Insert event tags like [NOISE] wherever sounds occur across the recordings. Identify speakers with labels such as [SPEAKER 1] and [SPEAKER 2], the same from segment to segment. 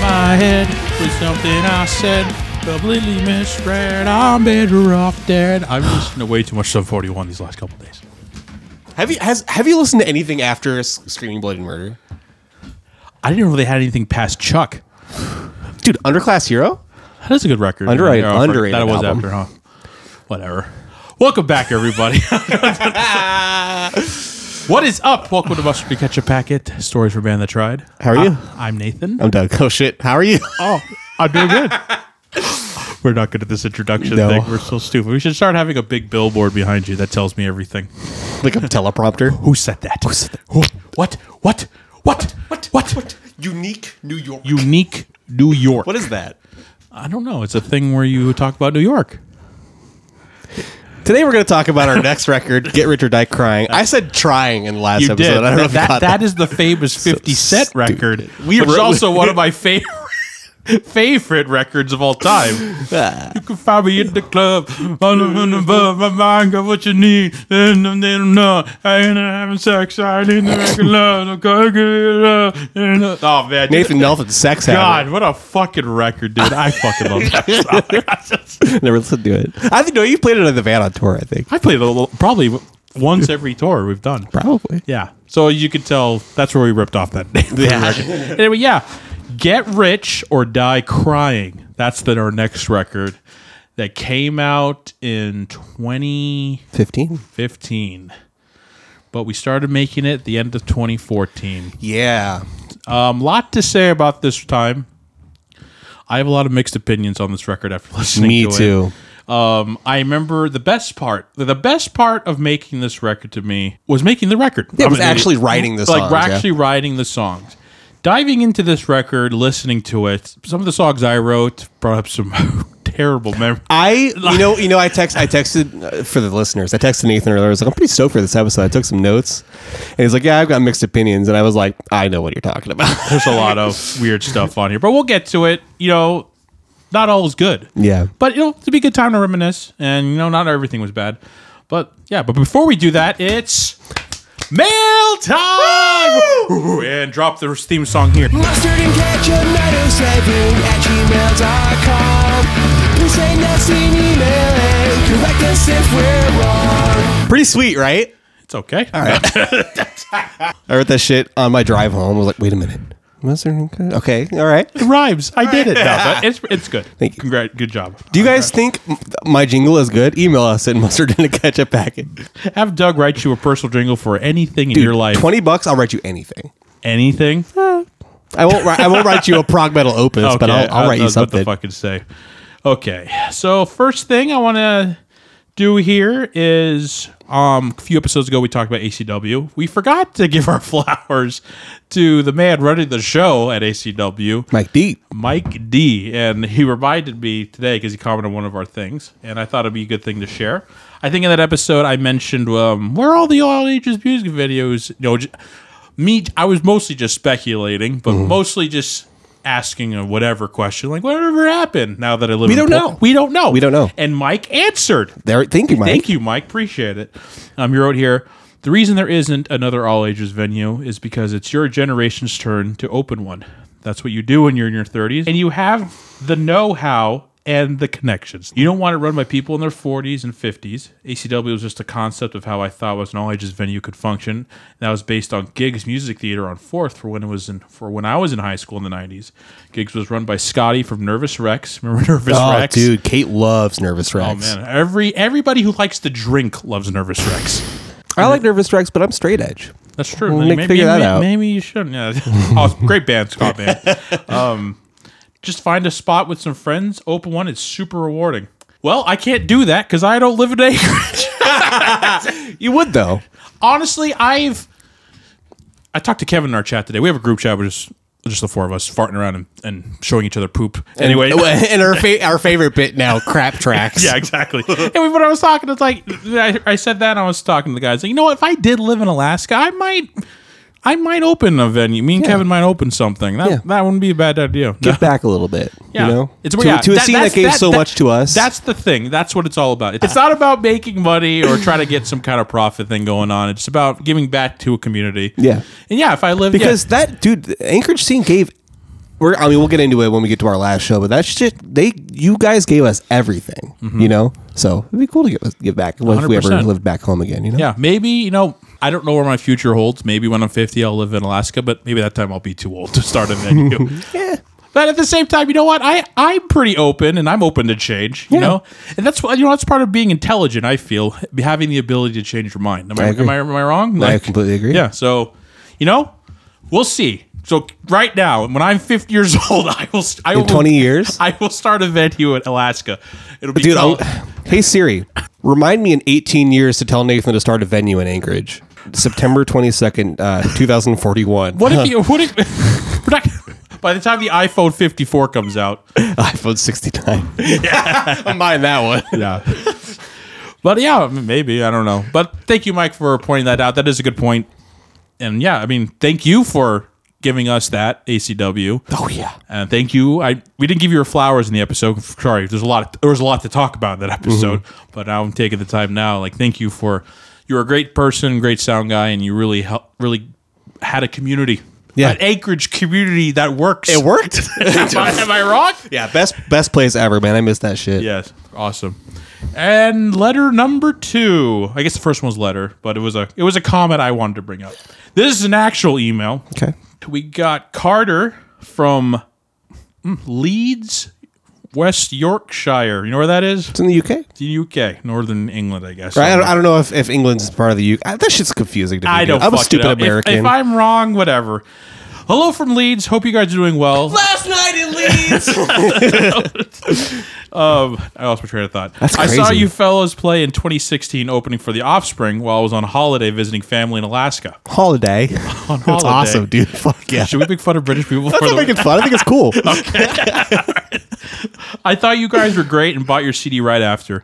[SPEAKER 1] my head with something I said. Completely misread. I'm better off dead. I've been listening to way too much Sub 41 these last couple days.
[SPEAKER 2] Have you has have you listened to anything after S- Screaming Blood and Murder,
[SPEAKER 1] I didn't know they had anything past Chuck.
[SPEAKER 2] dude? Underclass Hero.
[SPEAKER 1] That is a good record.
[SPEAKER 2] Underrated-
[SPEAKER 1] Yeah, for-
[SPEAKER 2] underrated
[SPEAKER 1] That was
[SPEAKER 2] album.
[SPEAKER 1] after, huh? Whatever. Welcome back, everybody. [LAUGHS] what is up? Welcome to Mustard to Catch a Packet. Stories for Band That Tried.
[SPEAKER 2] How are you?
[SPEAKER 1] I, am Nathan.
[SPEAKER 2] I'm Doug. Oh shit. How are you? [LAUGHS]
[SPEAKER 1] Oh, I'm doing good. We're not good at this introduction
[SPEAKER 2] No.
[SPEAKER 1] thing. We're so stupid. We should start having a big billboard behind you that tells me everything.
[SPEAKER 2] like a teleprompter.
[SPEAKER 1] Who said that? Who said that? What? What? What? What? What?
[SPEAKER 2] Unique New York.
[SPEAKER 1] Unique New York.
[SPEAKER 2] What is that?
[SPEAKER 1] I don't know. It's a thing where you talk about New York.
[SPEAKER 2] Today we're going to talk about our next record, Get Rich or Die Crying. I said trying in the last
[SPEAKER 1] You
[SPEAKER 2] episode.
[SPEAKER 1] did.
[SPEAKER 2] I don't know if you
[SPEAKER 1] that,
[SPEAKER 2] caught
[SPEAKER 1] that is the famous 50 Cent
[SPEAKER 2] stupid.
[SPEAKER 1] record,
[SPEAKER 2] We
[SPEAKER 1] which is
[SPEAKER 2] wrote-
[SPEAKER 1] also one of my favorite [LAUGHS] favorite records of all time. You can find me in the club. On the run above my mind, got what you need. They don't they don't know. I ain't having sex. I need the [LAUGHS] record love. I'm gonna get it up. And, uh, Oh man,
[SPEAKER 2] Nathan Nelson, sex
[SPEAKER 1] God, what a fucking record, dude! I fucking love [LAUGHS] that. song.
[SPEAKER 2] habit. [LAUGHS] Never listened to it. I think no, you played it in the van on tour. I think
[SPEAKER 1] I played it a little, probably once every tour we've done.
[SPEAKER 2] probably.
[SPEAKER 1] Yeah. So you could tell that's where we ripped off that [LAUGHS] name.
[SPEAKER 2] Yeah.
[SPEAKER 1] anyway, yeah. Get Rich or Die Crying. That's the, our next record that came out in 2015.
[SPEAKER 2] Fifteen.
[SPEAKER 1] But we started making it the end of 2014.
[SPEAKER 2] Yeah.
[SPEAKER 1] Um, lot to say about this time. I have a lot of mixed opinions on this record after listening
[SPEAKER 2] Me
[SPEAKER 1] to it.
[SPEAKER 2] too.
[SPEAKER 1] Um, I remember the best part. The best part of making this record to me was making the record.
[SPEAKER 2] Yeah, it
[SPEAKER 1] I'm
[SPEAKER 2] was
[SPEAKER 1] an idiot.
[SPEAKER 2] actually writing the
[SPEAKER 1] like
[SPEAKER 2] songs,
[SPEAKER 1] we're
[SPEAKER 2] yeah.
[SPEAKER 1] actually writing the songs. Diving into this record, listening to it, some of the songs I wrote brought up some [LAUGHS] terrible memories.
[SPEAKER 2] I you know you know I text I texted uh, for the listeners. I texted Nathan earlier. I was like, I'm pretty stoked for this episode. I took some notes, and he's like, Yeah, I've got mixed opinions. And I was like, I know what you're talking about. [LAUGHS]
[SPEAKER 1] There's a lot of weird stuff on here, but we'll get to it. You know, not all was good.
[SPEAKER 2] Yeah.
[SPEAKER 1] But you know, it'd be a good time to reminisce, and you know, not everything was bad. But yeah, but before we do that, it's mail time, Woo! and drop the theme song here.
[SPEAKER 3] Mustard and ketchup 907 at gmail.com. Please send us an email and correct us if we're wrong.
[SPEAKER 2] pretty sweet, right?
[SPEAKER 1] It's okay.
[SPEAKER 2] I wrote that shit on my drive home. I was like, Wait a minute. Was there any kind- Okay, all right.
[SPEAKER 1] It rhymes. I did it. No, but it's it's good.
[SPEAKER 2] [LAUGHS] Thank you.
[SPEAKER 1] Congrat, good job.
[SPEAKER 2] Do you guys think m- my jingle is good? Email us at mustard in a ketchup packet.
[SPEAKER 1] Have Doug write you a personal jingle for anything in your life.
[SPEAKER 2] Twenty bucks, I'll write you anything.
[SPEAKER 1] anything.
[SPEAKER 2] I won't. Write, I won't write you a prog metal opus, but I'll, I'll
[SPEAKER 1] I don't
[SPEAKER 2] write you
[SPEAKER 1] know uh, What
[SPEAKER 2] something.
[SPEAKER 1] the fuck to say? Okay, so first thing I want to do here is um, a few episodes ago we talked about ACW. We forgot to give our [LAUGHS] flowers to the man running the show at ACW,
[SPEAKER 2] Mike D.
[SPEAKER 1] Mike D, and he reminded me today because he commented on one of our things, and I thought it'd be a good thing to share. I think in that episode I mentioned um, where are all the all ages music videos. You know, j- me, I was mostly just speculating, but
[SPEAKER 2] Mm-hmm.
[SPEAKER 1] mostly just asking a whatever question, like whatever happened. Now that I live, we
[SPEAKER 2] don't know.
[SPEAKER 1] We don't know.
[SPEAKER 2] We don't know.
[SPEAKER 1] And Mike answered.
[SPEAKER 2] There, thank you, Mike.
[SPEAKER 1] Thank you, Mike. Appreciate it. Um, you wrote here. The reason there isn't another all ages venue is because it's your generation's turn to open one. That's what you do when you're in your 30s, and you have the know how and the connections. You don't want it run by people in their 40s and 50s. ACW was just a concept of how I thought was an all ages venue could function. And that was based on Gigs Music Theater on Fourth for when it was in for when I was in high school in the 90s. Gigs was run by Scotty from Nervous Rex. Remember [LAUGHS] Nervous
[SPEAKER 2] Oh,
[SPEAKER 1] Rex?
[SPEAKER 2] dude, Kate loves Nervous Rex.
[SPEAKER 1] Oh man, every everybody who likes to drink loves Nervous Rex.
[SPEAKER 2] I like Nervous Rex, but I'm straight edge.
[SPEAKER 1] That's true.
[SPEAKER 2] Nick, figure that
[SPEAKER 1] maybe,
[SPEAKER 2] out.
[SPEAKER 1] maybe you shouldn't. Yeah. [LAUGHS] oh, great band, Scott
[SPEAKER 2] [LAUGHS]
[SPEAKER 1] band. Um, just find a spot with some friends. Open one. It's super rewarding. Well, I can't do that because I don't live in [LAUGHS] Anchorage.
[SPEAKER 2] [LAUGHS] You would though.
[SPEAKER 1] Honestly, I've I talked to Kevin in our chat today. We have a group chat with just just the four of us farting around and, and showing each other poop. Anyway,
[SPEAKER 2] [LAUGHS] and our fa- our favorite bit now, crap tracks.
[SPEAKER 1] [LAUGHS] Yeah, exactly. and we- when I was talking, it's like I, I said that and I was talking to the guys. Like, you know what? If I did live in Alaska, I might, I might open a venue. Me and Kevin might open something. That
[SPEAKER 2] Yeah.
[SPEAKER 1] that wouldn't be a bad idea. No.
[SPEAKER 2] Give back a little bit.
[SPEAKER 1] Yeah.
[SPEAKER 2] You know,
[SPEAKER 1] it's
[SPEAKER 2] to,
[SPEAKER 1] yeah,
[SPEAKER 2] to a scene
[SPEAKER 1] that's-
[SPEAKER 2] that gave so much to us.
[SPEAKER 1] That's the thing. That's what it's all about. It's
[SPEAKER 2] Ah.
[SPEAKER 1] not about making money or trying to get some kind of profit thing going on. It's about giving back to a community.
[SPEAKER 2] Yeah.
[SPEAKER 1] and yeah, if I live
[SPEAKER 2] because that dude, the Anchorage scene gave we're I mean we'll get into it when we get to our last show, but that shit they you guys gave us everything, you know. So it'd be cool to get get back if we ever
[SPEAKER 1] 100%.
[SPEAKER 2] lived back home again, you know.
[SPEAKER 1] Yeah, maybe you know. I don't know where my future holds. Maybe when I'm 50, I'll live in Alaska, but maybe that time I'll be too old to start a
[SPEAKER 2] [LAUGHS]
[SPEAKER 1] venue. But at the same time, you know what? I I'm pretty open, and I'm open to change. You
[SPEAKER 2] Yeah.
[SPEAKER 1] know, and that's what you know. That's part of being intelligent. I feel having the ability to change your mind. Am I,
[SPEAKER 2] I agree.
[SPEAKER 1] am I am I wrong?
[SPEAKER 2] I completely agree.
[SPEAKER 1] Yeah. So, you know, we'll see. So right now, when I'm 50 years [LAUGHS] old, I will. st- I
[SPEAKER 2] In
[SPEAKER 1] will,
[SPEAKER 2] 20 years?
[SPEAKER 1] I will start a venue in Alaska. It'll be
[SPEAKER 2] [LAUGHS] Dude, I'll,
[SPEAKER 1] called-
[SPEAKER 2] hey Siri, remind me in 18 years to tell Nathan to start a venue in Anchorage, September 22nd, uh, 2041.
[SPEAKER 1] What if you? What if? [LAUGHS] we're not- by the time the iPhone 54 comes out,
[SPEAKER 2] [LAUGHS] iPhone 69? I'm buying that one.
[SPEAKER 1] [LAUGHS] yeah. but yeah, I mean, maybe I don't know. But thank you, Mike, for pointing that out. That is a good point. And yeah, I mean, thank you for giving us that ACW.
[SPEAKER 2] Oh yeah.
[SPEAKER 1] And thank you. I we didn't give you your flowers in the episode. Sorry, there's a lot. there was a lot to talk about in that episode,
[SPEAKER 2] Mm-hmm.
[SPEAKER 1] but now I'm taking the time now. Like, thank you for you're a great person, great sound guy, and you really help. Really had a community.
[SPEAKER 2] Yeah.
[SPEAKER 1] an Anchorage community that works.
[SPEAKER 2] It worked.
[SPEAKER 1] am, I, am I wrong?
[SPEAKER 2] [LAUGHS] yeah, best best place ever, man. I miss that shit.
[SPEAKER 1] Yes. Awesome. And letter number two. I guess the first one was letter, but it was a it was a comment I wanted to bring up. This is an actual email.
[SPEAKER 2] Okay.
[SPEAKER 1] We got Carter from mm, Leeds, West Yorkshire. You know where that is?
[SPEAKER 2] It's in the UK.
[SPEAKER 1] The UK, Northern England, I guess.
[SPEAKER 2] Right? I, don't, I don't know if, if England's part of the UK. I- That shit's confusing to me.
[SPEAKER 1] I
[SPEAKER 2] dude.
[SPEAKER 1] don't.
[SPEAKER 2] I'm a
[SPEAKER 1] fuck it
[SPEAKER 2] stupid
[SPEAKER 1] up. If-
[SPEAKER 2] American.
[SPEAKER 1] If, I'm wrong, whatever. Hello from Leeds. Hope you guys are doing well.
[SPEAKER 3] Last night
[SPEAKER 4] [LAUGHS]
[SPEAKER 3] in Leeds.
[SPEAKER 1] Um, I lost my train of thought.
[SPEAKER 2] That's
[SPEAKER 1] I saw
[SPEAKER 2] crazy.
[SPEAKER 1] you fellows play in 2016 opening for The Offspring while I was on holiday visiting family in Alaska. [LAUGHS]
[SPEAKER 2] holiday. That's
[SPEAKER 1] holiday.
[SPEAKER 2] awesome, dude. [LAUGHS] Fuck yeah.
[SPEAKER 1] Should we make fun of British people?
[SPEAKER 2] That's
[SPEAKER 1] for
[SPEAKER 2] not
[SPEAKER 1] the-
[SPEAKER 2] making fun. I think
[SPEAKER 1] [LAUGHS]
[SPEAKER 2] it's cool.
[SPEAKER 1] I thought you guys were great and bought your CD right after.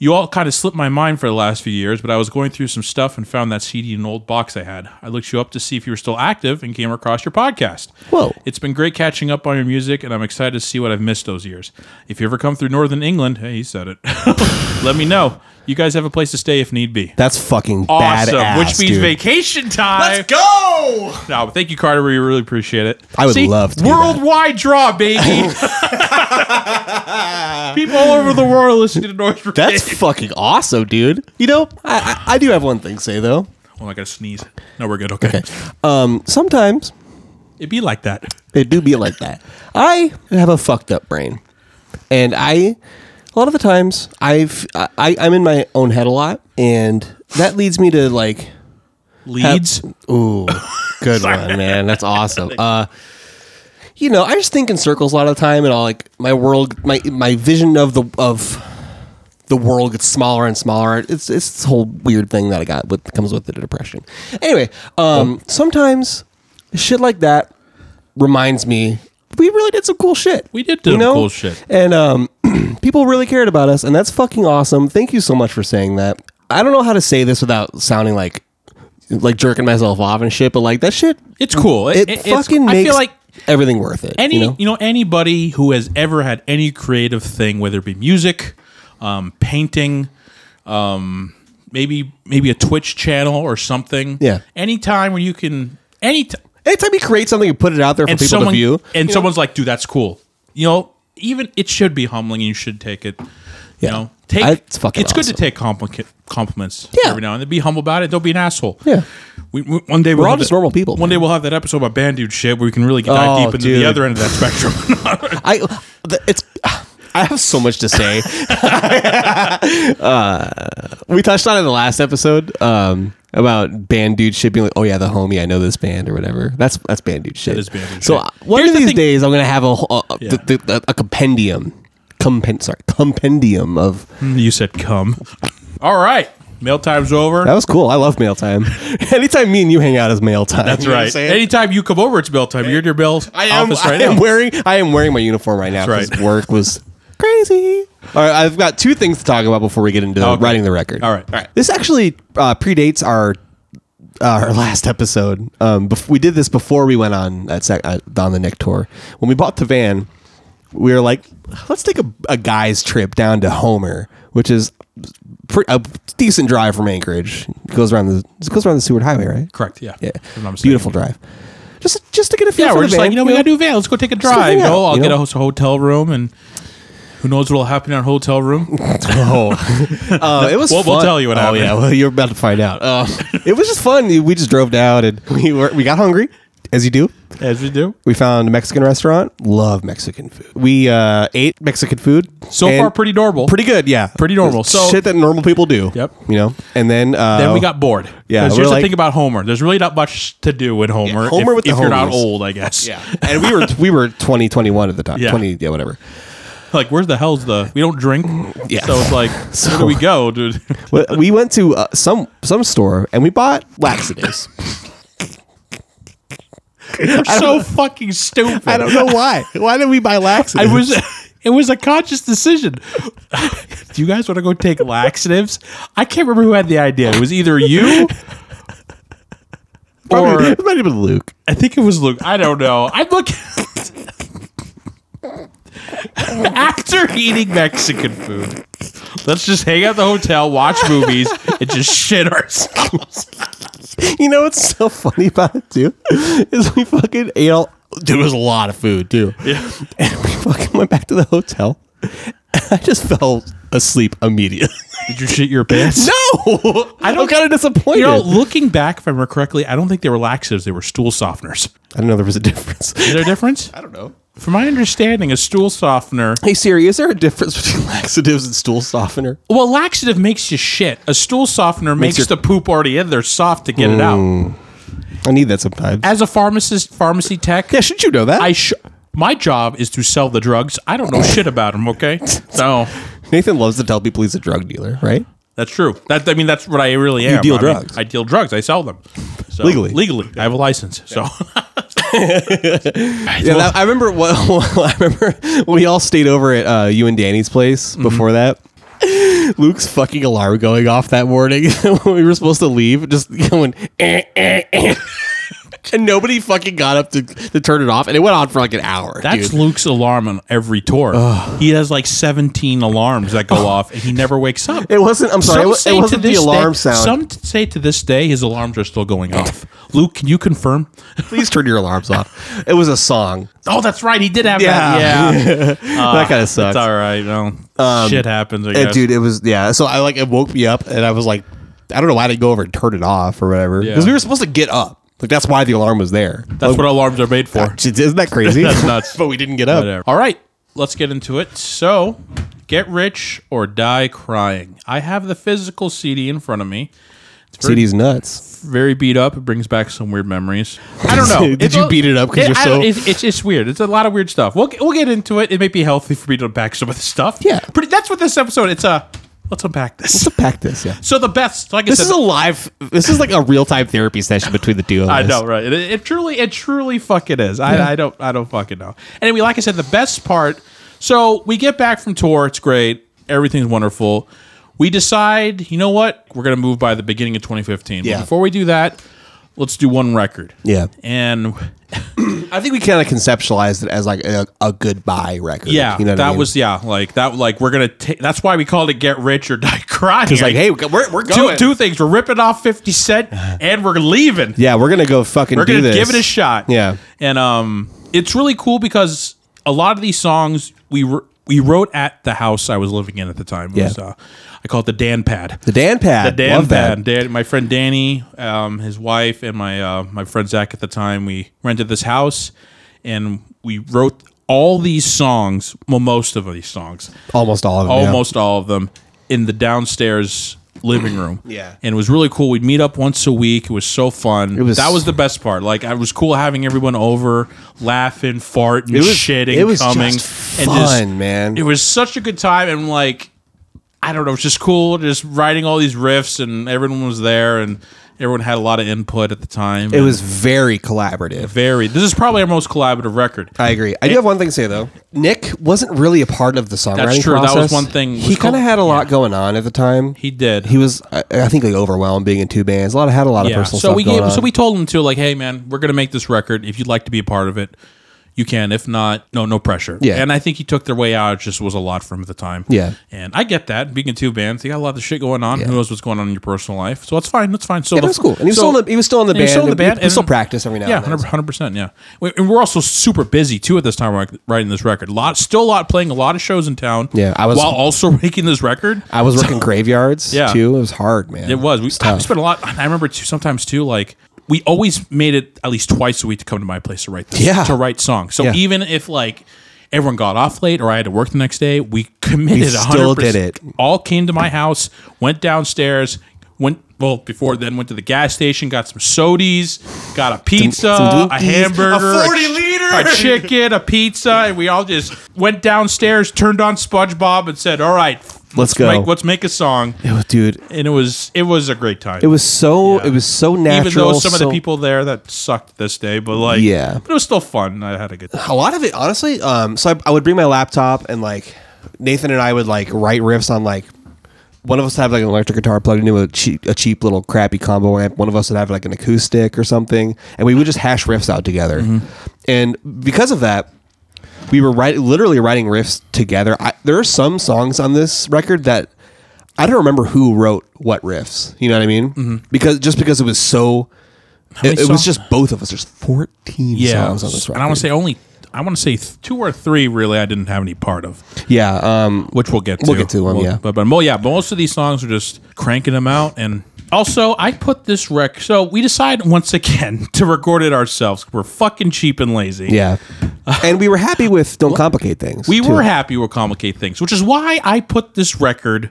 [SPEAKER 1] You all kind of slipped my mind for the last few years, but I was going through some stuff and found that CD in an old box I had. I looked you up to see if you were still active and came across your podcast.
[SPEAKER 2] Whoa.
[SPEAKER 1] It's been great catching up on your music, and I'm excited to see what I've missed those years. If you ever come through Northern England, hey, he said it. [LAUGHS] let me know. You guys have a place to stay if need be.
[SPEAKER 2] That's fucking
[SPEAKER 1] Awesome,
[SPEAKER 2] badass,
[SPEAKER 1] which means
[SPEAKER 2] dude.
[SPEAKER 1] vacation time.
[SPEAKER 3] Let's go.
[SPEAKER 1] No, but thank you, Carter. We really appreciate it.
[SPEAKER 2] I would love to do that.
[SPEAKER 1] worldwide draw,
[SPEAKER 2] [LAUGHS]
[SPEAKER 1] baby. People all over the world listen to Noise Brigade. [LAUGHS]
[SPEAKER 2] [LAUGHS] That's fucking awesome, dude. You know, I, I, I do have one thing to say though.
[SPEAKER 1] oh, I gotta sneeze. No, we're good. Okay.
[SPEAKER 2] Um, sometimes
[SPEAKER 1] It'd be like that.
[SPEAKER 2] it do be like that. I have a fucked up brain, and I a lot of the times I've I, I'm in my own head a lot, and that leads me to like
[SPEAKER 1] Leeds.
[SPEAKER 2] Ooh, good one, man. That's awesome. Uh, you know, I just think in circles a lot of the time, and all like my world, my my vision of the of the world gets smaller and smaller. It's it's this whole weird thing that I got with comes with the depression. Anyway, um, sometimes shit like that reminds me we really did some cool shit.
[SPEAKER 1] We did do some cool shit.
[SPEAKER 2] and um, [CLEARS THROAT] people really cared about us, and that's fucking awesome. Thank you so much for saying that. I don't know how to say this without sounding like like jerking myself off and shit, but like that shit,
[SPEAKER 1] it's cool.
[SPEAKER 2] it,
[SPEAKER 1] it's-
[SPEAKER 2] fucking
[SPEAKER 1] I
[SPEAKER 2] makes
[SPEAKER 1] feel like
[SPEAKER 2] everything worth it.
[SPEAKER 1] any
[SPEAKER 2] you know?
[SPEAKER 1] anybody who has ever had any creative thing, whether it be music, um, painting, um, maybe maybe a Twitch channel or something.
[SPEAKER 2] Yeah.
[SPEAKER 1] Anytime when you can. Any t-
[SPEAKER 2] anytime you create something and put it out there for people
[SPEAKER 1] someone,
[SPEAKER 2] to view,
[SPEAKER 1] And someone's like, dude, that's cool. You know, even it should be humbling. You should take it. You
[SPEAKER 2] Yeah.
[SPEAKER 1] know, take
[SPEAKER 2] I- it's fucking
[SPEAKER 1] good to
[SPEAKER 2] awesome.
[SPEAKER 1] take compli- compliments
[SPEAKER 2] Yeah.
[SPEAKER 1] every now and then. Be humble about it. Don't be an asshole.
[SPEAKER 2] Yeah.
[SPEAKER 1] We, we- one day we're
[SPEAKER 2] all
[SPEAKER 1] all
[SPEAKER 2] just normal people,
[SPEAKER 1] One day
[SPEAKER 2] man.
[SPEAKER 1] we'll have that episode about band dude shit where we can really get dive
[SPEAKER 2] Oh,
[SPEAKER 1] deep into
[SPEAKER 2] dude.
[SPEAKER 1] the other end of that spectrum. [LAUGHS]
[SPEAKER 2] I th- it's [SIGHS] I have so much to say. Uh, we touched on it in the last episode um, about band dude shit being like, oh yeah, the homie, I know this band or whatever. That's that's band dude shit.
[SPEAKER 1] is band dude
[SPEAKER 2] so
[SPEAKER 1] shit.
[SPEAKER 2] uh, one
[SPEAKER 1] Here's
[SPEAKER 2] of
[SPEAKER 1] the
[SPEAKER 2] these
[SPEAKER 1] thing-
[SPEAKER 2] days, I'm gonna have a uh, whole- a, a,
[SPEAKER 1] Yeah.
[SPEAKER 2] th- th- a compendium, compen sorry, compendium of
[SPEAKER 1] you said come. All right. Mail time's over.
[SPEAKER 2] that was cool. I love mail time. [LAUGHS] Anytime me and you hang out is mail time.
[SPEAKER 1] that's
[SPEAKER 2] You know what I'm
[SPEAKER 1] right.
[SPEAKER 2] saying?
[SPEAKER 1] Anytime you come over, it's mail time. You're at your mail
[SPEAKER 2] I am,
[SPEAKER 1] office right
[SPEAKER 2] I am
[SPEAKER 1] now.
[SPEAKER 2] wearing I am wearing my uniform right now
[SPEAKER 1] That's
[SPEAKER 2] because
[SPEAKER 1] right. [LAUGHS]
[SPEAKER 2] work was crazy. All right, I've got two things to talk about before we get into
[SPEAKER 1] Okay.
[SPEAKER 2] writing the record.
[SPEAKER 1] All right.
[SPEAKER 2] all right. This actually uh, predates our uh, our last episode. Um, bef- we did this before we went on that sec- uh, on the Nick tour. When we bought the van, we were like, let's take a, a guy's trip down to Homer, which is pre- a decent drive from Anchorage. It goes around the it goes around the Seward Highway, right?
[SPEAKER 1] Correct. Yeah.
[SPEAKER 2] Yeah,
[SPEAKER 1] If I'm not mistaken.
[SPEAKER 2] beautiful drive. just just to get a feel
[SPEAKER 1] yeah,
[SPEAKER 2] for
[SPEAKER 1] we're
[SPEAKER 2] the
[SPEAKER 1] just
[SPEAKER 2] band,
[SPEAKER 1] like, you know, we gotta do van. Let's go take a
[SPEAKER 2] go
[SPEAKER 1] drive.
[SPEAKER 2] hang
[SPEAKER 1] You know,
[SPEAKER 2] out,
[SPEAKER 1] I'll
[SPEAKER 2] you
[SPEAKER 1] get
[SPEAKER 2] know?
[SPEAKER 1] a ho- hotel room, and who knows what'll happen in our hotel room? [LAUGHS]
[SPEAKER 2] Oh, uh, it was.
[SPEAKER 1] We'll-
[SPEAKER 2] fun.
[SPEAKER 1] we'll tell you what
[SPEAKER 2] oh,
[SPEAKER 1] happened. Oh.
[SPEAKER 2] yeah, well, you're about to find out. Uh, it was just fun. We just drove down and [LAUGHS] we were we got hungry, [LAUGHS] as you do.
[SPEAKER 1] As we do.
[SPEAKER 2] We found a Mexican restaurant. Love Mexican food. We uh, ate Mexican food.
[SPEAKER 1] So
[SPEAKER 2] and
[SPEAKER 1] far, pretty normal.
[SPEAKER 2] pretty good. Yeah,
[SPEAKER 1] Pretty normal. So-
[SPEAKER 2] shit that normal people do.
[SPEAKER 1] Yep.
[SPEAKER 2] You know, and then uh,
[SPEAKER 1] Then we got bored.
[SPEAKER 2] Yeah,
[SPEAKER 1] 'Cause
[SPEAKER 2] we're
[SPEAKER 1] here's
[SPEAKER 2] like-
[SPEAKER 1] the thing about Homer. There's really not much to do with Homer.
[SPEAKER 2] Yeah, Homer
[SPEAKER 1] if,
[SPEAKER 2] with the
[SPEAKER 1] if you're not
[SPEAKER 2] homies.
[SPEAKER 1] old, I guess.
[SPEAKER 2] [LAUGHS] yeah, and we were we were twenty twenty one at the time.
[SPEAKER 1] Yeah.
[SPEAKER 2] Twenty, yeah, whatever.
[SPEAKER 1] [LAUGHS] Like, where's the hell's the? We don't drink.
[SPEAKER 2] Yeah.
[SPEAKER 1] So it's like, where do we go,
[SPEAKER 2] [LAUGHS]
[SPEAKER 1] dude?
[SPEAKER 2] Well, we went to uh, some some store and we bought laxatives.
[SPEAKER 1] You're [LAUGHS] so fucking stupid.
[SPEAKER 2] I don't know why. Why did we buy
[SPEAKER 1] I
[SPEAKER 2] laxatives?
[SPEAKER 1] was. It was a conscious decision. [LAUGHS] Do you guys want to go take laxatives? I can't remember who had the idea. It was either you
[SPEAKER 2] Probably-
[SPEAKER 1] or
[SPEAKER 2] it might have been Luke. [LAUGHS]
[SPEAKER 1] I think it was Luke. I don't know. I'm looking. After eating Mexican food, let's just hang out at the hotel, watch movies, and just shit ourselves.
[SPEAKER 2] You know what's so funny about it too is we fucking ate all. Dude, it was a lot of food too. Yeah, [LAUGHS] and we fucking went back to the hotel. [LAUGHS] And I just fell asleep immediately.
[SPEAKER 1] Did you shit your pants?
[SPEAKER 2] [LAUGHS] No, I don't. [LAUGHS] I'm kind of disappointed.
[SPEAKER 1] You know, looking back, if I remember correctly, I don't think they were laxatives; they were stool softeners.
[SPEAKER 2] I don't know. There was a difference.
[SPEAKER 1] Is there a difference?
[SPEAKER 2] I don't know.
[SPEAKER 1] From my understanding, a stool softener.
[SPEAKER 2] Hey Siri, is there a difference between [LAUGHS] laxatives and stool softener?
[SPEAKER 1] Well, laxative makes you shit. A stool softener makes,
[SPEAKER 2] your- Mm.
[SPEAKER 1] the poop already in there soft to get it out.
[SPEAKER 2] I need that sometimes.
[SPEAKER 1] As a pharmacist, pharmacy tech,
[SPEAKER 2] yeah, should you know that?
[SPEAKER 1] I sh- my job is to sell the drugs. I don't know shit about them.
[SPEAKER 2] [LAUGHS]
[SPEAKER 1] Okay, so
[SPEAKER 2] Nathan loves to tell people he's a drug dealer, right?
[SPEAKER 1] that's true. That I mean, that's what I really am.
[SPEAKER 2] deal
[SPEAKER 1] I mean,
[SPEAKER 2] drugs.
[SPEAKER 1] I deal drugs. I sell them So-
[SPEAKER 2] Legally.
[SPEAKER 1] Legally, I have a license. So
[SPEAKER 2] Yeah, that, I remember. What, [LAUGHS] I remember we all stayed over at uh, you and Danny's place
[SPEAKER 1] Mm-hmm.
[SPEAKER 2] before that. Luke's fucking alarm going off that morning [LAUGHS] when we were supposed to leave, just going, eh, eh, eh. [LAUGHS] and nobody fucking got up to, to turn it off, and it went on for like an hour.
[SPEAKER 1] [LAUGHS] that's
[SPEAKER 2] dude.
[SPEAKER 1] Luke's alarm on every tour. he has like seventeen alarms that go off, and he never wakes up.
[SPEAKER 2] it wasn't. I'm sorry, it,
[SPEAKER 1] Some
[SPEAKER 2] wa-
[SPEAKER 1] say
[SPEAKER 2] it
[SPEAKER 1] to
[SPEAKER 2] wasn't the
[SPEAKER 1] this
[SPEAKER 2] alarm
[SPEAKER 1] day,
[SPEAKER 2] sound.
[SPEAKER 1] Some t- say to this day his alarms are still going off. Luke, can you confirm?
[SPEAKER 2] Please turn your alarms off. It was a song.
[SPEAKER 1] Oh, that's right. He did have
[SPEAKER 2] [LAUGHS] Yeah.
[SPEAKER 1] that. [LAUGHS] Yeah, Uh,
[SPEAKER 2] that kind of
[SPEAKER 1] it's
[SPEAKER 2] sucks.
[SPEAKER 1] all right. No, shit happens. I
[SPEAKER 2] Uh,
[SPEAKER 1] guess.
[SPEAKER 2] dude, it was yeah. So I like it woke me up, and I was like, I don't know why I didn't go over and turn it off or whatever because we
[SPEAKER 1] Yeah.
[SPEAKER 2] were supposed to get up. Like that's why the alarm was there. [LAUGHS]
[SPEAKER 1] that's what alarms are made for.
[SPEAKER 2] Isn't that
[SPEAKER 1] [LAUGHS]
[SPEAKER 2] crazy?
[SPEAKER 1] That's nuts.
[SPEAKER 2] [LAUGHS] but we didn't get up.
[SPEAKER 1] Whatever. All right, let's get into it. So, get rich or die crying. I have the physical CD in front of me.
[SPEAKER 2] CD's nuts.
[SPEAKER 1] Very beat up. It brings back some weird memories. I don't know.
[SPEAKER 2] [LAUGHS] Did you beat it up 'cause you're
[SPEAKER 1] I
[SPEAKER 2] so-
[SPEAKER 1] don't- It's, it's it's weird. It's a lot of weird stuff. We'll we'll get into it. It may be healthy for me to unpack some of the stuff.
[SPEAKER 2] Yeah.
[SPEAKER 1] Pretty. That's what this episode. It's a. Let's unpack this.
[SPEAKER 2] Pack this. Yeah.
[SPEAKER 1] So the best, like I
[SPEAKER 2] This
[SPEAKER 1] said,
[SPEAKER 2] is a live. This is like a real time therapy session between the two of
[SPEAKER 1] [LAUGHS]
[SPEAKER 2] us.
[SPEAKER 1] I know, right? It, it truly, it truly fucking is. I, I don't, I don't fucking know. Anyway, like I said, the best part. So we get back from tour. It's great. Everything's wonderful. We decide, you know what? We're gonna move by the beginning of 2015. But
[SPEAKER 2] Yeah.
[SPEAKER 1] before we do that, let's do one record.
[SPEAKER 2] Yeah.
[SPEAKER 1] And
[SPEAKER 2] I think we kind of conceptualized it as like a, a goodbye record.
[SPEAKER 1] yeah,
[SPEAKER 2] You know what
[SPEAKER 1] that
[SPEAKER 2] I mean?
[SPEAKER 1] was yeah, like that. Like we're gonna. take. that's why we called it "Get Rich or Die [LAUGHS] Crying."
[SPEAKER 2] It's like, hey, we're, we're
[SPEAKER 1] two,
[SPEAKER 2] going.
[SPEAKER 1] two things: we're ripping off Fifty
[SPEAKER 2] [LAUGHS]
[SPEAKER 1] Cent, and we're leaving.
[SPEAKER 2] yeah, we're gonna go fucking.
[SPEAKER 1] we're
[SPEAKER 2] do
[SPEAKER 1] gonna
[SPEAKER 2] this.
[SPEAKER 1] give it a shot.
[SPEAKER 2] Yeah.
[SPEAKER 1] and um, it's really cool because a lot of these songs we wr- we wrote at the house I was living in at the time. It
[SPEAKER 2] Yeah.
[SPEAKER 1] was, uh, I call it the Dan Pad.
[SPEAKER 2] The Dan pad.
[SPEAKER 1] The Dan
[SPEAKER 2] Love that.
[SPEAKER 1] Pad. Dan, my friend Danny, um, his wife, and my uh, my friend Zach at the time, we rented this house, and we wrote all these songs. Well, most of these songs
[SPEAKER 2] Almost all of them. yeah.
[SPEAKER 1] almost all of them in the downstairs living room.
[SPEAKER 2] [CLEARS THROAT] Yeah.
[SPEAKER 1] And it was really cool. We'd meet up once a week. It was so fun.
[SPEAKER 2] was-
[SPEAKER 1] that was the best part. Like I was cool having everyone over, laughing, farting,
[SPEAKER 2] It was-
[SPEAKER 1] shitting,
[SPEAKER 2] it was
[SPEAKER 1] coming.
[SPEAKER 2] just fun, man.
[SPEAKER 1] It was such a good time and like I don't know, it was just cool, just writing all these riffs and everyone was there and everyone had a lot of input at the time.
[SPEAKER 2] It was very collaborative.
[SPEAKER 1] very this is probably our most collaborative record.
[SPEAKER 2] I agree. I do have one thing to say though. Nick wasn't really a part of the songwriting
[SPEAKER 1] true. That was
[SPEAKER 2] process.
[SPEAKER 1] one thing.
[SPEAKER 2] He
[SPEAKER 1] Was
[SPEAKER 2] kind of
[SPEAKER 1] called-
[SPEAKER 2] had a lot going on at the time.
[SPEAKER 1] He did.
[SPEAKER 2] He was, I, I think, like overwhelmed being in two bands. A lot of had a lot of personal
[SPEAKER 1] so
[SPEAKER 2] stuff
[SPEAKER 1] we
[SPEAKER 2] going
[SPEAKER 1] gave,
[SPEAKER 2] on.
[SPEAKER 1] So we told him to like, hey man, we're gonna make this record. If you'd like to be a part of it, you can. If not, no, no pressure.
[SPEAKER 2] Yeah.
[SPEAKER 1] And I think he took their way out. It just was a lot for him at the time.
[SPEAKER 2] Yeah.
[SPEAKER 1] And I get that. Being in two bands, you got a lot of shit going on. Who knows what's going on in your personal life? So it's fine. That's fine. So
[SPEAKER 2] Yeah, that was cool. And he was still in the- he was still in the
[SPEAKER 1] and he was
[SPEAKER 2] band.
[SPEAKER 1] still in the
[SPEAKER 2] And we-
[SPEAKER 1] band.
[SPEAKER 2] we still practice every now
[SPEAKER 1] Yeah,
[SPEAKER 2] and then.
[SPEAKER 1] 100 percent. Yeah, We- and we're also super busy too at this time. We're writing this record. Lot, still a lot playing a lot of shows in town.
[SPEAKER 2] Yeah, I was-
[SPEAKER 1] while also [LAUGHS] making this record.
[SPEAKER 2] I was working graveyards
[SPEAKER 1] Yeah.
[SPEAKER 2] too. It was hard, man.
[SPEAKER 1] It was. We,
[SPEAKER 2] tough.
[SPEAKER 1] we spent a lot. I remember too, sometimes too, like we always made it at least twice a week to come to my place to write this,
[SPEAKER 2] Yeah.
[SPEAKER 1] to write songs. So
[SPEAKER 2] Yeah.
[SPEAKER 1] even if like everyone got off late or I had to work the next day, we committed.
[SPEAKER 2] We still
[SPEAKER 1] 100%.
[SPEAKER 2] did it.
[SPEAKER 1] All came to my house, went downstairs, went well before then went to the gas station, got some sodies, got a pizza,
[SPEAKER 2] some
[SPEAKER 1] a
[SPEAKER 2] Twinkies,
[SPEAKER 1] hamburger,
[SPEAKER 2] a 40
[SPEAKER 1] ch-
[SPEAKER 2] liter.
[SPEAKER 1] a chicken, a pizza, and we all just went downstairs, turned on SpongeBob, and said, "All right,
[SPEAKER 2] Let's go."
[SPEAKER 1] Make, [LAUGHS] let's make a song."
[SPEAKER 2] It was, dude.
[SPEAKER 1] and it was it was a great time.
[SPEAKER 2] It was so.
[SPEAKER 1] Yeah.
[SPEAKER 2] It was so natural.
[SPEAKER 1] even though some of the
[SPEAKER 2] so-
[SPEAKER 1] people there that sucked this day, but like
[SPEAKER 2] Yeah.
[SPEAKER 1] but it was still fun. I had a good time.
[SPEAKER 2] a lot of it honestly um so I, I would bring my laptop and like nathan and i would like write riffs on like one of us would have like an electric guitar plugged into a cheap, a cheap little crappy combo amp. One of us would have like an acoustic or something, and we would just hash riffs out together.
[SPEAKER 1] Mm-hmm.
[SPEAKER 2] And because of that, we were write, literally writing riffs together. I, there are some songs on this record that I don't remember who wrote what riffs. You know what I mean? Because just because it was so, it,
[SPEAKER 1] Mm-hmm. many
[SPEAKER 2] it was
[SPEAKER 1] songs?
[SPEAKER 2] just both of us. There's 14 songs on this record.
[SPEAKER 1] and I want to say only I want to say th- two or three really I didn't have any part of,
[SPEAKER 2] Yeah, um,
[SPEAKER 1] which we'll get to.
[SPEAKER 2] We'll get to them, yeah.
[SPEAKER 1] but but well, yeah, but most of these songs are just cranking them out and. Also, I put this rec. So we decide once again [LAUGHS] to record it ourselves. We're fucking cheap and lazy.
[SPEAKER 2] yeah.
[SPEAKER 1] [LAUGHS]
[SPEAKER 2] and we were happy with "Don't Complicate Things."
[SPEAKER 1] We
[SPEAKER 2] too.
[SPEAKER 1] were happy with complicate things, which is why I put this record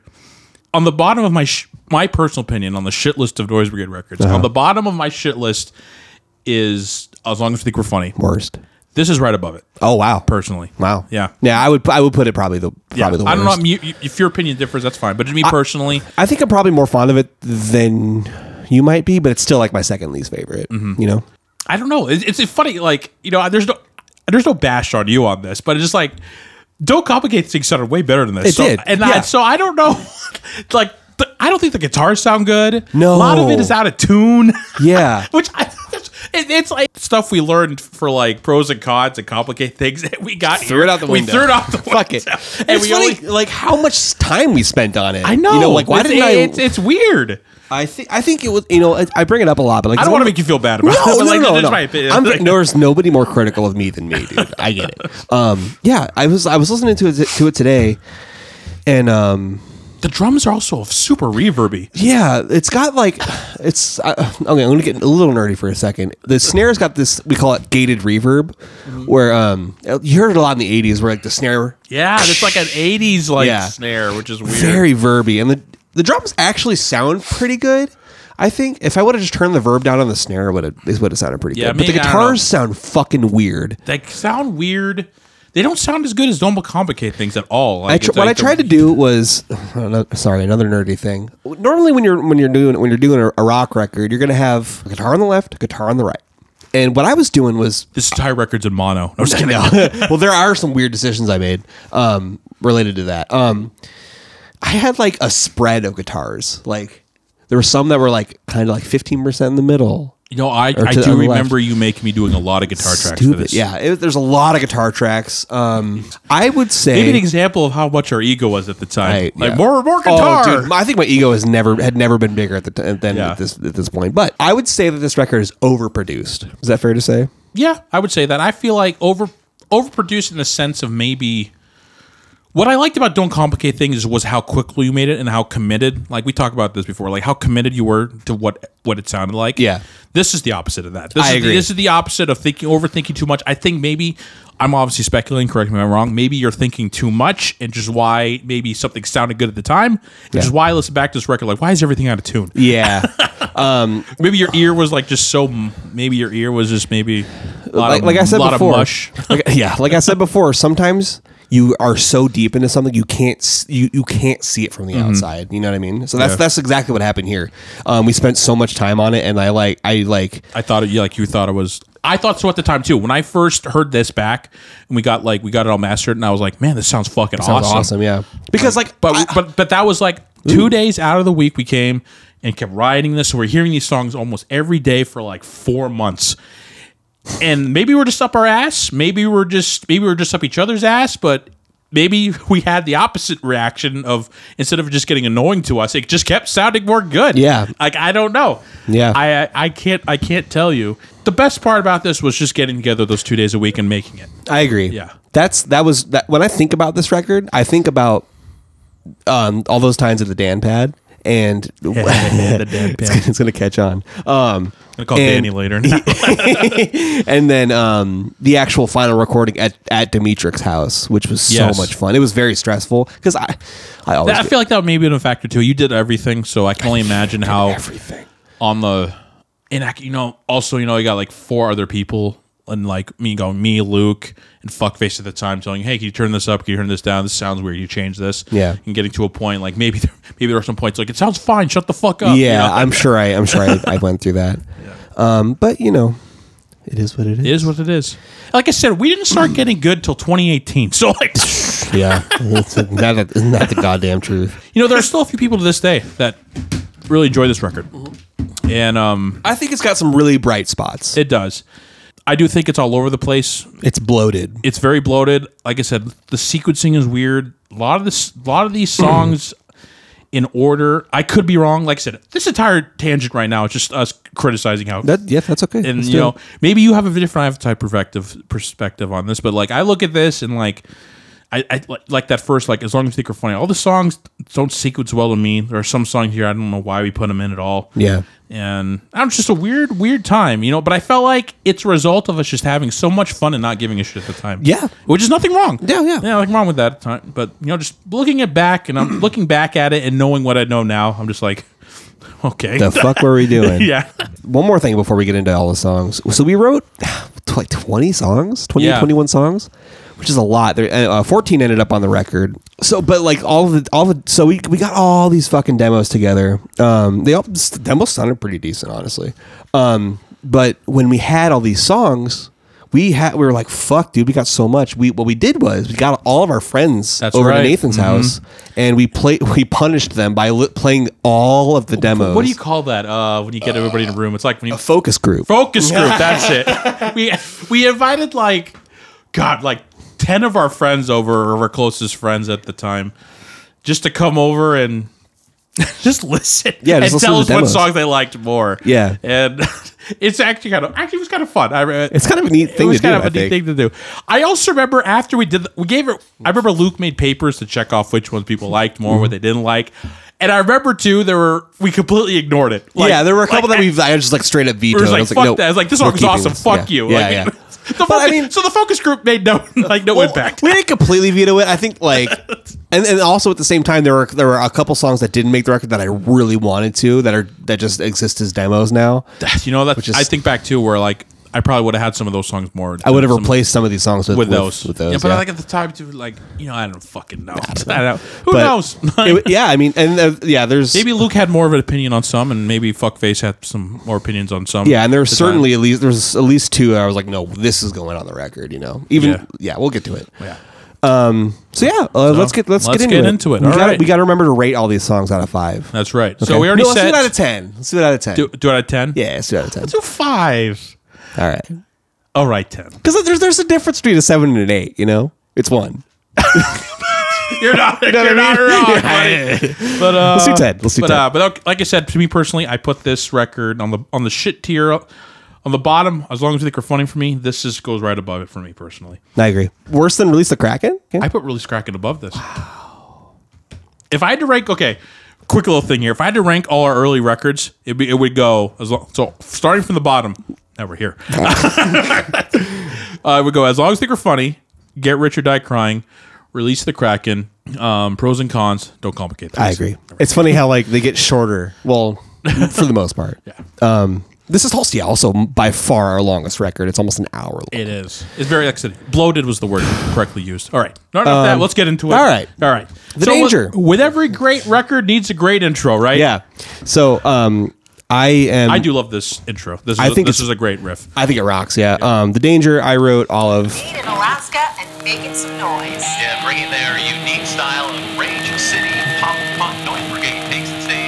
[SPEAKER 1] on the bottom of my sh- my personal opinion on the shit list of Noise Brigade records.
[SPEAKER 2] Uh-huh.
[SPEAKER 1] On the bottom of my shit list is as long as you think we're funny.
[SPEAKER 2] worst.
[SPEAKER 1] This is right above it,
[SPEAKER 2] Oh wow,
[SPEAKER 1] personally.
[SPEAKER 2] wow,
[SPEAKER 1] Yeah.
[SPEAKER 2] yeah. I would I would put it probably the probably
[SPEAKER 1] Yeah,
[SPEAKER 2] the worst.
[SPEAKER 1] I don't know if you- if your opinion differs. That's fine, but to me personally,
[SPEAKER 2] I think I'm probably more fond of it than you might be, but it's still like my second least favorite.
[SPEAKER 1] Mm-hmm.
[SPEAKER 2] You know,
[SPEAKER 1] I don't know. It's, it's funny, like you know, there's no there's no bash on you on this, but it's just like don't complicate things sounded way better than this.
[SPEAKER 2] It
[SPEAKER 1] so,
[SPEAKER 2] did,
[SPEAKER 1] and
[SPEAKER 2] yeah.
[SPEAKER 1] I, so I don't know, [LAUGHS] like. the- I don't think the guitars sound good.
[SPEAKER 2] No.
[SPEAKER 1] a lot of it is out of tune.
[SPEAKER 2] Yeah.
[SPEAKER 1] [LAUGHS] which I, it, it's like stuff we learned for like pros and cons and complicate things that we got.
[SPEAKER 2] Threw
[SPEAKER 1] here.
[SPEAKER 2] it out the window.
[SPEAKER 1] We threw it out the
[SPEAKER 2] [LAUGHS] fuck it.
[SPEAKER 1] window. And
[SPEAKER 2] And it's
[SPEAKER 1] we
[SPEAKER 2] funny,
[SPEAKER 1] only-
[SPEAKER 2] like how much time we spent on it.
[SPEAKER 1] I know.
[SPEAKER 2] You know, like why
[SPEAKER 1] It's-
[SPEAKER 2] didn't I?
[SPEAKER 1] It's, it's weird.
[SPEAKER 2] I think I think it was. You know, I, I bring it up a lot, but like
[SPEAKER 1] I don't want to make you feel bad
[SPEAKER 2] No,
[SPEAKER 1] about it. [LAUGHS]
[SPEAKER 2] no,
[SPEAKER 1] but, like,
[SPEAKER 2] no,
[SPEAKER 1] that's
[SPEAKER 2] no.
[SPEAKER 1] my opinion.
[SPEAKER 2] I'm, there's nobody more critical of me than me, dude. I
[SPEAKER 1] [LAUGHS]
[SPEAKER 2] get it. Um, yeah, I was I was listening to it to it today, and um,
[SPEAKER 1] the drums are also super reverby.
[SPEAKER 2] yeah, it's got like it's uh, okay. I'm gonna get a little nerdy for a second. The snare's got this we call it gated reverb,
[SPEAKER 1] Mm-hmm.
[SPEAKER 2] where um, you heard it a lot in the '80s, where like the snare
[SPEAKER 1] Yeah, it's like an '80s like
[SPEAKER 2] Yeah.
[SPEAKER 1] snare, which is weird.
[SPEAKER 2] very verby, and the the drums actually sound pretty good. I think if I would have just turned the verb down on the snare, it would have it would have sounded pretty
[SPEAKER 1] Yeah,
[SPEAKER 2] good. But the
[SPEAKER 1] maybe- I don't
[SPEAKER 2] guitars sound fucking weird.
[SPEAKER 1] they sound weird. They don't sound as good as Don't Complicate Things at all. Like,
[SPEAKER 2] I tr-
[SPEAKER 1] it's
[SPEAKER 2] what
[SPEAKER 1] like
[SPEAKER 2] I tried
[SPEAKER 1] the-
[SPEAKER 2] to do was, [SIGHS] sorry, another nerdy thing. Normally, when you're when you're doing when you're doing a, a rock record, you're gonna have a guitar on the left, a guitar on the right. And what I was doing was, [LAUGHS]
[SPEAKER 1] This entire record's in mono. No, I'm just kidding.
[SPEAKER 2] well, there are some weird decisions I made um, related to that. Um, I had like a spread of guitars. Like there were some that were like kind of like fifteen percent in the middle.
[SPEAKER 1] [LAUGHS] You know, I, I
[SPEAKER 2] to the
[SPEAKER 1] do
[SPEAKER 2] left.
[SPEAKER 1] remember you making me doing a lot of guitar tracks for
[SPEAKER 2] Stupid.
[SPEAKER 1] this.
[SPEAKER 2] Yeah, it, there's a lot of guitar tracks. Um, I would say
[SPEAKER 1] Give me an example of how much our ego was at the time.
[SPEAKER 2] I-
[SPEAKER 1] like
[SPEAKER 2] yeah.
[SPEAKER 1] more, more
[SPEAKER 2] Oh,
[SPEAKER 1] guitar.
[SPEAKER 2] dude, I think my ego has never had never been bigger at the t- than
[SPEAKER 1] Yeah.
[SPEAKER 2] at this at this point. But I would say that this record is overproduced. Is that fair to say?
[SPEAKER 1] yeah, I would say that. I feel like over overproduced in the sense of maybe what I liked about Don't Complicate Things was how quickly you made it and how committed. Like we talked about this before, like how committed you were to what what it sounded like.
[SPEAKER 2] Yeah.
[SPEAKER 1] this is the opposite of that. This
[SPEAKER 2] I
[SPEAKER 1] is
[SPEAKER 2] agree.
[SPEAKER 1] The, this is the opposite of thinking overthinking too much. I think maybe I'm obviously speculating. Correct me if I'm wrong. Maybe you're thinking too much, and just why maybe something sounded good at the time, which
[SPEAKER 2] Yeah.
[SPEAKER 1] is why I listen back to this record. Like, why is everything out of tune?
[SPEAKER 2] Yeah,
[SPEAKER 1] Maybe your ear was like just so. Maybe your ear was just maybe [LAUGHS] a lot
[SPEAKER 2] like,
[SPEAKER 1] of,
[SPEAKER 2] like I said
[SPEAKER 1] lot
[SPEAKER 2] before.
[SPEAKER 1] Of mush.
[SPEAKER 2] Like, yeah, like I said before, sometimes you are so deep into something you can't s- you you can't see it from the outside. You know what I mean? So that's
[SPEAKER 1] Mm-hmm. Yeah.
[SPEAKER 2] that's exactly what happened here. Um, we spent so much time on it, and I like I like
[SPEAKER 1] I thought it, like you thought it was. I thought so at the time too. When I first heard this back, and we got like we got it all mastered, and I was like, man, this sounds fucking
[SPEAKER 2] sounds
[SPEAKER 1] awesome.
[SPEAKER 2] awesome. Yeah, because like
[SPEAKER 1] But
[SPEAKER 2] I-
[SPEAKER 1] but but that was like two days out of the week we came and kept riding this. So we're hearing these songs almost every day for like four months. and maybe we're just up our ass. Maybe we're just maybe we're just up each other's ass, but maybe [LAUGHS] we had the opposite reaction of instead of just getting annoying to us, it just kept sounding more good.
[SPEAKER 2] Yeah.
[SPEAKER 1] Like I don't know.
[SPEAKER 2] Yeah.
[SPEAKER 1] I I, I can't I can't tell you. The best part about this was just getting together those two days a week and making
[SPEAKER 2] [LAUGHS]
[SPEAKER 1] it.
[SPEAKER 2] I agree.
[SPEAKER 1] Yeah.
[SPEAKER 2] That's that was that when I think about this record, I think about um all those times at the Dan pad [LAUGHS] and
[SPEAKER 1] the Dan
[SPEAKER 2] It's,
[SPEAKER 1] pad.
[SPEAKER 2] gonna, it's gonna catch on. Um
[SPEAKER 1] I'm gonna call
[SPEAKER 2] and-
[SPEAKER 1] Danny later.
[SPEAKER 2] [LAUGHS] and then um the actual final recording at at Dimitri's house, which was
[SPEAKER 1] Yes.
[SPEAKER 2] so much fun. It was very stressful because I I always
[SPEAKER 1] I
[SPEAKER 2] get
[SPEAKER 1] feel like that may be a factor too. You did everything, so I can only imagine how
[SPEAKER 2] everything.
[SPEAKER 1] on the and I, c- you know also you know I got like four other people and like me going me Luke and fuckface at the time telling hey can you turn this up can you turn this down this sounds weird you change this
[SPEAKER 2] Yeah.
[SPEAKER 1] and getting to a point like maybe there, maybe there are some points like it sounds fine shut the fuck up you
[SPEAKER 2] yeah,
[SPEAKER 1] know?
[SPEAKER 2] I'm sure I I'm sure I, I went through that. Um but you know, it is what it is.
[SPEAKER 1] it is what it is like I said we didn't start getting good till 2018 [LAUGHS] so like
[SPEAKER 2] [LAUGHS] yeah. It's not, a, not the goddamn truth.
[SPEAKER 1] you know there are still a few people to this day that really enjoy this record
[SPEAKER 2] Mm-hmm.
[SPEAKER 1] and um
[SPEAKER 2] I think it's got some really bright spots.
[SPEAKER 1] it does I do think it's all over the place
[SPEAKER 2] it's bloated.
[SPEAKER 1] it's very bloated. Like I said, the sequencing is weird. A lot of this, a lot of these songs in order. I could be wrong. Like I said, this entire tangent right now is just us criticizing how.
[SPEAKER 2] That yeah, that's okay.
[SPEAKER 1] and
[SPEAKER 2] Let's
[SPEAKER 1] you
[SPEAKER 2] do
[SPEAKER 1] know,
[SPEAKER 2] it.
[SPEAKER 1] maybe you have a different appetite perspective perspective on this, but like I look at this and like. I, I li- like that first like as long as you think are funny. All the songs don't sequence well to me. There are some songs here I don't know why we put them in at all.
[SPEAKER 2] Yeah.
[SPEAKER 1] and I don't know, it's just a weird weird time, you know. But I felt like it's a result of us just having so much fun and not giving a shit at the time.
[SPEAKER 2] Yeah.
[SPEAKER 1] which is nothing wrong.
[SPEAKER 2] Yeah, yeah.
[SPEAKER 1] yeah, nothing wrong with that at the time. But you know, just looking it back and I'm looking back at it and knowing what I know now, I'm just like, [LAUGHS] okay, [LAUGHS]
[SPEAKER 2] the fuck were we doing?
[SPEAKER 1] yeah,
[SPEAKER 2] One more thing before we get into all the songs. So we wrote [SIGHS] like 20 songs, 20
[SPEAKER 1] Yeah.
[SPEAKER 2] 21 songs, which is a lot. There uh, 14 ended up on the record. So but like all the all the so we we got all these fucking demos together. Um they all the demos sounded pretty decent honestly. Um but when we had all these songs, we had we were like fuck dude, we got so much. We what we did was we got all of our friends
[SPEAKER 1] That's
[SPEAKER 2] over
[SPEAKER 1] right. Mm-hmm.
[SPEAKER 2] to Nathan's house and we play [LAUGHS] we punished them by li- playing all of the demos.
[SPEAKER 1] What do you call that? Uh, when you get everybody in a room, it's like when you
[SPEAKER 2] focus group?
[SPEAKER 1] focus group.
[SPEAKER 2] [LAUGHS]
[SPEAKER 1] That's it. We we invited like, God, like ten of our friends over, or our closest friends at the time, just to come over and [LAUGHS] just listen.
[SPEAKER 2] Yeah,
[SPEAKER 1] and
[SPEAKER 2] just listen
[SPEAKER 1] tell
[SPEAKER 2] to
[SPEAKER 1] us
[SPEAKER 2] the
[SPEAKER 1] what
[SPEAKER 2] demos.
[SPEAKER 1] songs they liked more.
[SPEAKER 2] Yeah.
[SPEAKER 1] and [LAUGHS] it's actually kind of actually it was kind of fun. I re-
[SPEAKER 2] It's kind of a neat
[SPEAKER 1] it
[SPEAKER 2] thing
[SPEAKER 1] was
[SPEAKER 2] to
[SPEAKER 1] kind
[SPEAKER 2] do,
[SPEAKER 1] of
[SPEAKER 2] I
[SPEAKER 1] a neat
[SPEAKER 2] think.
[SPEAKER 1] thing to do. I also remember after we did, the, we gave it. I remember Luke made papers to check off which ones people liked more, what they didn't like, and I remember too there were we completely ignored it. Like-
[SPEAKER 2] yeah, there were a couple
[SPEAKER 1] like,
[SPEAKER 2] that we I was just like straight up vetoed.
[SPEAKER 1] it was
[SPEAKER 2] I
[SPEAKER 1] like,
[SPEAKER 2] was
[SPEAKER 1] fuck
[SPEAKER 2] no,
[SPEAKER 1] that. I was like, this
[SPEAKER 2] we're
[SPEAKER 1] song's
[SPEAKER 2] keeping
[SPEAKER 1] awesome.
[SPEAKER 2] this.
[SPEAKER 1] Fuck
[SPEAKER 2] Yeah.
[SPEAKER 1] you.
[SPEAKER 2] Yeah,
[SPEAKER 1] like,
[SPEAKER 2] yeah.
[SPEAKER 1] [LAUGHS] The focus,
[SPEAKER 2] I mean-
[SPEAKER 1] so the focus group made no [LAUGHS] like no impact.
[SPEAKER 2] We didn't completely veto it. I think like, and, and also at the same time, there were there were a couple songs that didn't make the record that I really wanted to that are that just exist as demos now.
[SPEAKER 1] You know that
[SPEAKER 2] is-
[SPEAKER 1] I think back to where like I probably would have had some of those songs more.
[SPEAKER 2] I would have
[SPEAKER 1] some-
[SPEAKER 2] replaced some of these songs with,
[SPEAKER 1] with those.
[SPEAKER 2] With those,
[SPEAKER 1] yeah, but
[SPEAKER 2] yeah.
[SPEAKER 1] like at the time too, like you know I don't fucking know. [LAUGHS] I don't know. Who
[SPEAKER 2] But
[SPEAKER 1] knows?
[SPEAKER 2] it wa- yeah, I mean, and uh, yeah, there's
[SPEAKER 1] Maybe Luke had more of an opinion on some, and maybe Fuckface had some more opinions on some.
[SPEAKER 2] yeah, and there were
[SPEAKER 1] at the time.
[SPEAKER 2] certainly at least there's at least two. That I was like, no, this is going on the record. You know, even
[SPEAKER 1] Yeah.
[SPEAKER 2] yeah, we'll get to it.
[SPEAKER 1] Yeah.
[SPEAKER 2] So yeah, uh, let's get let's,
[SPEAKER 1] let's
[SPEAKER 2] get into
[SPEAKER 1] get
[SPEAKER 2] it.
[SPEAKER 1] into it.
[SPEAKER 2] We
[SPEAKER 1] All
[SPEAKER 2] gotta-
[SPEAKER 1] right.
[SPEAKER 2] we got to remember to rate all these songs out of five.
[SPEAKER 1] That's right. So we already
[SPEAKER 2] No, let's
[SPEAKER 1] said
[SPEAKER 2] do it out of ten. Let's do it out of ten.
[SPEAKER 1] do, do it out of ten.
[SPEAKER 2] yeah, let's do it out
[SPEAKER 1] [LAUGHS]
[SPEAKER 2] of ten.
[SPEAKER 1] do five.
[SPEAKER 2] All right,
[SPEAKER 1] All right, ten.
[SPEAKER 2] because there's there's a difference between a seven and an eight. You know, it's one.
[SPEAKER 1] [LAUGHS] You're
[SPEAKER 2] [LAUGHS]
[SPEAKER 1] not. you are not wrong, buddy. But uh,
[SPEAKER 2] Let's do ten. Let's do
[SPEAKER 1] but
[SPEAKER 2] ten.
[SPEAKER 1] uh, but okay, like I said, to me personally, I put this record on the on the shit tier on the bottom. As long as you think are funny for me, this just goes right above it for me personally.
[SPEAKER 2] I agree. Worse than release the Kraken. Okay.
[SPEAKER 1] I put really Kraken above this. If I had to rank, okay, quick little thing here. If I had to rank all our early records, it be it would go as long, so starting from the bottom. Now we're here. [LAUGHS] uh, it would go as long as think are funny. Get rich or die crying. Release the Kraken. Um, pros and cons. Don't complicate. Things.
[SPEAKER 2] I agree. It's funny how like they get shorter. Well, for the
[SPEAKER 1] [LAUGHS]
[SPEAKER 2] most part. Yeah. Um, this is also, yeah, also by far our longest record. It's almost an hour long.
[SPEAKER 1] It is. It's very accidental. Bloated was the word correctly used. All right. Not enough of that. Let's get into it.
[SPEAKER 2] Um, all right.
[SPEAKER 1] All right.
[SPEAKER 2] The
[SPEAKER 1] with-
[SPEAKER 2] danger.
[SPEAKER 1] With every great record needs a great intro, right?
[SPEAKER 2] yeah. So um, I am.
[SPEAKER 1] I do love this intro. This is
[SPEAKER 2] I
[SPEAKER 1] a,
[SPEAKER 2] think
[SPEAKER 1] this
[SPEAKER 2] it's-
[SPEAKER 1] is a great riff.
[SPEAKER 2] I think it rocks. Yeah. Um, the danger. I wrote all of.
[SPEAKER 5] Meet in Alaska and making some noise.
[SPEAKER 6] Yeah, bringing their unique style of Rage City pop punk noise brigade takes the stage.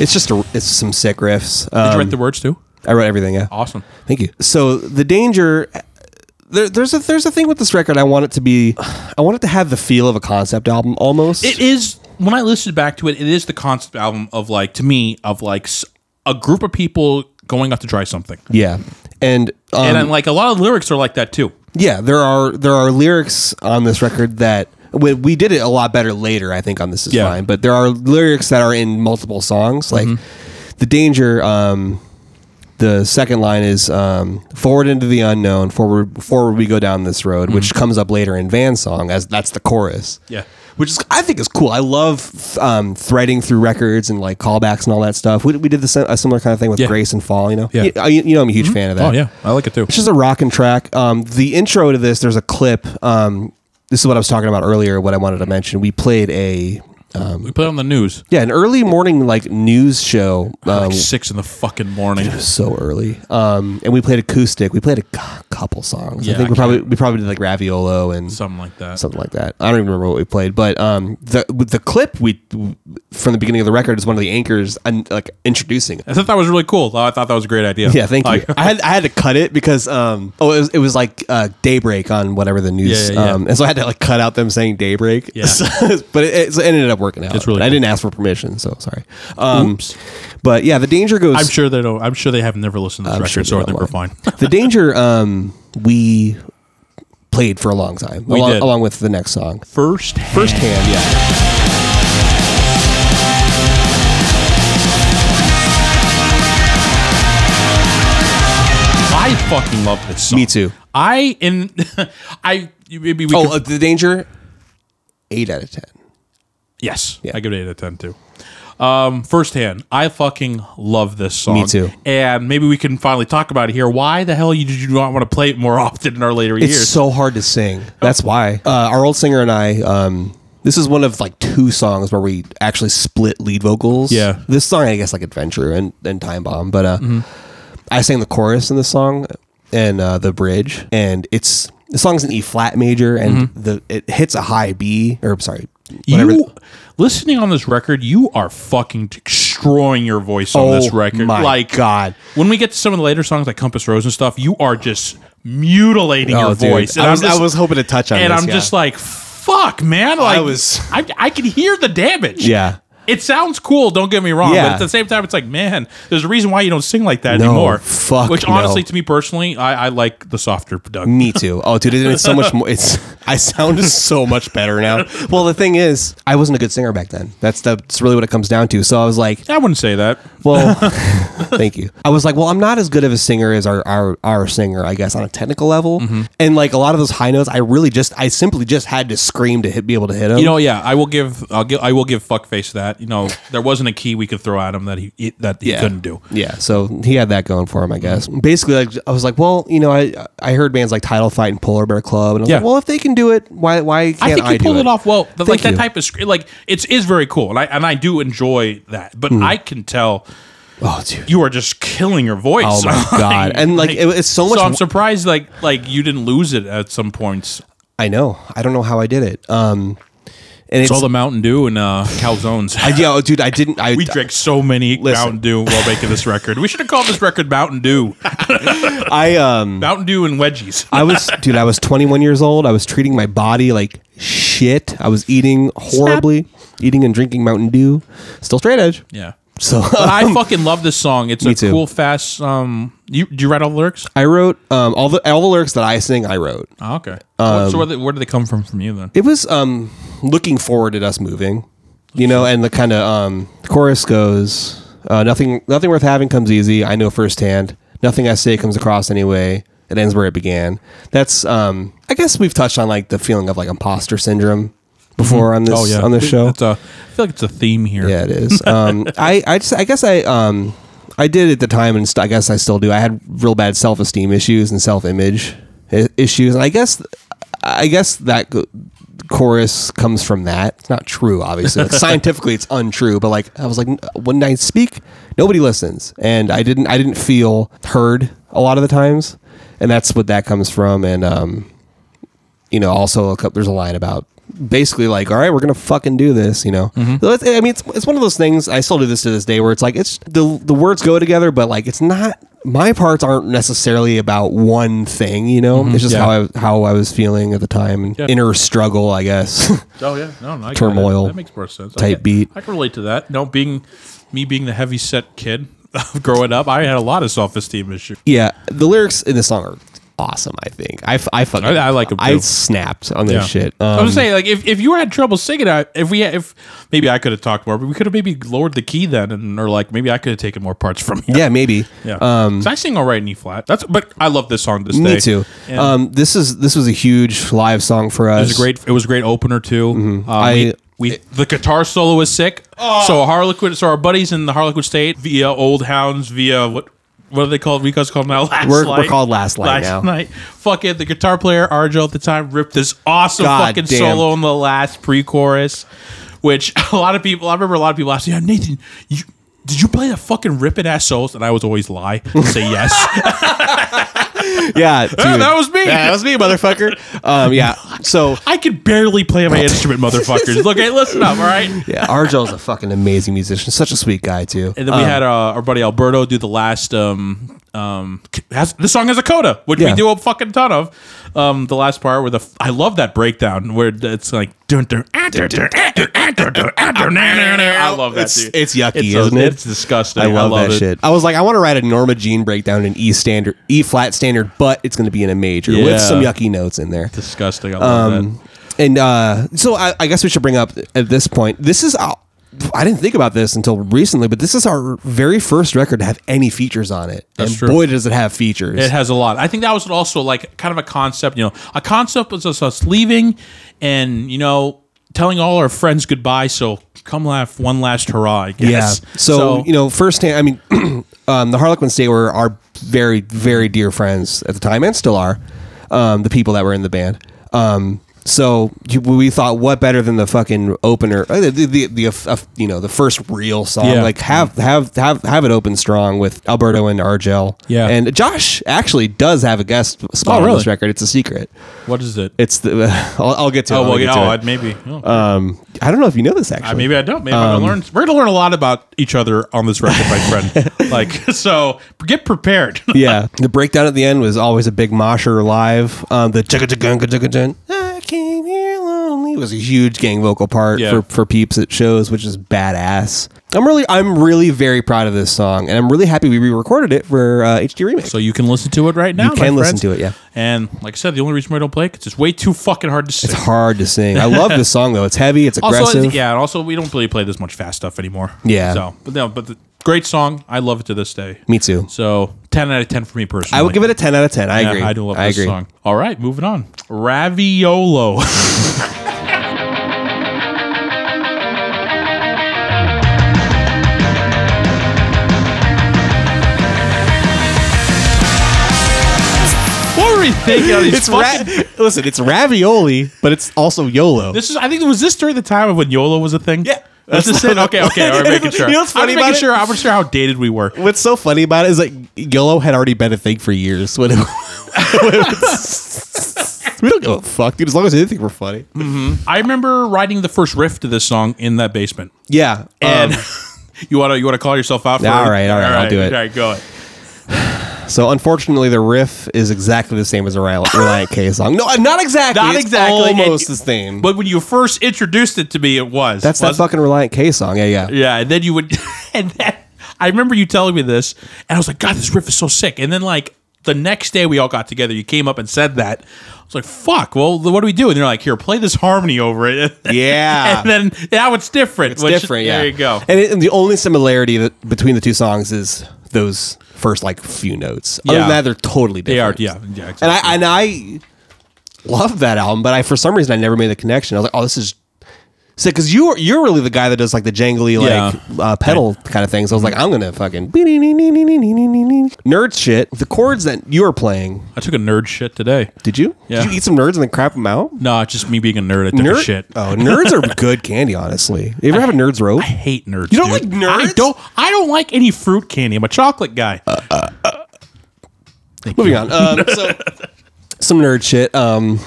[SPEAKER 2] It's just a, it's some sick riffs.
[SPEAKER 1] Did
[SPEAKER 2] Um,
[SPEAKER 1] you write the words too?
[SPEAKER 2] I wrote everything. Yeah.
[SPEAKER 1] Awesome.
[SPEAKER 2] Thank you. So the danger. There, there's a there's a thing with this record. I want it to be, I want it to have the feel of a concept album almost.
[SPEAKER 1] It is when I listened back to it, it is the concept album of like to me of like s- a group of people going out to try something,
[SPEAKER 2] yeah, and um,
[SPEAKER 1] and then like a lot of lyrics are like that too.
[SPEAKER 2] yeah, there are there are lyrics on this record that we, we did it a lot better later. I think on this is
[SPEAKER 1] Yeah.
[SPEAKER 2] fine, but there are lyrics that are in multiple songs. Like
[SPEAKER 1] Mm-hmm.
[SPEAKER 2] the danger. Um, the second line is um, forward into the unknown. Forward, forward we go down this road, which comes up later in Van's song as that's the chorus.
[SPEAKER 1] Mm-hmm. Yeah.
[SPEAKER 2] which is I think is cool. I love um, threading through records and like callbacks and all that stuff. We, we did the sim- a similar kind of thing with
[SPEAKER 1] Yeah.
[SPEAKER 2] Grace and Fall. You know,
[SPEAKER 1] Yeah.
[SPEAKER 2] You- I- you, know I'm a huge fan of that.
[SPEAKER 1] Oh yeah, I like it too.
[SPEAKER 2] It's just a rocking track. Um, the intro to this, there's a clip. Um, this is what I was talking about earlier. What I wanted to mention. We played a
[SPEAKER 1] we put it on the news
[SPEAKER 2] yeah an early morning like news show. Um,
[SPEAKER 1] like six in the fucking morning.
[SPEAKER 2] so early, um, and we played acoustic. We played a cou- couple songs.
[SPEAKER 1] Yeah,
[SPEAKER 2] I think
[SPEAKER 1] I
[SPEAKER 2] we probably we probably did like Raviolo and
[SPEAKER 1] Something like that.
[SPEAKER 2] something like that. I don't even remember what we played, but um, the with the clip we from the beginning of the record is one of the anchors and like introducing. It.
[SPEAKER 1] I thought that was really cool. I thought that was a great idea.
[SPEAKER 2] [LAUGHS] Yeah, thank
[SPEAKER 1] Like,
[SPEAKER 2] you. I had I had to cut it because um oh it was, it was like uh, daybreak on whatever the news
[SPEAKER 1] Yeah, yeah, yeah.
[SPEAKER 2] um and so I had to like cut out them saying daybreak.
[SPEAKER 1] Yeah.
[SPEAKER 2] [LAUGHS] So- but it, it, so it ended up working out.
[SPEAKER 1] It's really
[SPEAKER 2] But I
[SPEAKER 1] cool.
[SPEAKER 2] didn't ask for permission, so sorry. Um, but yeah, the danger goes.
[SPEAKER 1] I'm sure they don't. I'm sure they have never listened to this record,
[SPEAKER 2] sure [LAUGHS]
[SPEAKER 1] so I
[SPEAKER 2] they're
[SPEAKER 1] think we're
[SPEAKER 2] online.
[SPEAKER 1] fine.
[SPEAKER 2] the danger um we played for a long time
[SPEAKER 1] We
[SPEAKER 2] along,
[SPEAKER 1] did.
[SPEAKER 2] along with the next song
[SPEAKER 1] First,
[SPEAKER 2] first hand yeah
[SPEAKER 1] I fucking love this song.
[SPEAKER 2] Me too.
[SPEAKER 1] I in [LAUGHS] I maybe we
[SPEAKER 2] Oh,
[SPEAKER 1] could-
[SPEAKER 2] uh, the danger. Eight out of ten.
[SPEAKER 1] Yes,
[SPEAKER 2] Yeah.
[SPEAKER 1] I give it eight out of ten too. Um, firsthand, I fucking love this song.
[SPEAKER 2] Me too.
[SPEAKER 1] And maybe we can finally talk about it here. Why the hell you did you not want to play it more [LAUGHS] often in our later
[SPEAKER 2] It's
[SPEAKER 1] years? Oh.
[SPEAKER 2] so hard to sing. That's why uh, our old singer and I. Um, this is one of like two songs where we actually split lead vocals.
[SPEAKER 1] Yeah. Mm-hmm.
[SPEAKER 2] This song, I guess, like Adventure and, and Time Bomb, but uh, I sang the chorus in this song and uh, the bridge, and it's the song's an E flat major, and the it hits a high B or sorry, whatever.
[SPEAKER 1] Mm-hmm. you listening on this record, you are fucking destroying your voice on
[SPEAKER 2] Oh
[SPEAKER 1] this record.
[SPEAKER 2] my
[SPEAKER 1] like
[SPEAKER 2] God.
[SPEAKER 1] when we get to some of the later songs like Compass Rose and stuff, you are just mutilating
[SPEAKER 2] Oh,
[SPEAKER 1] your
[SPEAKER 2] dude.
[SPEAKER 1] voice. And
[SPEAKER 2] I
[SPEAKER 1] I'm
[SPEAKER 2] was- I
[SPEAKER 1] just-
[SPEAKER 2] was hoping to touch on
[SPEAKER 1] and
[SPEAKER 2] this,
[SPEAKER 1] I'm
[SPEAKER 2] yeah.
[SPEAKER 1] just like, fuck, man. Like
[SPEAKER 2] was-
[SPEAKER 1] I, I can hear the damage.
[SPEAKER 2] Yeah.
[SPEAKER 1] It sounds cool, don't get me wrong, but
[SPEAKER 2] Yeah.
[SPEAKER 1] at the same time, it's like, man, there's a reason why you don't sing like that
[SPEAKER 2] No,
[SPEAKER 1] anymore.
[SPEAKER 2] fuck
[SPEAKER 1] Which
[SPEAKER 2] no.
[SPEAKER 1] honestly, to me personally, I, I like the softer production.
[SPEAKER 2] Me too. Oh, dude, it's so much more. It's I sound so much better now. Well, the thing is, I wasn't a good singer back then. That's that's really what it comes down to. So I was like,
[SPEAKER 1] I wouldn't say that.
[SPEAKER 2] well, [LAUGHS] thank you. I was like, well, I'm not as good of a singer as our our, our singer, I guess, on a technical level.
[SPEAKER 1] Mm-hmm.
[SPEAKER 2] And like a lot of those high notes, I really just, I simply just had to scream to hit, be able to hit them.
[SPEAKER 1] You know, yeah, I will give, I'll give, I will give fuckface that. You know, there wasn't a key we could throw at him that he, he- that he couldn't do.
[SPEAKER 2] Yeah, so he had that going for him, I guess. Basically, like I was like, well, you know, I I heard bands like Title Fight and Polar Bear Club, and I was
[SPEAKER 1] Yeah.
[SPEAKER 2] like, well, if they can do it, why why can't I
[SPEAKER 1] I think you
[SPEAKER 2] do
[SPEAKER 1] pulled it? off well. The, like
[SPEAKER 2] Thank
[SPEAKER 1] that
[SPEAKER 2] you.
[SPEAKER 1] type of sc- like it's is very cool, and I and I do enjoy that. But I can tell
[SPEAKER 2] Oh, dude.
[SPEAKER 1] you are just killing your voice.
[SPEAKER 2] Oh
[SPEAKER 1] [LAUGHS]
[SPEAKER 2] my God. And, like, it- it's so much
[SPEAKER 1] So I'm
[SPEAKER 2] mo-
[SPEAKER 1] surprised, like like you didn't lose it at some points.
[SPEAKER 2] I know. I don't know how I did it. Um, and
[SPEAKER 1] It's
[SPEAKER 2] it's,
[SPEAKER 1] all the Mountain Dew and uh, calzones.
[SPEAKER 2] [LAUGHS] I, yeah, oh, dude. I didn't. I
[SPEAKER 1] [LAUGHS] we drank so many
[SPEAKER 2] Listen.
[SPEAKER 1] Mountain Dew while making this record. We should have called this record Mountain
[SPEAKER 2] [LAUGHS]
[SPEAKER 1] Dew,
[SPEAKER 2] I
[SPEAKER 1] [LAUGHS]
[SPEAKER 2] um.
[SPEAKER 1] Mountain Dew and wedgies.
[SPEAKER 2] I was, dude. I was 21 years old. I was treating my body like shit. I was eating horribly, eating and drinking Mountain Dew. Still straight edge.
[SPEAKER 1] Yeah,
[SPEAKER 2] So [LAUGHS]
[SPEAKER 1] but I fucking love this song. It's
[SPEAKER 2] Um, Me
[SPEAKER 1] a
[SPEAKER 2] too.
[SPEAKER 1] cool, fast. Um, you do you write all the lyrics?
[SPEAKER 2] I wrote um all the all the lyrics that I sing. I wrote.
[SPEAKER 1] Oh, okay. so where, they, where do they come from from you then?
[SPEAKER 2] It was um looking forward at us moving, you know, and the kind of um chorus goes uh, nothing nothing worth having comes easy. I know firsthand. Nothing I say comes across anyway. It ends where it began. That's um I guess we've touched on like the feeling of like imposter syndrome before on this on this show.
[SPEAKER 1] It's a, I feel like it's Oh, a theme here.
[SPEAKER 2] Yeah, it is. Um, I, I just, I guess I, um, I did at the time, and st- I guess I still do. I had real bad self esteem issues and self image issues, and I guess, I guess that go- chorus comes from that. It's not true, obviously. Like, scientifically, it's untrue. But like, I was like, "N- when I speak, nobody listens, and I didn't, I didn't feel heard a lot of the times, and that's what that comes from. And um, you know, also a couple, there's a line about basically like, all right, we're gonna fucking do this, you know. So it's- I mean, it's, it's one of those things. I still do this to this day, where it's like it's the the words go together, but like it's not. My parts aren't necessarily about one thing, you know. It's just
[SPEAKER 1] Yeah.
[SPEAKER 2] how I how I was feeling at the time, and
[SPEAKER 1] Yeah.
[SPEAKER 2] inner struggle, I guess. [LAUGHS]
[SPEAKER 1] Oh yeah, no, no I got it.
[SPEAKER 2] Turmoil
[SPEAKER 1] That makes more sense. I
[SPEAKER 2] type
[SPEAKER 1] can-
[SPEAKER 2] beat.
[SPEAKER 1] I can relate to that. No, being me being the heavy set kid [LAUGHS] growing up, I had a lot of self esteem issues.
[SPEAKER 2] yeah, the lyrics in this song are awesome. I think I f- I fucking
[SPEAKER 1] I- I like 'em,
[SPEAKER 2] I
[SPEAKER 1] too.
[SPEAKER 2] snapped on this shit.
[SPEAKER 1] I
[SPEAKER 2] Um,
[SPEAKER 1] was saying, like, if, if you had trouble singing, I, if we, had, if maybe I could have talked more, but we could have maybe lowered the key then, and or like maybe I could have taken more parts from you.
[SPEAKER 2] yeah, maybe.
[SPEAKER 1] yeah. So I sing all right in E flat. That's, but I love this song. This day.
[SPEAKER 2] Me too.
[SPEAKER 1] And
[SPEAKER 2] Um, this is this was a huge live song for
[SPEAKER 1] it
[SPEAKER 2] us.
[SPEAKER 1] was a great. It was a great opener too. Um,
[SPEAKER 2] I-
[SPEAKER 1] we, Oh. we the guitar solo was sick. So Harlequin, so our buddies in the Harlequin State via Old Hounds via what. What are they called? We guys call them now. Last
[SPEAKER 2] We're- we're
[SPEAKER 1] light.
[SPEAKER 2] called Last Light
[SPEAKER 1] Last
[SPEAKER 2] now.
[SPEAKER 1] night. Fucking the guitar player Arjo at the time ripped this awesome
[SPEAKER 2] God
[SPEAKER 1] fucking
[SPEAKER 2] damn.
[SPEAKER 1] solo in the last pre-chorus, which [LAUGHS] a lot of people. I remember a lot of people asking, "Yeah, Nathan, you did you play that fucking ripping ass solos?" And I was always lie and say [LAUGHS] yes.
[SPEAKER 2] [LAUGHS]
[SPEAKER 1] [LAUGHS]
[SPEAKER 2] Yeah, dude.
[SPEAKER 1] Yeah, that was me.
[SPEAKER 2] Yeah, that was me, motherfucker. Um, yeah. So
[SPEAKER 1] I could barely play my instrument, [LAUGHS] motherfuckers. Look, hey, listen up, all right?
[SPEAKER 2] yeah, Arjo's a fucking amazing musician. Such a sweet guy too.
[SPEAKER 1] And then we had uh, our buddy Alberto do the last. Um, um, has, this song has a coda, which
[SPEAKER 2] Yeah.
[SPEAKER 1] we do a fucking ton of. Um, the last part where the I love that breakdown where it's like dun dun ah, dun dun ah, dun ah, dun dun ah, dun ah, nah, nah, nah. I love that.
[SPEAKER 2] It's-
[SPEAKER 1] dude.
[SPEAKER 2] it's yucky,
[SPEAKER 1] it's,
[SPEAKER 2] isn't it?
[SPEAKER 1] It's disgusting.
[SPEAKER 2] I love, that
[SPEAKER 1] it.
[SPEAKER 2] shit. I was like, I want to write a Norma Jean breakdown in E standard, E flat standard, but it's going to be in a major
[SPEAKER 1] Yeah.
[SPEAKER 2] with some yucky notes in there.
[SPEAKER 1] Disgusting. I love
[SPEAKER 2] Um,
[SPEAKER 1] that.
[SPEAKER 2] And uh, so I, I guess we should bring up at this point. This is our, I didn't think about this until recently, but this is our very first record to have any features on it.
[SPEAKER 1] That's
[SPEAKER 2] and
[SPEAKER 1] true.
[SPEAKER 2] boy, does it have
[SPEAKER 1] [LAUGHS]
[SPEAKER 2] features.
[SPEAKER 1] It has a lot. I think that was also like kind of a concept. You know, a concept was us, us leaving, and you know, telling all our friends goodbye. So come laugh one last hurrah. I guess.
[SPEAKER 2] Yeah. So, you know, firsthand, I mean, [CLEARS THROAT] um, the Harlequins they were our very, very dear friends at the time and still are. Um, the people that were in the band. Um, so you- we thought, what better than the fucking opener, uh, the the, the, the uh, you know the first real song,
[SPEAKER 1] Yeah.
[SPEAKER 2] like have have have have it open strong with Alberto and Argel.
[SPEAKER 1] Yeah.
[SPEAKER 2] and Josh actually does have a guest spot
[SPEAKER 1] Oh,
[SPEAKER 2] on
[SPEAKER 1] really?
[SPEAKER 2] this record. It's a secret.
[SPEAKER 1] what is it?
[SPEAKER 2] It's the [LAUGHS] I'll, I'll get to. it.
[SPEAKER 1] oh
[SPEAKER 2] I'll
[SPEAKER 1] well,
[SPEAKER 2] get
[SPEAKER 1] yeah.
[SPEAKER 2] to
[SPEAKER 1] Oh,
[SPEAKER 2] it.
[SPEAKER 1] I'd maybe. oh.
[SPEAKER 2] Um, I don't know if you know this actually.
[SPEAKER 1] I, maybe I don't. Maybe I'm gonna learn. We're gonna learn a lot about each other on this record, my [LAUGHS] friend. Like, so get prepared. [LAUGHS]
[SPEAKER 2] yeah. The breakdown at the end was always a big mosher live. Um, the chugga chugga chugga chugga I came here lonely was a huge gang vocal part
[SPEAKER 1] Yeah.
[SPEAKER 2] for, for peeps at shows, which is badass. I'm really, I'm really very proud of this song, and I'm really happy we re-recorded it for uh, HD remix.
[SPEAKER 1] So you can listen to it right now.
[SPEAKER 2] You can
[SPEAKER 1] my
[SPEAKER 2] listen
[SPEAKER 1] friends.
[SPEAKER 2] to it, yeah.
[SPEAKER 1] And like I said, the only reason why I don't play it is it's way too fucking hard to sing.
[SPEAKER 2] it's hard to sing. I love this song though. It's heavy. It's
[SPEAKER 1] Also,
[SPEAKER 2] aggressive.
[SPEAKER 1] yeah, and also we don't really play this much fast stuff anymore.
[SPEAKER 2] Yeah.
[SPEAKER 1] So, but no, but the great song. I love it to this day.
[SPEAKER 2] Me too.
[SPEAKER 1] So, ten out of ten for me personally.
[SPEAKER 2] I would give it a 10 out of 10. I
[SPEAKER 1] Yeah,
[SPEAKER 2] agree.
[SPEAKER 1] I do love
[SPEAKER 2] I
[SPEAKER 1] this
[SPEAKER 2] agree.
[SPEAKER 1] song. All right, moving on. Raviolo. [LAUGHS] What were we thinking? of these
[SPEAKER 2] [LAUGHS] It's ra-
[SPEAKER 1] fucking-
[SPEAKER 2] listen. It's ravioli, but it's also YOLO.
[SPEAKER 1] This is. I think was this during the time of when YOLO was a thing.
[SPEAKER 2] Yeah.
[SPEAKER 1] That's just it. Okay, okay. All right, making sure.
[SPEAKER 2] You know what's funny
[SPEAKER 1] I was making
[SPEAKER 2] about it?
[SPEAKER 1] sure. I was sure how dated we were.
[SPEAKER 2] What's so funny about it is like YOLO had already been a thing for years. When it, [LAUGHS] when it was- we don't give a fuck, dude. As long as they think we're funny.
[SPEAKER 1] I remember writing the first riff to this song in that basement.
[SPEAKER 2] Yeah.
[SPEAKER 1] And [LAUGHS] you want to you want to call yourself out for
[SPEAKER 2] Um, All
[SPEAKER 1] it?
[SPEAKER 2] right, all right, I'll do it.
[SPEAKER 1] All right, go ahead.
[SPEAKER 2] um, so unfortunately, the riff is exactly the same as a Reliant, Reliant K song. No, uh, not exactly.
[SPEAKER 1] Not
[SPEAKER 2] It's
[SPEAKER 1] exactly.
[SPEAKER 2] Almost
[SPEAKER 1] And-
[SPEAKER 2] the same.
[SPEAKER 1] But when you first introduced it to me, it was.
[SPEAKER 2] that's that
[SPEAKER 1] wasn't-
[SPEAKER 2] fucking Reliant K song. Yeah, yeah.
[SPEAKER 1] Yeah, [LAUGHS] and then you would, and then I remember you telling me this, and I was like, God, this riff is so sick. And then like the next day, we all got together. You came up and said that. I was like, Fuck. Well, th- what do we do? And they're like, Here, play this harmony over it. [LAUGHS]
[SPEAKER 2] Yeah.
[SPEAKER 1] and then now it's different.
[SPEAKER 2] It's
[SPEAKER 1] which-
[SPEAKER 2] different. Yeah.
[SPEAKER 1] There you go.
[SPEAKER 2] And, it, and the only similarity that, between the two songs is those first like few notes. Other
[SPEAKER 1] Yeah.
[SPEAKER 2] than that, they're totally
[SPEAKER 1] They are.
[SPEAKER 2] different.
[SPEAKER 1] Yeah. Yeah. Exactly.
[SPEAKER 2] and I and I love that album, but I for some reason I never made the connection. I was like, oh, this is sick because you are, you're really the guy that does like the jangly like
[SPEAKER 1] Yeah. Mm-hmm.
[SPEAKER 2] uh, pedal kind of things. I was like, I'm gonna fucking nerd shit. The chords that you were playing,
[SPEAKER 1] I took a nerd shit today.
[SPEAKER 2] did you?
[SPEAKER 1] Yeah.
[SPEAKER 2] Did you eat some nerds and then crap them out?
[SPEAKER 1] No, it's just me being a nerd. I took a
[SPEAKER 2] Nerd
[SPEAKER 1] shit.
[SPEAKER 2] Oh, nerds are good candy. Honestly, you ever have a nerds rope?
[SPEAKER 1] I hate nerds.
[SPEAKER 2] You don't
[SPEAKER 1] dude.
[SPEAKER 2] like nerds?
[SPEAKER 1] I don't. I don't like any fruit candy. I'm a chocolate guy.
[SPEAKER 2] Moving on. Um, so some nerd shit. Um,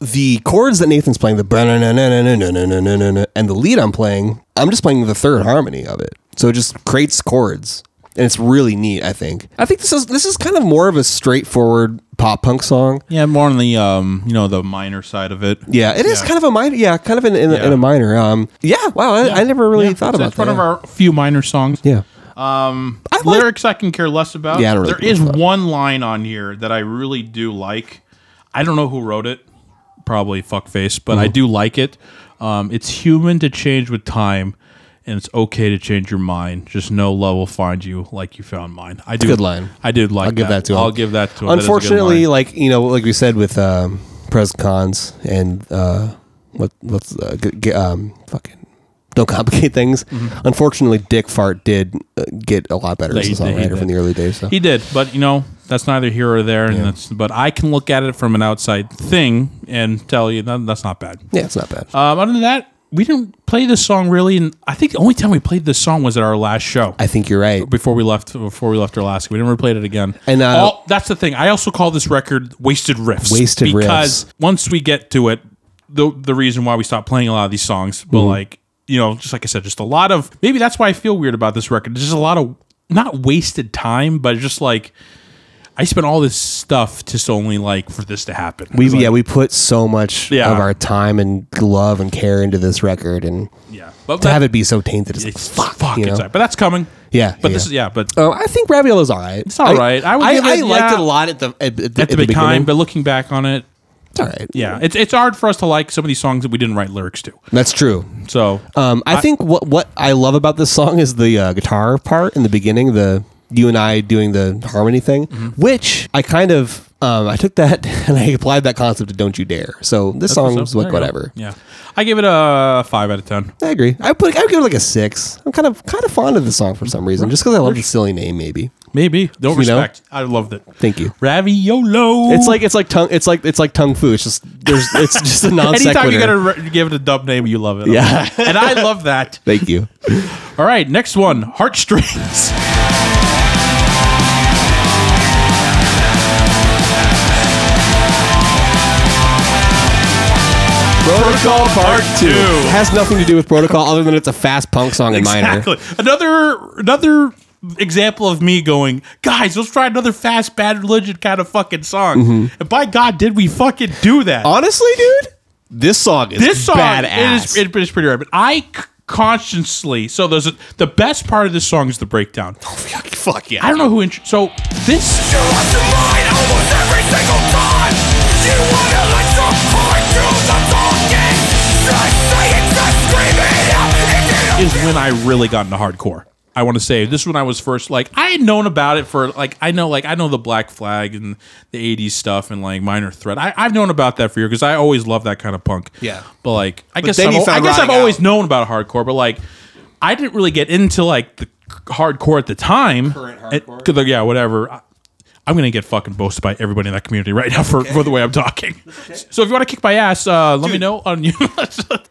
[SPEAKER 2] the chords that Nathan's playing, the ba-na-na-na-na-na-na-na-na-na, and the lead I'm playing, I'm just playing the third harmony of it. So it just creates chords. And it's really neat, I think. I think this is this is kind of more of a straightforward pop punk song.
[SPEAKER 1] Yeah, more on the um, you know, the minor side of it.
[SPEAKER 2] Yeah, it is kind of a minor. Yeah, kind of in, in, in
[SPEAKER 1] Yeah.
[SPEAKER 2] a minor. Um, yeah. Wow, I, I never really
[SPEAKER 1] Yeah,
[SPEAKER 2] thought
[SPEAKER 1] it's-
[SPEAKER 2] about
[SPEAKER 1] it's one
[SPEAKER 2] that.
[SPEAKER 1] of our few minor songs.
[SPEAKER 2] yeah. I like-
[SPEAKER 1] lyrics I can care less about.
[SPEAKER 2] Yeah, I don't really
[SPEAKER 1] there
[SPEAKER 2] care
[SPEAKER 1] is
[SPEAKER 2] about it.
[SPEAKER 1] one line on here that I really do like. I don't know who wrote it. Probably fuckface, but I
[SPEAKER 2] Mm.
[SPEAKER 1] do like it. Um, it's human to change with time, and it's okay to change your mind. Just know love will find you like you found mine. I do
[SPEAKER 2] good line.
[SPEAKER 1] I did like.
[SPEAKER 2] I'll give that to him.
[SPEAKER 1] I'll give that to him. That is a good
[SPEAKER 2] Unfortunately,
[SPEAKER 1] line.
[SPEAKER 2] like you know, like we said with um, pros and cons and uh, what what's uh, g- g- um, fucking don't complicate [LAUGHS] things. Unfortunately, Dick Fart did uh, get a lot better
[SPEAKER 1] Mm-hmm. Yeah,
[SPEAKER 2] as a
[SPEAKER 1] he did, he
[SPEAKER 2] songwriter from
[SPEAKER 1] did.
[SPEAKER 2] the early days. So.
[SPEAKER 1] he did, but you know that's neither here or there. And
[SPEAKER 2] Yeah.
[SPEAKER 1] that's but I can look at it from an outside thing and tell you that, that's not bad.
[SPEAKER 2] yeah, it's not bad.
[SPEAKER 1] Um, other than that, we didn't play this song really, and I think the only time we played this song was at our last show
[SPEAKER 2] I think you're right.
[SPEAKER 1] before we left. Before we left Alaska, we never played it again.
[SPEAKER 2] And, uh,
[SPEAKER 1] All- that's the thing. I also call this record "Wasted Riffs."
[SPEAKER 2] Wasted riffs.
[SPEAKER 1] because once we get to it, the the reason why we stopped playing a lot of these songs,
[SPEAKER 2] Mm-hmm.
[SPEAKER 1] but like you know, just like I said, just a lot of maybe that's why I feel weird about this record. There's just a lot of not wasted time, but just like I spent all this stuff just only like for this to happen.
[SPEAKER 2] We
[SPEAKER 1] It's like-
[SPEAKER 2] yeah, we put so much
[SPEAKER 1] Yeah.
[SPEAKER 2] of our time and love and care into this record, and
[SPEAKER 1] yeah, but
[SPEAKER 2] to
[SPEAKER 1] that-
[SPEAKER 2] have it be so tainted is like,
[SPEAKER 1] It's
[SPEAKER 2] fuck.
[SPEAKER 1] fuck,
[SPEAKER 2] you know?
[SPEAKER 1] it's but that's coming.
[SPEAKER 2] Yeah,
[SPEAKER 1] but
[SPEAKER 2] yeah.
[SPEAKER 1] this is yeah, but
[SPEAKER 2] Oh, I think Raviola's all right. It's
[SPEAKER 1] all right. I would
[SPEAKER 2] I,
[SPEAKER 1] give it-
[SPEAKER 2] liked
[SPEAKER 1] yeah.
[SPEAKER 2] it a lot at the at, the- at
[SPEAKER 1] at the,
[SPEAKER 2] the
[SPEAKER 1] big time.
[SPEAKER 2] beginning.
[SPEAKER 1] But looking back on it,
[SPEAKER 2] it's all right.
[SPEAKER 1] yeah, it's it's hard for us to like some of these songs that we didn't write lyrics to.
[SPEAKER 2] that's true.
[SPEAKER 1] So
[SPEAKER 2] Um, I, think what what I love about this song is the uh, guitar part in the beginning, the you and I doing the harmony thing,
[SPEAKER 1] Mm-hmm.
[SPEAKER 2] which I kind of um, I took that [LAUGHS] and I applied that concept to "Don't You Dare." So this song
[SPEAKER 1] so
[SPEAKER 2] is like
[SPEAKER 1] there you go.
[SPEAKER 2] whatever.
[SPEAKER 1] Yeah, I give it a five out of ten.
[SPEAKER 2] I agree. I put I would give it like a six. I'm kind of kind of fond of the song for some reason, just because I love the silly name. Maybe
[SPEAKER 1] Maybe don't
[SPEAKER 2] You know?
[SPEAKER 1] respect. I loved it.
[SPEAKER 2] thank you.
[SPEAKER 1] Raviolo.
[SPEAKER 2] It's like it's like tongue it's like it's like tongue fu. It's just there's
[SPEAKER 1] [LAUGHS]
[SPEAKER 2] it's just a non sequitur.
[SPEAKER 1] anytime you gotta re- give it a dub name, you love it.
[SPEAKER 2] Yeah.
[SPEAKER 1] and I love that. [LAUGHS]
[SPEAKER 2] thank you.
[SPEAKER 1] All right, next one,
[SPEAKER 2] [LAUGHS]
[SPEAKER 1] heartstrings.
[SPEAKER 2] Protocol Part
[SPEAKER 1] Two.
[SPEAKER 2] has nothing to do with Protocol other than it's a fast punk song in minor.
[SPEAKER 1] Exactly. Another another example of me going, guys, let's try another fast bad religion kind of fucking song.
[SPEAKER 2] Mm-hmm.
[SPEAKER 1] And by God, did we fucking do that?
[SPEAKER 2] Honestly, dude, this song is
[SPEAKER 1] this song is
[SPEAKER 2] badass.
[SPEAKER 1] it is pretty rad, but I c- consciously so there's a, the best part of this song is the breakdown.
[SPEAKER 2] fuck, [LAUGHS] fuck yeah.
[SPEAKER 1] I don't know who int- so this
[SPEAKER 4] You lost your mind almost every single time. You want to let your heart do the talking. Just say it, just scream it out. It didn't
[SPEAKER 1] is when I really got into hardcore. I want to say this is when I was first like I had known about it for like I know like I know the Black Flag and the '80s stuff and like Minor Threat. I, I've known about that for years because I always loved that kind of punk.
[SPEAKER 2] Yeah.
[SPEAKER 1] but like I guess
[SPEAKER 2] then
[SPEAKER 1] I've,
[SPEAKER 2] you
[SPEAKER 1] al- I
[SPEAKER 2] found
[SPEAKER 1] guess I've
[SPEAKER 2] Rotting
[SPEAKER 1] always
[SPEAKER 2] Out.
[SPEAKER 1] known about hardcore, but like I didn't really get into like the c- hardcore at the time.
[SPEAKER 2] Current
[SPEAKER 1] It-
[SPEAKER 2] hardcore?
[SPEAKER 1] 'cause, like, yeah, whatever. I, I'm gonna get fucking boasted by everybody in that community right now for, for the way I'm talking. So if you want to kick my ass, uh, let me know on [LAUGHS] you.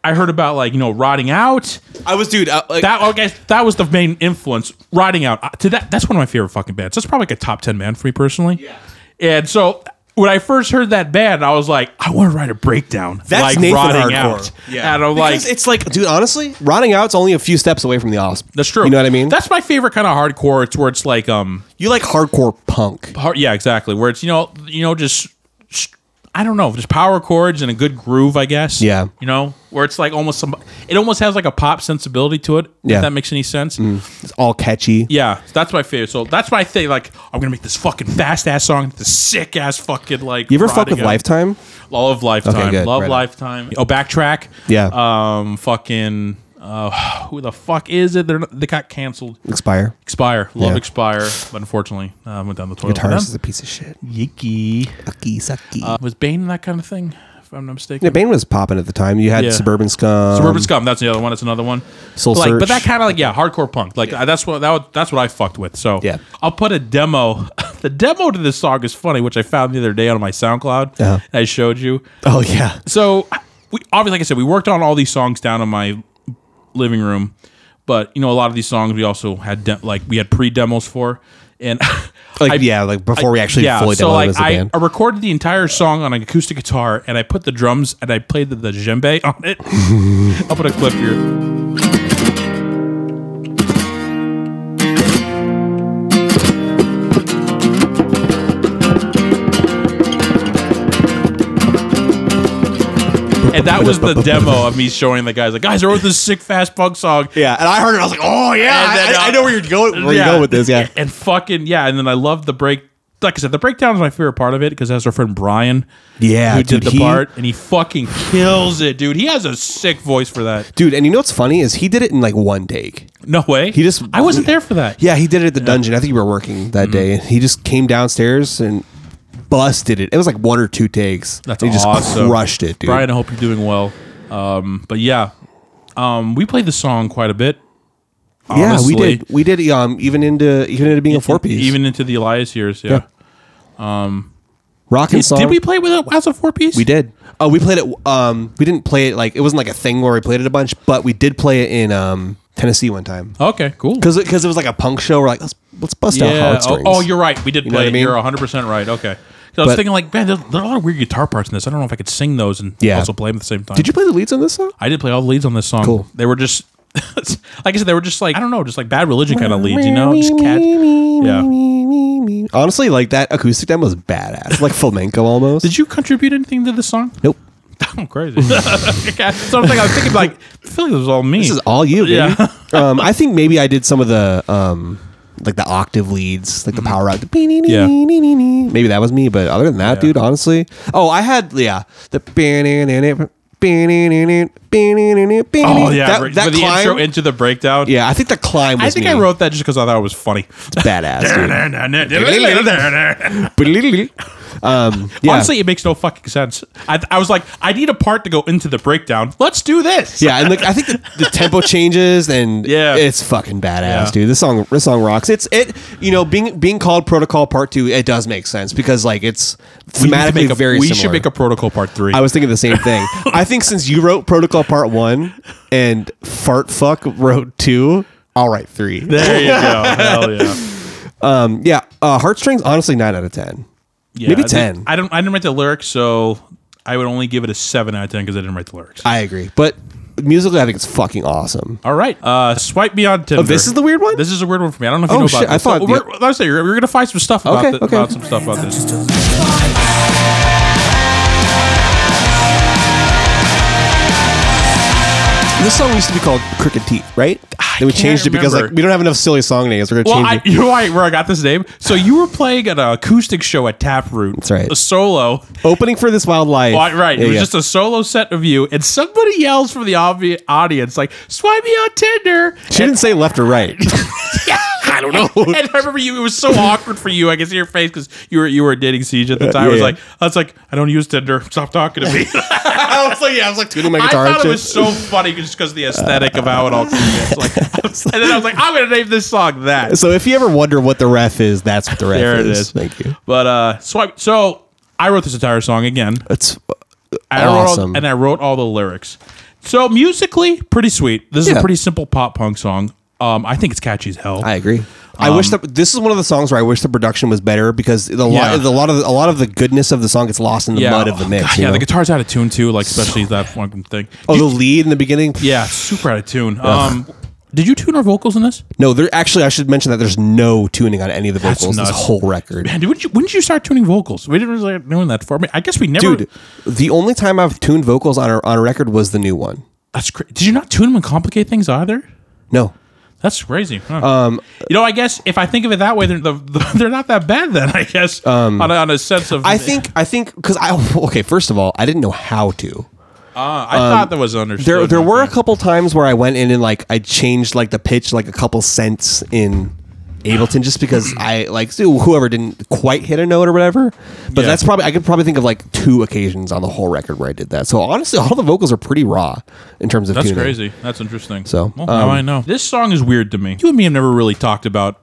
[SPEAKER 1] I heard about like you know rotting out
[SPEAKER 2] I was, dude. I, like,
[SPEAKER 1] that okay, that was the main influence. Riding out uh, to that that's one of my favorite fucking bands. That's probably like a top ten band for me personally. Yeah. And so when I first heard that band, I was like, I want to write a breakdown.
[SPEAKER 2] That's
[SPEAKER 1] like
[SPEAKER 2] Nathan
[SPEAKER 1] rotting
[SPEAKER 2] hardcore.
[SPEAKER 1] out.
[SPEAKER 2] Yeah.
[SPEAKER 1] And I'm
[SPEAKER 2] because
[SPEAKER 1] like,
[SPEAKER 2] it's like, dude, honestly, rotting out's only a few steps away from the awesome.
[SPEAKER 1] that's true.
[SPEAKER 2] You know what I mean?
[SPEAKER 1] That's my favorite kind of hardcore. It's where it's like, um,
[SPEAKER 2] you like hardcore punk.
[SPEAKER 1] hard, yeah, exactly. Where it's you know, you know, just sh- I don't know, just power chords and a good groove, I guess.
[SPEAKER 2] Yeah.
[SPEAKER 1] You know, where it's like almost some, it almost has like a pop sensibility to it.
[SPEAKER 2] Yeah. Mm-hmm.
[SPEAKER 1] If that makes any sense.
[SPEAKER 2] It's all catchy.
[SPEAKER 1] Yeah, that's my favorite. So that's my thing. Like, I'm gonna make this fucking fast ass song, this sick ass fucking like.
[SPEAKER 2] You ever fuck with
[SPEAKER 1] Prodigy.
[SPEAKER 2] Lifetime?
[SPEAKER 1] Love Lifetime.
[SPEAKER 2] Okay, good.
[SPEAKER 1] Love
[SPEAKER 2] Right on.
[SPEAKER 1] Lifetime. Oh, backtrack.
[SPEAKER 2] Yeah.
[SPEAKER 1] Um, fucking. Uh, [SIGHS] who the fuck is it? They're not, they got canceled.
[SPEAKER 2] Expire.
[SPEAKER 1] Expire. Love
[SPEAKER 2] Yeah.
[SPEAKER 1] Expire. But unfortunately, uh, went down the toilet.
[SPEAKER 2] Guitarist is a piece of shit.
[SPEAKER 1] Yicky.
[SPEAKER 2] Yucky, sucky.
[SPEAKER 1] Uh, was Bane in that kind of thing? If I'm not mistaken.
[SPEAKER 2] yeah, Bane was popping at the time. You had
[SPEAKER 1] Yeah.
[SPEAKER 2] Suburban Scum.
[SPEAKER 1] Suburban Scum. That's the other one. That's another one.
[SPEAKER 2] Um, Soul
[SPEAKER 1] like,
[SPEAKER 2] Search.
[SPEAKER 1] but that kind of like yeah, hardcore punk. Like that's what that, would- that's what I fucked with. So
[SPEAKER 2] Yeah.
[SPEAKER 1] I'll put a demo. [LAUGHS] the demo to this song is funny, which I found the other day on my SoundCloud.
[SPEAKER 2] Uh-huh.
[SPEAKER 1] and I showed you.
[SPEAKER 2] Oh yeah.
[SPEAKER 1] So we obviously, like I said, we worked on all these songs down in my living room, but you know, a lot of these songs we also had de- like we had pre demos for. and [LAUGHS]
[SPEAKER 2] Like
[SPEAKER 1] I-
[SPEAKER 2] yeah, like before we actually fully
[SPEAKER 1] so
[SPEAKER 2] demoed
[SPEAKER 1] like
[SPEAKER 2] it as a
[SPEAKER 1] I,
[SPEAKER 2] band.
[SPEAKER 1] I recorded the entire song on an acoustic guitar, and I put the drums and I played the, the djembe [LAUGHS] on it. I'll put a clip here. And
[SPEAKER 2] [LAUGHS]
[SPEAKER 1] that was the demo of me showing the guys, like, guys, I wrote this sick fast punk song.
[SPEAKER 2] Yeah, and I heard it. I was like, oh yeah,
[SPEAKER 1] And then, uh,
[SPEAKER 2] you're going.
[SPEAKER 1] Yeah.
[SPEAKER 2] you go with this? Yeah,
[SPEAKER 1] And fucking yeah, and then I love the break. Like I said, the breakdown is my favorite part of it because that's our friend Brian,
[SPEAKER 2] Yeah,
[SPEAKER 1] who
[SPEAKER 2] dude,
[SPEAKER 1] did the
[SPEAKER 2] he-
[SPEAKER 1] part, and he fucking kills it, dude. He has a sick voice for that.
[SPEAKER 2] dude. And you know what's funny is he did it in like one take.
[SPEAKER 1] No way.
[SPEAKER 2] He just-
[SPEAKER 1] I wasn't there for that.
[SPEAKER 2] Yeah, Mm-hmm. he did it at the dungeon. I think you were working that day. He just came downstairs and busted it. It was like one or two takes.
[SPEAKER 1] that's
[SPEAKER 2] he just
[SPEAKER 1] awesome.
[SPEAKER 2] crushed it, dude.
[SPEAKER 1] Brian, I hope you're doing well. Um, but yeah, um, we played the song quite a bit.
[SPEAKER 2] yeah, we
[SPEAKER 1] honestly.
[SPEAKER 2] did. We did. Um, even into E-, even into being a four piece.
[SPEAKER 1] even into the Elias years. Yeah.
[SPEAKER 2] rocking
[SPEAKER 1] Did,
[SPEAKER 2] song.
[SPEAKER 1] did we play with it as a four piece?
[SPEAKER 2] We did. Oh, we played it. Um, we didn't play it like it wasn't like a thing where we played it a bunch, but we did play it in um Tennessee one time
[SPEAKER 1] Okay, cool.
[SPEAKER 2] because because it was like a punk show. We're like, let's let's bust out
[SPEAKER 1] Yeah.
[SPEAKER 2] hard
[SPEAKER 1] Oh,
[SPEAKER 2] strings.
[SPEAKER 1] oh, you're right. We did
[SPEAKER 2] You know
[SPEAKER 1] play.
[SPEAKER 2] what I
[SPEAKER 1] it.
[SPEAKER 2] mean?
[SPEAKER 1] You're 100 percent right. Okay. 'Cause I was
[SPEAKER 2] But-
[SPEAKER 1] thinking like, man, there's, there are a lot of weird guitar parts in this. I don't know if I could sing those and
[SPEAKER 2] Yeah.
[SPEAKER 1] also play them at the same time.
[SPEAKER 2] Did you play the leads on this song?
[SPEAKER 1] I did play all the leads on this song.
[SPEAKER 2] Cool.
[SPEAKER 1] They were just, [LAUGHS] like I said, they were just like I don't know, just like bad religion kind of leads, you know, just cat. Yeah.
[SPEAKER 2] Honestly, like that acoustic demo was
[SPEAKER 1] [LAUGHS]
[SPEAKER 2] badass, like flamenco almost.
[SPEAKER 1] Did you contribute anything to the song? [LAUGHS]
[SPEAKER 2] Nope.
[SPEAKER 1] I'm crazy.
[SPEAKER 2] [LAUGHS]
[SPEAKER 1] okay. So I'm thinking, I'm thinking like, I feel like it was all me.
[SPEAKER 2] This is all you, baby.
[SPEAKER 1] Yeah. [LAUGHS]
[SPEAKER 2] um, I think maybe I did some of the um, like the octave leads, like the power out.
[SPEAKER 1] Mm-hmm. Yeah.
[SPEAKER 2] Maybe that was me, but other than that,
[SPEAKER 1] Yeah.
[SPEAKER 2] dude, honestly, oh, I had yeah the
[SPEAKER 1] oh
[SPEAKER 2] oh
[SPEAKER 1] yeah,
[SPEAKER 2] that,
[SPEAKER 1] right,
[SPEAKER 2] that
[SPEAKER 1] for the
[SPEAKER 2] climb.
[SPEAKER 1] intro into the breakdown.
[SPEAKER 2] yeah, I think the climb. Was
[SPEAKER 1] I think
[SPEAKER 2] me.
[SPEAKER 1] I wrote that just because I thought it was funny.
[SPEAKER 2] badass. Dude. um, yeah.
[SPEAKER 1] Honestly, it makes no fucking sense. I, I was like, I need a part to go into the breakdown. Let's do this.
[SPEAKER 2] [LAUGHS] yeah, and like I think the, the tempo changes and
[SPEAKER 1] Yeah.
[SPEAKER 2] it's fucking badass,
[SPEAKER 1] Yeah.
[SPEAKER 2] dude. This song this song rocks. It's it you know being being called Protocol Part Two, it does make sense because like it's
[SPEAKER 1] We need to
[SPEAKER 2] thematically
[SPEAKER 1] make a,
[SPEAKER 2] very
[SPEAKER 1] We
[SPEAKER 2] similar.
[SPEAKER 1] should make a protocol part three.
[SPEAKER 2] I was thinking the
[SPEAKER 1] [LAUGHS]
[SPEAKER 2] same thing. I think since you wrote Protocol Part One and Fart Fuck wrote two, all right three.
[SPEAKER 1] there you go.
[SPEAKER 2] [LAUGHS]
[SPEAKER 1] Hell yeah.
[SPEAKER 2] Um, yeah, uh, heartstrings honestly nine out of ten.
[SPEAKER 1] Yeah,
[SPEAKER 2] Maybe
[SPEAKER 1] I think-
[SPEAKER 2] 10.
[SPEAKER 1] I don't. I didn't write the lyrics, so I would only give it a seven out of ten because I didn't write the lyrics.
[SPEAKER 2] I agree, but musically I think it's fucking awesome.
[SPEAKER 1] All right. Uh, swipe beyond Tinder.
[SPEAKER 2] Oh, this is the weird one?
[SPEAKER 1] This is a weird one for me. I don't know if you
[SPEAKER 2] Oh,
[SPEAKER 1] know about
[SPEAKER 2] shit,
[SPEAKER 1] this.
[SPEAKER 2] I thought
[SPEAKER 1] So
[SPEAKER 2] the-
[SPEAKER 1] we're, I was saying, we're, we're gonna find some stuff about,
[SPEAKER 2] Okay,
[SPEAKER 1] the,
[SPEAKER 2] okay.
[SPEAKER 1] about some stuff about this.
[SPEAKER 2] This song used to be called Crooked Teeth, right?
[SPEAKER 1] I
[SPEAKER 2] Then we
[SPEAKER 1] can't
[SPEAKER 2] changed it because like
[SPEAKER 1] remember.
[SPEAKER 2] we don't have enough silly song names. We're gonna
[SPEAKER 1] Well, I,
[SPEAKER 2] change
[SPEAKER 1] [LAUGHS]
[SPEAKER 2] it.
[SPEAKER 1] you know why, where I got this name? So you were playing at an acoustic show at Taproot.
[SPEAKER 2] That's right.
[SPEAKER 1] A solo.
[SPEAKER 2] opening for this wild life.
[SPEAKER 1] Right, right.
[SPEAKER 2] Yeah,
[SPEAKER 1] it was
[SPEAKER 2] yeah.
[SPEAKER 1] just a solo set of you, and somebody yells from the obvi- audience, like, swipe me on
[SPEAKER 2] [LAUGHS]
[SPEAKER 1] Tinder.
[SPEAKER 2] She didn't say left
[SPEAKER 1] [LAUGHS]
[SPEAKER 2] or right.
[SPEAKER 1] I don't know. [LAUGHS] and I remember you, it was so awkward for you. I could see your face because you were you were dating Siege at the time. I
[SPEAKER 2] yeah,
[SPEAKER 1] was
[SPEAKER 2] yeah.
[SPEAKER 1] like, I was like, I don't use Tinder. Stop talking
[SPEAKER 2] [LAUGHS]
[SPEAKER 1] to me. [LAUGHS]
[SPEAKER 2] I was like, yeah, I was like tuning my
[SPEAKER 1] I
[SPEAKER 2] guitar. and
[SPEAKER 1] thought it
[SPEAKER 2] shit.
[SPEAKER 1] was so funny just because the aesthetic of how it all gets. Like, [LAUGHS] and then I was like, I'm going to name this song that.
[SPEAKER 2] so if you ever wonder what the ref is, that's what the ref
[SPEAKER 1] There it
[SPEAKER 2] is.
[SPEAKER 1] is.
[SPEAKER 2] Thank you.
[SPEAKER 1] But uh, swipe. So I wrote this entire song again.
[SPEAKER 2] That's
[SPEAKER 1] I
[SPEAKER 2] Awesome.
[SPEAKER 1] wrote and I wrote all the lyrics. So musically, pretty sweet. This is
[SPEAKER 2] Yeah.
[SPEAKER 1] a pretty simple pop punk song. Um, I think it's catchy as hell.
[SPEAKER 2] I agree.
[SPEAKER 1] Um,
[SPEAKER 2] I wish that this is one of the songs where I wish the production was better because the
[SPEAKER 1] Yeah.
[SPEAKER 2] lot, the, lot of the, a lot of the goodness of the song gets lost in the mud of the
[SPEAKER 1] oh,
[SPEAKER 2] mix.
[SPEAKER 1] God,
[SPEAKER 2] you
[SPEAKER 1] yeah,
[SPEAKER 2] know?
[SPEAKER 1] the guitar's out of tune too. Like especially that fucking thing.
[SPEAKER 2] Oh,
[SPEAKER 1] You-
[SPEAKER 2] the lead in the beginning.
[SPEAKER 1] yeah, super out of tune. Um, did you tune our vocals in this?
[SPEAKER 2] No, there actually I should mention that there's no tuning on any of the
[SPEAKER 1] That's
[SPEAKER 2] vocals this
[SPEAKER 1] nuts.
[SPEAKER 2] whole
[SPEAKER 1] [LAUGHS]
[SPEAKER 2] record.
[SPEAKER 1] Man, dude, when did you, when did you start tuning vocals? We didn't really know that for me. I guess we never.
[SPEAKER 2] Dude, the only time I've tuned vocals on a, on a record was the new one.
[SPEAKER 1] that's cra- did you not tune them and complicate things either?
[SPEAKER 2] No,
[SPEAKER 1] That's crazy. huh.
[SPEAKER 2] Um,
[SPEAKER 1] you know, I guess if I think of it that way, they're the, [LAUGHS] the, they're not that bad then. I guess on, a, on a sense of
[SPEAKER 2] Um, I think I think because I [LAUGHS] okay. First of all, I didn't know how to.
[SPEAKER 1] uh, I thought that was understood.
[SPEAKER 2] um, There there were a
[SPEAKER 1] Okay.
[SPEAKER 2] couple times where I went in and like I changed like the pitch like a couple cents in Ableton just because I like whoever didn't quite hit a note or whatever. But
[SPEAKER 1] Yeah.
[SPEAKER 2] that's probably I could probably think of like two occasions on the whole record where I did that. So honestly, all the vocals are pretty raw in terms of
[SPEAKER 1] That's
[SPEAKER 2] tuning.
[SPEAKER 1] crazy. That's interesting.
[SPEAKER 2] So,
[SPEAKER 1] well, now
[SPEAKER 2] um,
[SPEAKER 1] I know this song is weird to me. You and me have never really talked about.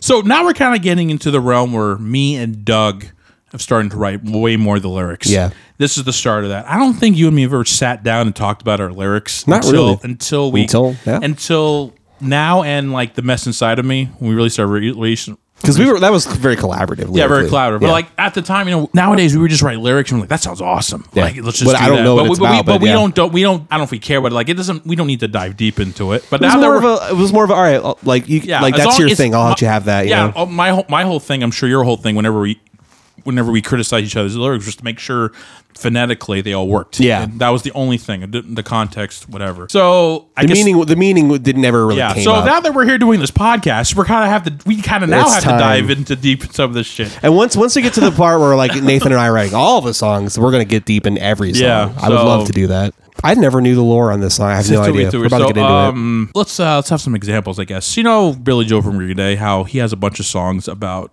[SPEAKER 1] So now we're kind of getting into the realm where me and Doug have started to write way more of the lyrics.
[SPEAKER 2] Yeah.
[SPEAKER 1] this is the start of that. I don't think you and me have ever sat down and talked about our lyrics.
[SPEAKER 2] Not
[SPEAKER 1] until,
[SPEAKER 2] really.
[SPEAKER 1] until we
[SPEAKER 2] Until- yeah.
[SPEAKER 1] until now and like the mess inside of me when we really started re- releasing
[SPEAKER 2] because we were that was very collaborative.
[SPEAKER 1] Yeah, very
[SPEAKER 2] lyrically.
[SPEAKER 1] collaborative. But
[SPEAKER 2] Yeah.
[SPEAKER 1] like at the time, you know, nowadays we would just write lyrics and we're like, that sounds awesome.
[SPEAKER 2] Yeah.
[SPEAKER 1] Like let's just.
[SPEAKER 2] But
[SPEAKER 1] do
[SPEAKER 2] I don't
[SPEAKER 1] that.
[SPEAKER 2] know what
[SPEAKER 1] we,
[SPEAKER 2] it's
[SPEAKER 1] but we,
[SPEAKER 2] about,
[SPEAKER 1] but
[SPEAKER 2] but
[SPEAKER 1] we
[SPEAKER 2] yeah.
[SPEAKER 1] don't, don't. We don't. I don't know if we care, but like it doesn't. We don't need to dive deep into it. But
[SPEAKER 2] it was
[SPEAKER 1] now that
[SPEAKER 2] more
[SPEAKER 1] we're
[SPEAKER 2] of a, it was more of a, all right, I'll- like you, like
[SPEAKER 1] as
[SPEAKER 2] that's
[SPEAKER 1] long-
[SPEAKER 2] your
[SPEAKER 1] it's
[SPEAKER 2] thing. I'll
[SPEAKER 1] my-
[SPEAKER 2] let you have that. You
[SPEAKER 1] yeah,
[SPEAKER 2] know?
[SPEAKER 1] oh, my whole my whole thing. I'm sure your whole thing. Whenever we, whenever we criticize each other's lyrics, just to make sure phonetically they all worked.
[SPEAKER 2] Yeah.
[SPEAKER 1] And that was the only thing. It didn't- The context, whatever. So I
[SPEAKER 2] the
[SPEAKER 1] guess,
[SPEAKER 2] meaning the meaning did never really
[SPEAKER 1] Yeah.
[SPEAKER 2] came
[SPEAKER 1] So
[SPEAKER 2] up.
[SPEAKER 1] now that we're here doing this podcast, we're kind of have to. We kind of now
[SPEAKER 2] It's
[SPEAKER 1] have
[SPEAKER 2] time.
[SPEAKER 1] to dive into deep some of this shit.
[SPEAKER 2] and once once we get to the part where like Nathan and I are writing all the songs, we're gonna get deep in every song.
[SPEAKER 1] Yeah,
[SPEAKER 2] I would
[SPEAKER 1] so-
[SPEAKER 2] love to do that. I never knew the lore on this song. I have no
[SPEAKER 1] Sister
[SPEAKER 2] idea.
[SPEAKER 1] Wheat Tour.
[SPEAKER 2] We're about
[SPEAKER 1] so,
[SPEAKER 2] to get into it.
[SPEAKER 1] um, Let's uh, let's have some examples, I guess. You know, Billy Joe from Green Day, how he has a bunch of songs about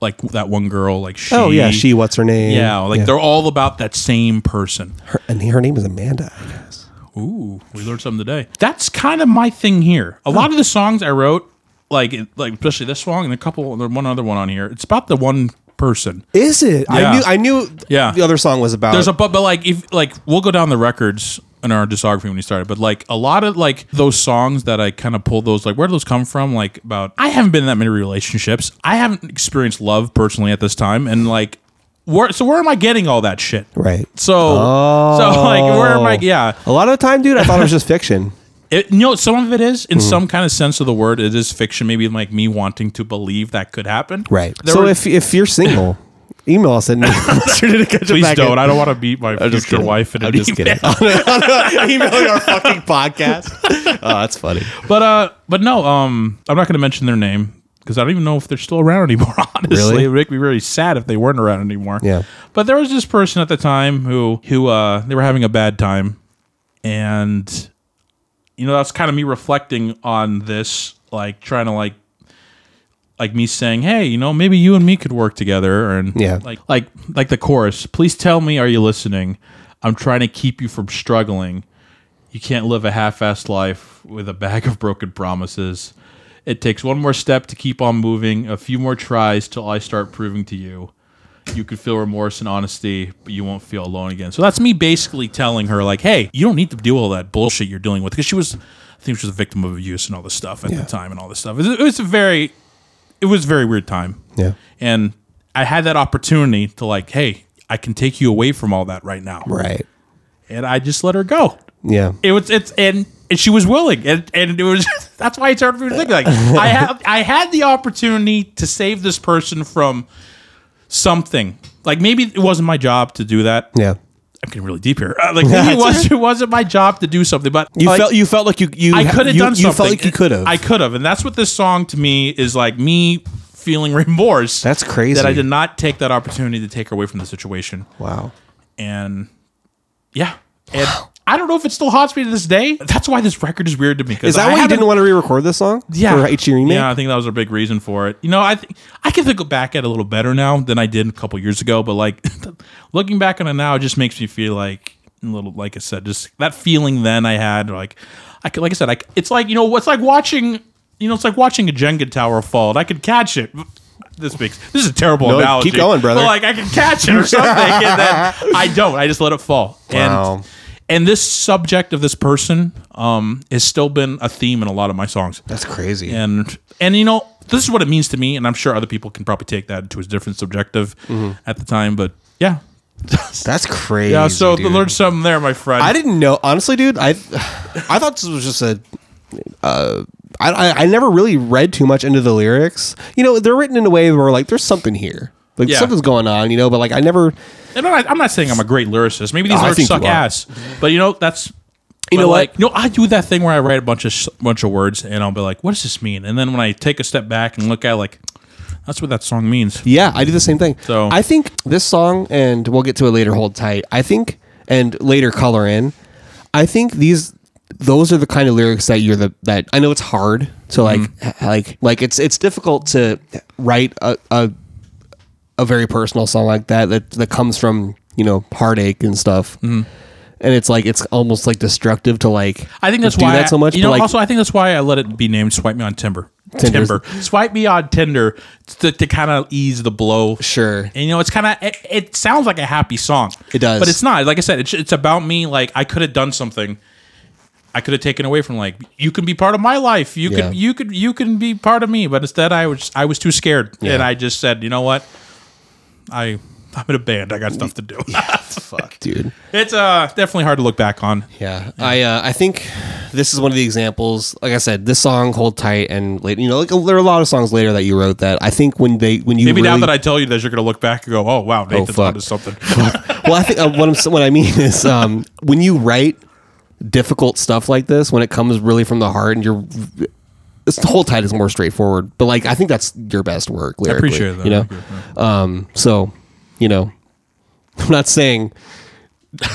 [SPEAKER 1] like that one girl, like she.
[SPEAKER 2] Oh yeah, she. What's her name?
[SPEAKER 1] Yeah, like they're all about that same person.
[SPEAKER 2] her, and her name is Amanda. I guess.
[SPEAKER 1] Ooh, we learned something today. That's kind of my thing here. A lot of the songs I wrote, like like especially this song and a couple, there's one other one on here. It's about the one person.
[SPEAKER 2] Is it?
[SPEAKER 1] Yeah.
[SPEAKER 2] I knew. I knew.
[SPEAKER 1] Yeah.
[SPEAKER 2] The other song was about.
[SPEAKER 1] There's a but, but like if like we'll go down the records in our discography when we started, but like a lot of like those songs that I kind of pull those like where do those come from? Like about I haven't been in that many relationships. I haven't experienced love personally at this time, and like where so where am I getting all that shit?
[SPEAKER 2] right.
[SPEAKER 1] So so [LAUGHS] like where am
[SPEAKER 2] Oh.
[SPEAKER 1] I? Yeah,
[SPEAKER 2] A lot of the time, dude, I thought it was
[SPEAKER 1] [LAUGHS]
[SPEAKER 2] just fiction.
[SPEAKER 1] it, you know some of it is
[SPEAKER 2] Hmm.
[SPEAKER 1] in some kind of sense of the word it is fiction. Maybe like me wanting to believe that could happen.
[SPEAKER 2] Right.
[SPEAKER 1] There
[SPEAKER 2] so
[SPEAKER 1] were-
[SPEAKER 2] if if you're single, email us and [LAUGHS]
[SPEAKER 1] please don't. I don't want to beat my future wife in an
[SPEAKER 2] I'm just
[SPEAKER 1] email.
[SPEAKER 2] kidding. [LAUGHS] Emailing our fucking podcast.
[SPEAKER 1] [LAUGHS]
[SPEAKER 2] Oh, that's funny.
[SPEAKER 1] But uh, but no, um, I'm not going to mention their name because I don't even know if they're still around anymore. [LAUGHS] Honestly,
[SPEAKER 2] Really?
[SPEAKER 1] it would make me really sad if they weren't around anymore.
[SPEAKER 2] Yeah.
[SPEAKER 1] But there was this person at the time who who uh, they were having a bad time, and you know that's kind of me reflecting on this, like trying to like like me saying, hey, you know, maybe you and me could work together, and
[SPEAKER 2] Yeah.
[SPEAKER 1] like like like the chorus. Please tell me, are you listening? I'm trying to keep you from struggling. You can't live a half-assed life with a bag of broken promises. It takes one more step to keep on moving, a few more tries till I start proving to you. You could feel remorse and honesty, but you won't feel alone again. So that's me basically telling her, like, hey, you don't need to do all that bullshit you're dealing with. Because she was, I think she was a victim of abuse and all this stuff at
[SPEAKER 2] Yeah.
[SPEAKER 1] the time and all this stuff. It was, it was a very, it was a very weird time.
[SPEAKER 2] Yeah.
[SPEAKER 1] And I had that opportunity to, like, hey, I can take you away from all that right now.
[SPEAKER 2] Right.
[SPEAKER 1] And I just let her go
[SPEAKER 2] Yeah.
[SPEAKER 1] it was it's and, and she was willing and and it was [LAUGHS] that's why it's hard for me to think like
[SPEAKER 2] [LAUGHS]
[SPEAKER 1] I have I had the opportunity to save this person from something like maybe it wasn't my job to do that
[SPEAKER 2] yeah.
[SPEAKER 1] I'm getting really deep here Uh,
[SPEAKER 2] [LAUGHS]
[SPEAKER 1] like maybe it
[SPEAKER 2] it's
[SPEAKER 1] was it wasn't my job to do something but
[SPEAKER 2] You
[SPEAKER 1] like,
[SPEAKER 2] felt you felt like you you
[SPEAKER 1] I could have
[SPEAKER 2] you-
[SPEAKER 1] done something
[SPEAKER 2] You felt like you could have.
[SPEAKER 1] I could have and that's what this song to me is like me feeling [LAUGHS] remorse
[SPEAKER 2] That's crazy.
[SPEAKER 1] that I did not take that opportunity to take her away from the situation
[SPEAKER 2] Wow.
[SPEAKER 1] and yeah, and I don't know if it still haunts me to this day. That's why this record is weird to me. 'cause
[SPEAKER 2] Is that
[SPEAKER 1] I
[SPEAKER 2] why you
[SPEAKER 1] haven't-
[SPEAKER 2] didn't want to re-record this song?
[SPEAKER 1] Yeah,
[SPEAKER 2] For each remake.
[SPEAKER 1] Yeah, I think that was a big reason for it. You know, I think I can think back at it a little better now than I did a couple years ago. But like [LAUGHS] looking back on it now, it just makes me feel like a little, like I said, just that feeling then I had. Like I could, like I said, I, c- it's like you know, it's like watching, you know, it's like watching a Jenga tower fall. And I could catch it. [LAUGHS] This makes this is a terrible
[SPEAKER 2] No, keep
[SPEAKER 1] analogy.
[SPEAKER 2] going, brother.
[SPEAKER 1] But, like I could catch it or something, and
[SPEAKER 2] [LAUGHS]
[SPEAKER 1] then I don't. I just let it fall.
[SPEAKER 2] Wow.
[SPEAKER 1] And and this subject of this person um, has still been a theme in a lot of my songs
[SPEAKER 2] That's crazy.
[SPEAKER 1] and and you know this is what it means to me and i'm sure other people can probably take that to a different subjective
[SPEAKER 2] Mm-hmm.
[SPEAKER 1] at the time but yeah
[SPEAKER 2] That's crazy.
[SPEAKER 1] yeah so
[SPEAKER 2] dude.
[SPEAKER 1] learn something there my friend
[SPEAKER 2] I didn't know, honestly, dude. I I thought this was just a. Uh, I, I I never really read too much into the lyrics. You know, they're written in a way where like there's something here, like
[SPEAKER 1] Yeah.
[SPEAKER 2] something's going on. You know, but like I never,
[SPEAKER 1] and I'm, not, I'm not saying i'm a great lyricist maybe these
[SPEAKER 2] Oh, I
[SPEAKER 1] lyrics
[SPEAKER 2] think
[SPEAKER 1] suck
[SPEAKER 2] you are.
[SPEAKER 1] ass but you know that's
[SPEAKER 2] You
[SPEAKER 1] but,
[SPEAKER 2] know what?
[SPEAKER 1] like, you know i do that thing where i write a bunch of sh- bunch of words and i'll be like what does this mean and then when i take a step back and look at it, like that's what that song means
[SPEAKER 2] yeah, I do the same thing.
[SPEAKER 1] So-
[SPEAKER 2] I think this song, and we'll get to it later. Hold tight. I think, and later color in. I think these. Those are the kind of lyrics that you're the that I know it's hard to like
[SPEAKER 1] Mm-hmm.
[SPEAKER 2] like like it's it's difficult to write a, a a very personal song like that that that comes from you know heartache and stuff.
[SPEAKER 1] Mm-hmm.
[SPEAKER 2] And it's like it's almost like destructive to like.
[SPEAKER 1] I think that's
[SPEAKER 2] do
[SPEAKER 1] why
[SPEAKER 2] that so much.
[SPEAKER 1] You
[SPEAKER 2] but
[SPEAKER 1] know,
[SPEAKER 2] like,
[SPEAKER 1] also I think that's why I let it be named "Swipe Me on Timber."
[SPEAKER 2] Tinder's-
[SPEAKER 1] Timber, swipe me on Tinder to, to kind of ease the blow.
[SPEAKER 2] Sure.
[SPEAKER 1] and you know it's kind of it, it sounds like a happy song.
[SPEAKER 2] It does.
[SPEAKER 1] but it's not. Like I said, it's it's about me. Like I could have done something, I could have taken away from like you can be part of my life. You
[SPEAKER 2] Yeah.
[SPEAKER 1] could you could you can be part of me. But instead, I was I was too scared,
[SPEAKER 2] Yeah.
[SPEAKER 1] and I just said, you know what, I I'm in a band. I got stuff to do. Fuck,
[SPEAKER 2] dude.
[SPEAKER 1] [LAUGHS] It's uh definitely hard to look back on.
[SPEAKER 2] Yeah, I uh, I think this is one of the examples. Like I said, this song "Hold Tight" and later, you know, like there are a lot of songs later that you wrote that I think when they when you
[SPEAKER 1] Maybe now
[SPEAKER 2] really- [LAUGHS]
[SPEAKER 1] that I tell you this, you're gonna look back and go, oh wow, Nathan's
[SPEAKER 2] fuck.
[SPEAKER 1] onto
[SPEAKER 2] [LAUGHS]
[SPEAKER 1] something.
[SPEAKER 2] well, I think uh, what I'm what I mean is um, when you write difficult stuff like this, when it comes really from the heart, and you're this whole tight is more straightforward. But like, I think that's your best work lyrically.
[SPEAKER 1] appreciate that.
[SPEAKER 2] You know, um, so you know, [LAUGHS] I'm not saying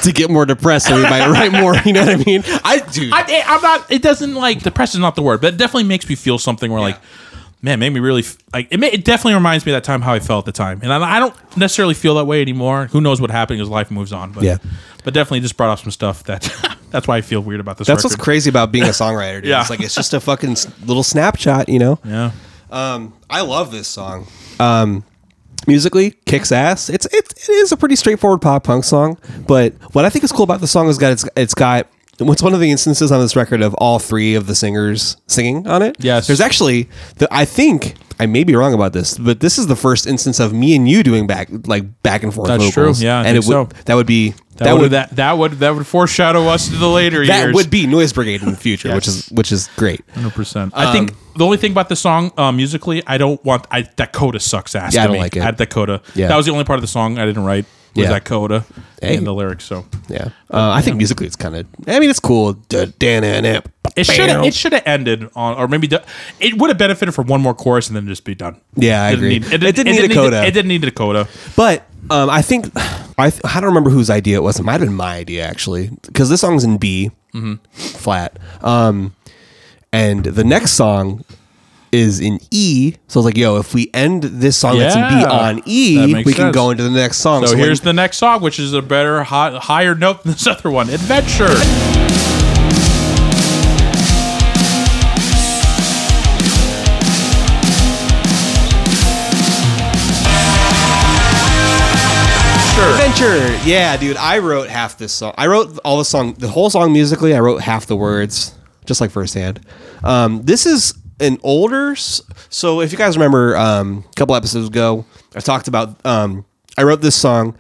[SPEAKER 2] to get more depressed, so we might write more. [LAUGHS] You know what I mean? I do.
[SPEAKER 1] I, I'm not. It doesn't like depressed is not the word, but it definitely makes me feel something. Where like, man, it made me really f- like. It, ma- it definitely reminds me of that time how I felt at the time, and I, I don't necessarily feel that way anymore. Who knows what happened as life moves on? But
[SPEAKER 2] Yeah.
[SPEAKER 1] but definitely just brought up some stuff that [LAUGHS] that's why I feel weird about this.
[SPEAKER 2] That's what's
[SPEAKER 1] record.
[SPEAKER 2] crazy about
[SPEAKER 1] [LAUGHS]
[SPEAKER 2] being a songwriter. Dude.
[SPEAKER 1] Yeah.
[SPEAKER 2] It's like it's just a fucking s- little snapshot, you know.
[SPEAKER 1] Yeah,
[SPEAKER 2] I love this song. Um, musically, kicks ass. It's it, it is a pretty straightforward pop punk song. But what I think is cool about the song is got it's it's got what's one of the instances on this record of all three of the singers singing on it.
[SPEAKER 1] Yes.
[SPEAKER 2] there's actually the, I think I may be wrong about this, but this is the first instance of me and you doing back like back and forth.
[SPEAKER 1] That's true.
[SPEAKER 2] vocals.
[SPEAKER 1] Yeah, I
[SPEAKER 2] and it
[SPEAKER 1] think
[SPEAKER 2] would
[SPEAKER 1] so.
[SPEAKER 2] that would be
[SPEAKER 1] that, would, that that would that would foreshadow us to the later
[SPEAKER 2] that
[SPEAKER 1] years.
[SPEAKER 2] would be Noise Brigade in the future, which
[SPEAKER 1] Yes.
[SPEAKER 2] is which is great.
[SPEAKER 1] Hundred percent. I
[SPEAKER 2] Um,
[SPEAKER 1] think the only thing about the song uh, musically, I don't want. I that coda sucks ass.
[SPEAKER 2] Yeah, I
[SPEAKER 1] to
[SPEAKER 2] don't
[SPEAKER 1] me.
[SPEAKER 2] like it.
[SPEAKER 1] At that coda,
[SPEAKER 2] Yeah.
[SPEAKER 1] that was the only part of the song I didn't write. Was
[SPEAKER 2] Yeah.
[SPEAKER 1] that coda
[SPEAKER 2] Hey.
[SPEAKER 1] and the lyrics? So
[SPEAKER 2] Yeah, uh, I think musically it's kind of. I mean, it's cool. It
[SPEAKER 1] It should have. It should have ended on, or maybe the, it would have benefited from one more chorus and then just be done.
[SPEAKER 2] Yeah, I
[SPEAKER 1] It didn't
[SPEAKER 2] agree.
[SPEAKER 1] need-
[SPEAKER 2] It didn't need a coda.
[SPEAKER 1] It didn't need a coda.
[SPEAKER 2] But um, I think I, th- I don't remember whose idea it was. It might have been my idea actually, because this song's in B
[SPEAKER 1] Mm-hmm.
[SPEAKER 2] flat, um, and the next song is in E. So I was like, "Yo, if we end this song that's in B
[SPEAKER 1] Yeah.
[SPEAKER 2] on
[SPEAKER 1] That
[SPEAKER 2] E,
[SPEAKER 1] makes
[SPEAKER 2] we can
[SPEAKER 1] sense.
[SPEAKER 2] go into the next song."
[SPEAKER 1] So,
[SPEAKER 2] when-
[SPEAKER 1] here's the next song, which is a better, high, higher note than this other one. Adventure. Sure.
[SPEAKER 2] Adventure. Yeah, dude. I wrote half this song. I wrote all the song, the whole song musically. I wrote half the words, just like firsthand. Um, this is an older. s- So if you guys remember, um, a couple episodes ago, I talked about. Um, I wrote this song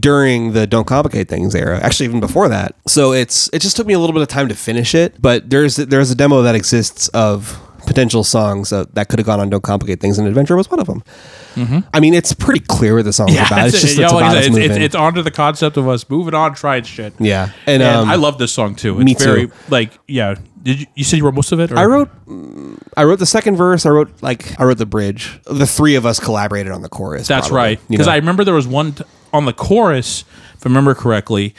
[SPEAKER 2] during the "Don't Complicate Things" era. Actually, even before that. So it's it just took me a little bit of time to finish it. But there's there's a demo that exists of potential songs that, that could have gone on "Don't Complicate Things," and "Adventure" was one of them. I mean, it's pretty clear what the song's about. It's,
[SPEAKER 1] [LAUGHS] that's
[SPEAKER 2] just
[SPEAKER 1] it. Yeah,
[SPEAKER 2] it's
[SPEAKER 1] like I
[SPEAKER 2] about
[SPEAKER 1] said,
[SPEAKER 2] us
[SPEAKER 1] it's, it's,
[SPEAKER 2] moving.
[SPEAKER 1] it's onto the concept of us moving on, trying shit.
[SPEAKER 2] Yeah, and,
[SPEAKER 1] and,
[SPEAKER 2] um,
[SPEAKER 1] I love this song too. It's
[SPEAKER 2] me too.
[SPEAKER 1] very like yeah. Did you, you said you wrote most of it? Or?
[SPEAKER 2] I wrote, mm, I wrote the second verse. I wrote like I wrote the bridge. The three of us collaborated on the chorus.
[SPEAKER 1] That's
[SPEAKER 2] probably,
[SPEAKER 1] right.
[SPEAKER 2] you
[SPEAKER 1] Because
[SPEAKER 2] know?
[SPEAKER 1] I remember there was one t- on the chorus, if I remember correctly,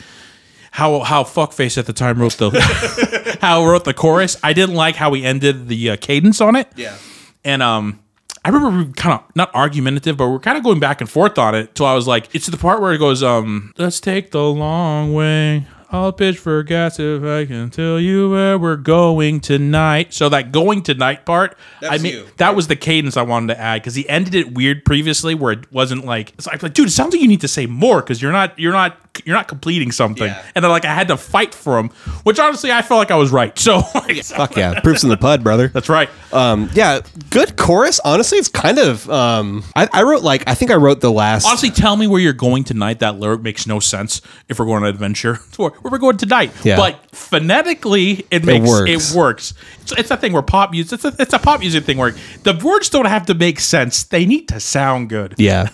[SPEAKER 1] how how fuckface at the time wrote the [LAUGHS] how wrote the chorus. I didn't like how he ended the uh, cadence on it.
[SPEAKER 2] Yeah.
[SPEAKER 1] and um. I remember we were kind of not argumentative, but we are kind of going back and forth on it. Till I was like, it's the part where it goes, um, "Let's take the long way. I'll pitch for gas if I can tell you where we're going tonight." So that going tonight part, I
[SPEAKER 2] That's
[SPEAKER 1] mean,
[SPEAKER 2] you.
[SPEAKER 1] that was the cadence I wanted to add because he ended it weird previously, where it wasn't like it's like, like, dude, it sounds like you need to say more because you're not you're not you're not completing something,
[SPEAKER 2] Yeah.
[SPEAKER 1] and then like I had to fight for him, which honestly I felt like I was right. So [LAUGHS] like,
[SPEAKER 2] Fuck yeah, proofs in the pud, brother.
[SPEAKER 1] that's right.
[SPEAKER 2] Um, yeah, good chorus. Honestly, it's kind of. Um, I, I wrote like I think I wrote the last.
[SPEAKER 1] Honestly, tell me where you're going tonight. That lyric makes no sense if we're going on an adventure. [LAUGHS] It's Where where we're going tonight,
[SPEAKER 2] Yeah.
[SPEAKER 1] but phonetically, it makes it
[SPEAKER 2] works.
[SPEAKER 1] works. It's, it's that thing where pop music. It's a, it's a pop music thing where the words don't have to make sense. They need to sound good.
[SPEAKER 2] yeah,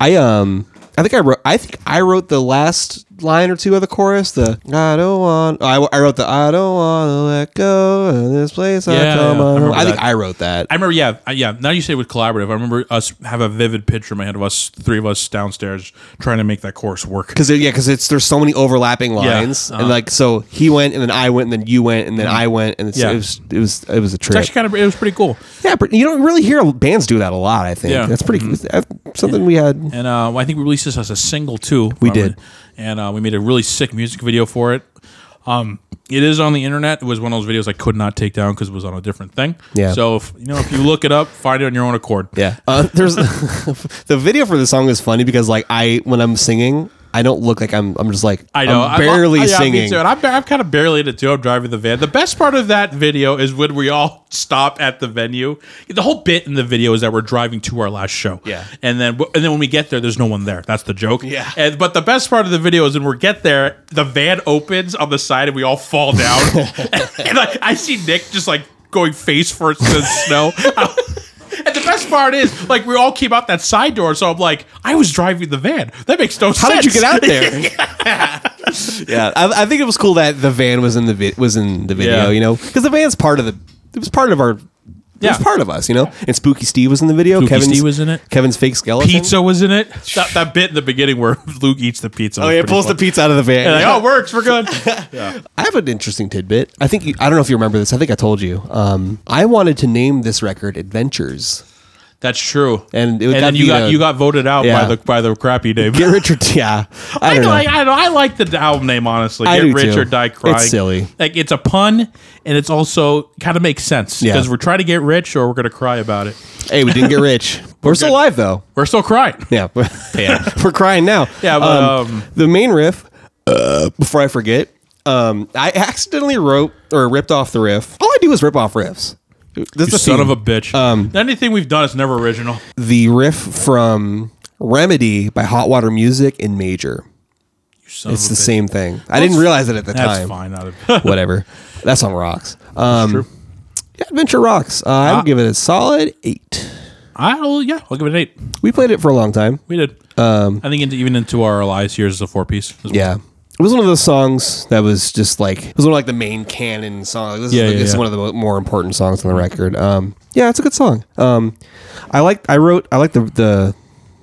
[SPEAKER 2] I um, I think I wrote. I think I wrote the last line or two of the chorus. The I don't want. I, I wrote the I don't want to let go of this place. I
[SPEAKER 1] Yeah,
[SPEAKER 2] come
[SPEAKER 1] yeah, I
[SPEAKER 2] on.
[SPEAKER 1] remember
[SPEAKER 2] I, think
[SPEAKER 1] that.
[SPEAKER 2] I wrote that.
[SPEAKER 1] I remember, yeah, uh, yeah. Now you say with collaborative, I remember us have a vivid picture in my head of us three of us downstairs trying to make that course work.
[SPEAKER 2] Cause it- yeah, because it's there's so many overlapping lines, and
[SPEAKER 1] uh-huh.
[SPEAKER 2] like so he went, and then I went, and then you went, and then I went, and it's,
[SPEAKER 1] Yeah.
[SPEAKER 2] it was it was it was a
[SPEAKER 1] It's
[SPEAKER 2] trip.
[SPEAKER 1] actually kind of it was pretty cool.
[SPEAKER 2] yeah, but you don't really hear bands do that a lot. I think
[SPEAKER 1] Yeah.
[SPEAKER 2] that's pretty that's something we had.
[SPEAKER 1] And uh, I think we released this as a single too.
[SPEAKER 2] We
[SPEAKER 1] Um,
[SPEAKER 2] did.
[SPEAKER 1] and uh, we made a really sick music video for it. Um, it is on the internet. It was one of those videos I could not take down because it was on a different thing.
[SPEAKER 2] Yeah.
[SPEAKER 1] So if you know if you look it up, find it on your own accord.
[SPEAKER 2] [LAUGHS] Yeah, uh, there's the video for the song is funny because like I when I'm singing, I don't look like I'm. I'm just like
[SPEAKER 1] I know.
[SPEAKER 2] I'm barely
[SPEAKER 1] yeah, me
[SPEAKER 2] singing.
[SPEAKER 1] too. And I'm, I'm kind of barely at it too. I'm driving the van. The best part of that video is when we all [LAUGHS] stop at the venue. The whole bit in the video is that we're driving to our last show.
[SPEAKER 2] Yeah.
[SPEAKER 1] And then and then when we get there, there's no one there. That's the joke.
[SPEAKER 2] Yeah.
[SPEAKER 1] And but the best part of the video is when we get there, the van opens on the side and we all fall down. [LAUGHS]
[SPEAKER 2] [LAUGHS]
[SPEAKER 1] and I, I see Nick just like going face first in the snow. And the best part is, like, we all came out that side door, so I'm like, I was driving the van. That makes no
[SPEAKER 2] How
[SPEAKER 1] sense.
[SPEAKER 2] did you get out there? yeah, [LAUGHS] I, I think it was cool that the van was in the vid- was in the video.
[SPEAKER 1] Yeah.
[SPEAKER 2] You know, because the van's part of the. It was part of our. It
[SPEAKER 1] Yeah.
[SPEAKER 2] was part of us, you know. And Spooky Steve was in the video.
[SPEAKER 1] Spooky
[SPEAKER 2] Kevin's,
[SPEAKER 1] Steve was in it.
[SPEAKER 2] Kevin's fake skeleton.
[SPEAKER 1] pizza was in it. That, that bit in the beginning where [LAUGHS] Luke eats the pizza.
[SPEAKER 2] Oh yeah, pulls the pizza out of the van.
[SPEAKER 1] And like, oh, it works. We're good.
[SPEAKER 2] I have an interesting tidbit. I think you, I don't know if you remember this. I think I told you. Um, I wanted to name this record "Adventures."
[SPEAKER 1] [LAUGHS] That's true.
[SPEAKER 2] And it got
[SPEAKER 1] then you
[SPEAKER 2] beat
[SPEAKER 1] got
[SPEAKER 2] up.
[SPEAKER 1] you got voted out
[SPEAKER 2] Yeah.
[SPEAKER 1] by the by the crappy name. [LAUGHS]
[SPEAKER 2] Get Richard. [LAUGHS] Yeah, I
[SPEAKER 1] I, know,
[SPEAKER 2] don't know.
[SPEAKER 1] like, I, know, I like the album name honestly.
[SPEAKER 2] I
[SPEAKER 1] Get
[SPEAKER 2] do,
[SPEAKER 1] rich
[SPEAKER 2] too.
[SPEAKER 1] or die crying.
[SPEAKER 2] It's silly.
[SPEAKER 1] Like it's a pun, and it's also kind of makes sense
[SPEAKER 2] Yeah.
[SPEAKER 1] because we're trying to get rich or we're gonna cry about it.
[SPEAKER 2] hey, we didn't get rich. We're still
[SPEAKER 1] good.
[SPEAKER 2] alive though.
[SPEAKER 1] [LAUGHS] We're still
[SPEAKER 2] [LAUGHS]
[SPEAKER 1] crying.
[SPEAKER 2] Yeah, yeah. we're crying now.
[SPEAKER 1] Yeah, but, um,
[SPEAKER 2] the main riff. Uh, before I forget, um, I accidentally wrote or ripped off the riff. All I do is rip off riffs. That's
[SPEAKER 1] You
[SPEAKER 2] the
[SPEAKER 1] son of
[SPEAKER 2] theme.
[SPEAKER 1] a bitch.
[SPEAKER 2] Um,
[SPEAKER 1] Anything we've done is never original.
[SPEAKER 2] the riff from Remedy by Hot Water Music in Major.
[SPEAKER 1] You son
[SPEAKER 2] It's
[SPEAKER 1] of
[SPEAKER 2] the
[SPEAKER 1] a bitch.
[SPEAKER 2] same thing. I didn't realize it at the
[SPEAKER 1] That's
[SPEAKER 2] time.
[SPEAKER 1] fine. Not a, [LAUGHS]
[SPEAKER 2] Whatever. That song rocks. Um, Yeah, Adventure rocks. Uh,
[SPEAKER 1] Ah.
[SPEAKER 2] I would give it a solid eight.
[SPEAKER 1] I'll yeah. I'll give it an eight.
[SPEAKER 2] We played it for a long time.
[SPEAKER 1] We did. Um, I think into, even into our lives here is a four piece. as well.
[SPEAKER 2] Yeah. It was one of those songs that was just like it was one of like the main canon songs. This,
[SPEAKER 1] Yeah,
[SPEAKER 2] is,
[SPEAKER 1] yeah,
[SPEAKER 2] this is
[SPEAKER 1] yeah.
[SPEAKER 2] one of the mo- more important songs on the record. Um, yeah, it's a good song. Um, I like I wrote I like the the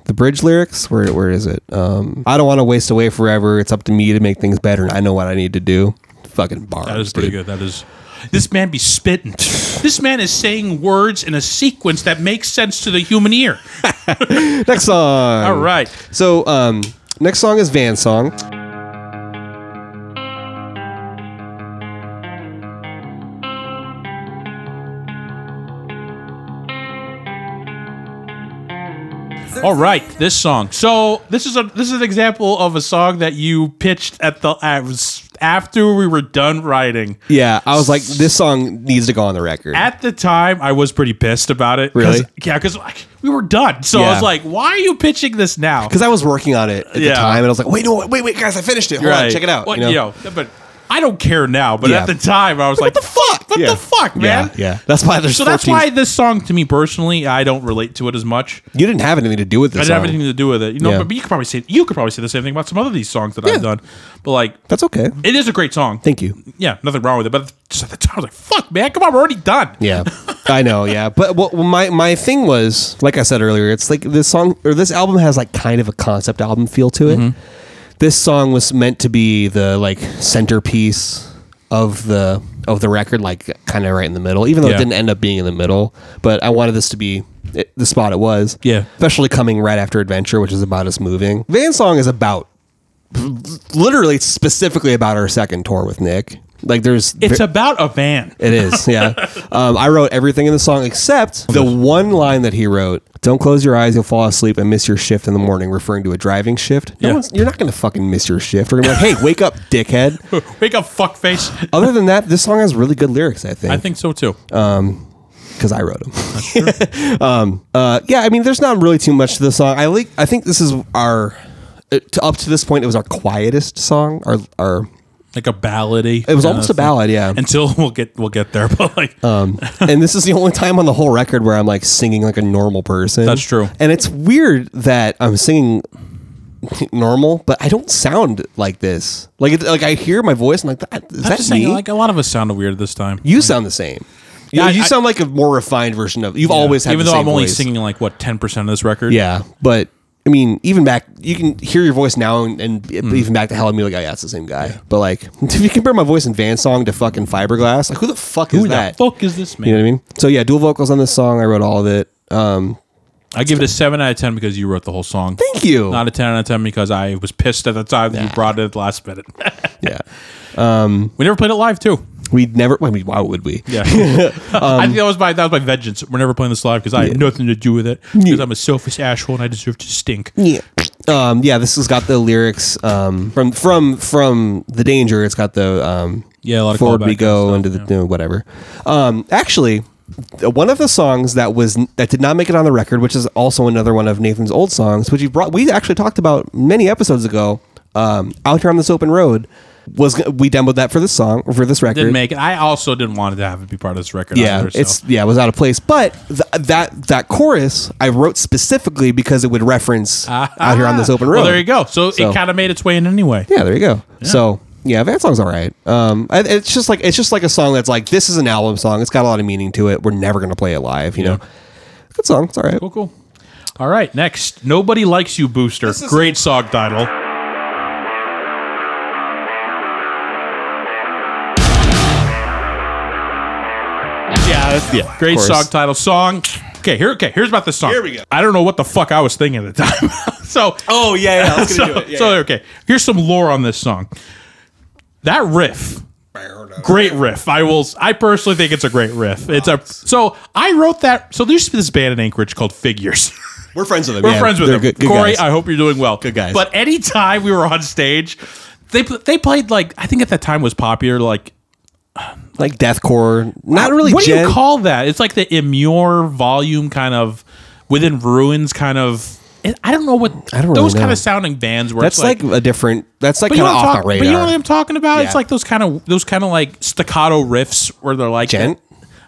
[SPEAKER 2] the bridge lyrics. Where where is it? Um, I don't want to waste away forever. It's up to me to make things better, and I know what I need to do. Fucking bars.
[SPEAKER 1] That is pretty
[SPEAKER 2] dude.
[SPEAKER 1] good. That is. This man be spitting. This man is saying words in a sequence that makes sense to the human ear.
[SPEAKER 2] Next song.
[SPEAKER 1] All right.
[SPEAKER 2] So um, next song is Van song.
[SPEAKER 1] All right. This song. So this is a this is an example of a song that you pitched at the I was- after we were done writing.
[SPEAKER 2] Yeah, I was like, this song needs to go on the record.
[SPEAKER 1] At the time, I was pretty pissed about it. 'cause-
[SPEAKER 2] Really?
[SPEAKER 1] Yeah, because we were done. So I
[SPEAKER 2] Yeah.
[SPEAKER 1] was like, "Why are you pitching this now?"
[SPEAKER 2] because I was working on it at the
[SPEAKER 1] Yeah.
[SPEAKER 2] time, and I was like, "Wait, no, wait, wait, guys, I finished it. Hold on,
[SPEAKER 1] Right.
[SPEAKER 2] check it out."
[SPEAKER 1] Well, you know, but I don't care now. But
[SPEAKER 2] Yeah.
[SPEAKER 1] at the time, I was like,
[SPEAKER 2] the fuck?
[SPEAKER 1] What
[SPEAKER 2] Yeah.
[SPEAKER 1] the fuck, man?
[SPEAKER 2] Yeah, yeah. That's why there's
[SPEAKER 1] So that's
[SPEAKER 2] 14
[SPEAKER 1] why this song, to me personally, I don't relate to it as much.
[SPEAKER 2] you didn't have anything to do with
[SPEAKER 1] I
[SPEAKER 2] this.
[SPEAKER 1] didn't have
[SPEAKER 2] song.
[SPEAKER 1] anything to do with it, you know.
[SPEAKER 2] Yeah.
[SPEAKER 1] But you could probably say you could probably say the same thing about some other these songs that
[SPEAKER 2] Yeah.
[SPEAKER 1] I've done. But like,
[SPEAKER 2] That's okay.
[SPEAKER 1] it is a great song.
[SPEAKER 2] Thank you.
[SPEAKER 1] Yeah, nothing wrong with it. But just at the time, I was like, "Fuck, man, come on, we're already done."
[SPEAKER 2] Yeah, [LAUGHS] I know. Yeah, but what my my thing was, like I said earlier, it's like this song or this album has like kind of a concept album feel to it.
[SPEAKER 1] Mm-hmm.
[SPEAKER 2] This song was meant to be the like centerpiece of the of the record, like kind of right in the middle, even though it
[SPEAKER 1] Yeah.
[SPEAKER 2] didn't end up being in the middle. But I wanted this to be it, the spot it was.
[SPEAKER 1] Yeah.
[SPEAKER 2] especially coming right after Adventure, which is about us moving. Van song is about literally it's specifically about our second tour with Nick. Like there's
[SPEAKER 1] It's about a van.
[SPEAKER 2] it is, yeah.
[SPEAKER 1] [LAUGHS]
[SPEAKER 2] um, I wrote everything in the song except the one line that he wrote: "Don't close your eyes, you'll fall asleep and miss your shift in the morning," referring to a driving shift. No
[SPEAKER 1] Yeah.
[SPEAKER 2] one's- you're not going to fucking miss your shift. We're going to be like, "Hey, wake up,
[SPEAKER 1] [LAUGHS]
[SPEAKER 2] dickhead."
[SPEAKER 1] Make a fuck
[SPEAKER 2] [LAUGHS]
[SPEAKER 1] face.
[SPEAKER 2] Other than that, this song has really good lyrics. I
[SPEAKER 1] I
[SPEAKER 2] think
[SPEAKER 1] think so too.
[SPEAKER 2] Uh, because I wrote them. [LAUGHS] um, uh, yeah, I mean, there's not really too much to the song. I like. I think this is our uh, to, up to this point. It was our quietest song. Our our
[SPEAKER 1] like a ballady.
[SPEAKER 2] it was almost a ballad. Uh, Yeah,
[SPEAKER 1] Until [LAUGHS] we'll get we'll get there, but like
[SPEAKER 2] and this is the only time on the whole record where I'm like singing like a normal person.
[SPEAKER 1] That's true.
[SPEAKER 2] And it's weird that I'm singing normal, but I don't sound like this. Like it, like I hear my voice and like that is
[SPEAKER 1] I'm
[SPEAKER 2] that
[SPEAKER 1] just
[SPEAKER 2] me?
[SPEAKER 1] saying, like a lot of us sounded weird this time.
[SPEAKER 2] you sound the same. You,
[SPEAKER 1] Yeah,
[SPEAKER 2] you
[SPEAKER 1] I-
[SPEAKER 2] sound like a more refined version of. You've
[SPEAKER 1] Yeah.
[SPEAKER 2] always had
[SPEAKER 1] even
[SPEAKER 2] the
[SPEAKER 1] though
[SPEAKER 2] same
[SPEAKER 1] I'm only
[SPEAKER 2] voice.
[SPEAKER 1] singing like what ten percent of this record.
[SPEAKER 2] Yeah, but I mean, even back, you can hear your voice now, and, and
[SPEAKER 1] Mm.
[SPEAKER 2] even back to hell and be like, oh yeah, it's the same guy. But like, [LAUGHS] if you compare my voice in Van song to fucking fiberglass, like who the fuck is
[SPEAKER 1] Who the
[SPEAKER 2] that?
[SPEAKER 1] fuck is this man?
[SPEAKER 2] You know what I mean? So yeah, dual vocals on this song. I wrote all of it. Um,
[SPEAKER 1] I give it a seven out of ten because you wrote the whole song.
[SPEAKER 2] thank you.
[SPEAKER 1] Not a ten out of ten because I was pissed at the time that you brought it at the last minute. [LAUGHS]
[SPEAKER 2] yeah,
[SPEAKER 1] we never played it live too.
[SPEAKER 2] we never. I mean, why would we? [LAUGHS]
[SPEAKER 1] Yeah, [LAUGHS]
[SPEAKER 2] Um,
[SPEAKER 1] I think that was my that was my vengeance. We're never playing this live because I had nothing to do with it because I'm a selfish asshole and I deserve to stink.
[SPEAKER 2] Yeah. Um, yeah, this has got the lyrics um, from from from the danger. It's got the um,
[SPEAKER 1] Yeah, a lot of
[SPEAKER 2] forward we
[SPEAKER 1] callback
[SPEAKER 2] go
[SPEAKER 1] and
[SPEAKER 2] into
[SPEAKER 1] stuff,
[SPEAKER 2] the
[SPEAKER 1] yeah.
[SPEAKER 2] you know, whatever. Um, actually, th- one of the songs that was that did not make it on the record, which is also another one of Nathan's old songs, which he brought. We actually talked about many episodes ago. Um, out here on this open road was g- we demoed that for this song for this record.
[SPEAKER 1] Didn't make it. I also didn't want to have it be part of this record.
[SPEAKER 2] Yeah,
[SPEAKER 1] either, so.
[SPEAKER 2] it's yeah, it was out of place. But th- that that chorus I wrote specifically because it would reference out here
[SPEAKER 1] [LAUGHS]
[SPEAKER 2] on this open
[SPEAKER 1] Ah,
[SPEAKER 2] road.
[SPEAKER 1] Well, there you go. So,
[SPEAKER 2] So-
[SPEAKER 1] it kind of made its way in anyway.
[SPEAKER 2] Yeah, there you go. So yeah, that song's all right. Um, I- it's just like it's just like a song that's like this is an album song. It's got a lot of meaning to it. We're never gonna play it live. You know, good song. It's all right.
[SPEAKER 1] Cool, cool. All right, next. Nobody likes you, Booster. Great song title.
[SPEAKER 7] Yeah, that's, yeah.
[SPEAKER 1] Great
[SPEAKER 2] course.
[SPEAKER 1] song title. Song. Okay, here. Okay, here's about this song.
[SPEAKER 7] Here we go.
[SPEAKER 1] I don't know what the fuck I was thinking at the time. [LAUGHS] so.
[SPEAKER 7] Oh yeah, yeah. I was
[SPEAKER 1] so,
[SPEAKER 7] gonna do it. Yeah,
[SPEAKER 1] so
[SPEAKER 7] yeah.
[SPEAKER 1] okay, here's some lore on this song. That riff, great riff. I will. I personally think it's a great riff. It's a. So I wrote that. So there's this band in Anchorage called Figures. [LAUGHS]
[SPEAKER 7] we're friends with him.
[SPEAKER 1] We're
[SPEAKER 7] yeah.
[SPEAKER 1] friends with
[SPEAKER 2] they're
[SPEAKER 1] them.
[SPEAKER 2] good- good
[SPEAKER 1] Corey,
[SPEAKER 2] guys.
[SPEAKER 1] I hope you're doing well.
[SPEAKER 7] Good guys.
[SPEAKER 1] But anytime we were on stage, they pl- they played like I think at that time was popular like
[SPEAKER 2] Like deathcore, not really.
[SPEAKER 1] what do
[SPEAKER 2] gen-
[SPEAKER 1] you call that? It's like the immure volume kind of within ruins kind of. it- I don't know what
[SPEAKER 2] I don't really
[SPEAKER 1] those kind
[SPEAKER 2] know.
[SPEAKER 1] of sounding bands were.
[SPEAKER 2] That's like, a different. That's like
[SPEAKER 1] but you,
[SPEAKER 2] kind of
[SPEAKER 1] know what I'm
[SPEAKER 2] off
[SPEAKER 1] talk-
[SPEAKER 2] the
[SPEAKER 1] but you
[SPEAKER 2] radar.
[SPEAKER 1] know what I'm talking about?
[SPEAKER 2] Yeah.
[SPEAKER 1] It's like those kind of those kind of like staccato riffs where they're like
[SPEAKER 2] Gent?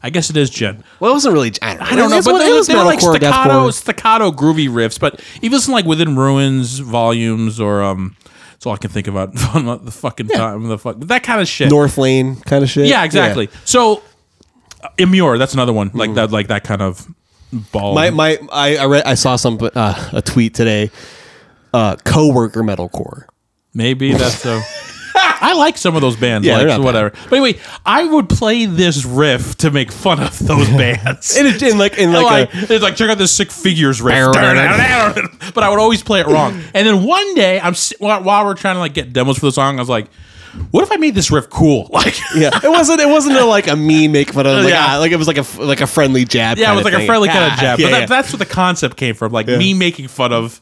[SPEAKER 1] I guess it is gent.
[SPEAKER 2] well, it wasn't really. I don't know.
[SPEAKER 1] I don't know,
[SPEAKER 2] It's-
[SPEAKER 1] but
[SPEAKER 2] it
[SPEAKER 1] they,
[SPEAKER 2] was
[SPEAKER 1] they were like
[SPEAKER 2] metalcore,
[SPEAKER 1] staccato,
[SPEAKER 2] deathcore.
[SPEAKER 1] staccato groovy riffs. But even some like within ruins volumes or um, that's all I can think about [LAUGHS] on the fucking time. The fuck that kind of shit.
[SPEAKER 2] North Lane kind of shit.
[SPEAKER 1] yeah, exactly. So uh, immure, that's another one like that, like that kind of ball.
[SPEAKER 2] My my I I, read, I saw some uh, a tweet today. Uh, coworker metalcore. [LAUGHS]
[SPEAKER 1] Maybe that's so. I like some of those bands,
[SPEAKER 2] Yeah, they're
[SPEAKER 1] like
[SPEAKER 2] not
[SPEAKER 1] whatever. But anyway, I would play this riff to make fun of those [LAUGHS] bands.
[SPEAKER 2] In, a, in like in
[SPEAKER 1] And,
[SPEAKER 2] like,
[SPEAKER 1] like,
[SPEAKER 2] a,
[SPEAKER 1] it's like check out this sick figures riff, [LAUGHS] but I would always play it wrong. And then one day, I'm si- while, while we're trying to like get demos for the song, I was like, "What if I made this riff cool?" [LAUGHS] Like,
[SPEAKER 2] yeah. It wasn't. It wasn't a, like a mean make fun of. Like,
[SPEAKER 1] Yeah.
[SPEAKER 2] ah, like it was like a f- like a friendly jab.
[SPEAKER 1] yeah, it was like
[SPEAKER 2] kinda
[SPEAKER 1] a
[SPEAKER 2] thing.
[SPEAKER 1] friendly kind
[SPEAKER 2] Ah,
[SPEAKER 1] of jab.
[SPEAKER 2] yeah,
[SPEAKER 1] but that,
[SPEAKER 2] yeah.
[SPEAKER 1] that's what the concept came from, like me making fun of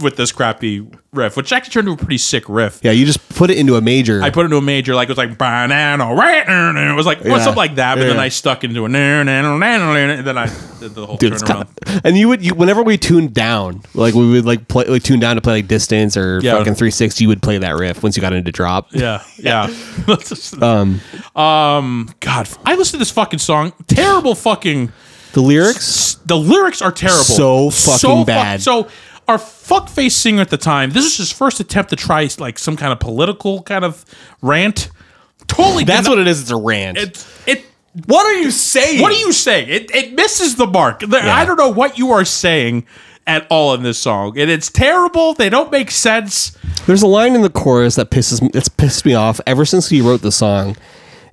[SPEAKER 1] with this crappy riff, which actually turned into a pretty sick riff.
[SPEAKER 2] Yeah, you just put it into a major.
[SPEAKER 1] I put it into a major, like it was like banana, right? And it was like well,
[SPEAKER 2] Yeah.
[SPEAKER 1] something like that. But
[SPEAKER 2] Yeah,
[SPEAKER 1] then
[SPEAKER 2] yeah.
[SPEAKER 1] I stuck into a na- na- na- na- na- na- and then I did the whole
[SPEAKER 2] Dude, it's
[SPEAKER 1] turnaround.
[SPEAKER 2] kinda- and you would you, whenever we tuned down, like we would like play like tune down to play like distance or
[SPEAKER 1] Yeah.
[SPEAKER 2] fucking 360, you would play that riff once you got into drop.
[SPEAKER 1] Yeah, yeah. [LAUGHS] um, God, I listened to this fucking song. Terrible fucking.
[SPEAKER 2] The lyrics,
[SPEAKER 1] The lyrics are terrible.
[SPEAKER 2] So fucking
[SPEAKER 1] fuck-
[SPEAKER 2] bad.
[SPEAKER 1] so our fuckface singer at the time. This is his first attempt to try like some kind of political kind of rant. Totally.
[SPEAKER 2] that's what it is. It's a rant.
[SPEAKER 1] It, it.
[SPEAKER 7] What are you saying?
[SPEAKER 1] What do you say? It it misses the mark. The- I don't know what you are saying at all in this song, and it's terrible. They don't make sense.
[SPEAKER 2] There's a line in the chorus that pisses me, that's pissed me off ever since he wrote the song,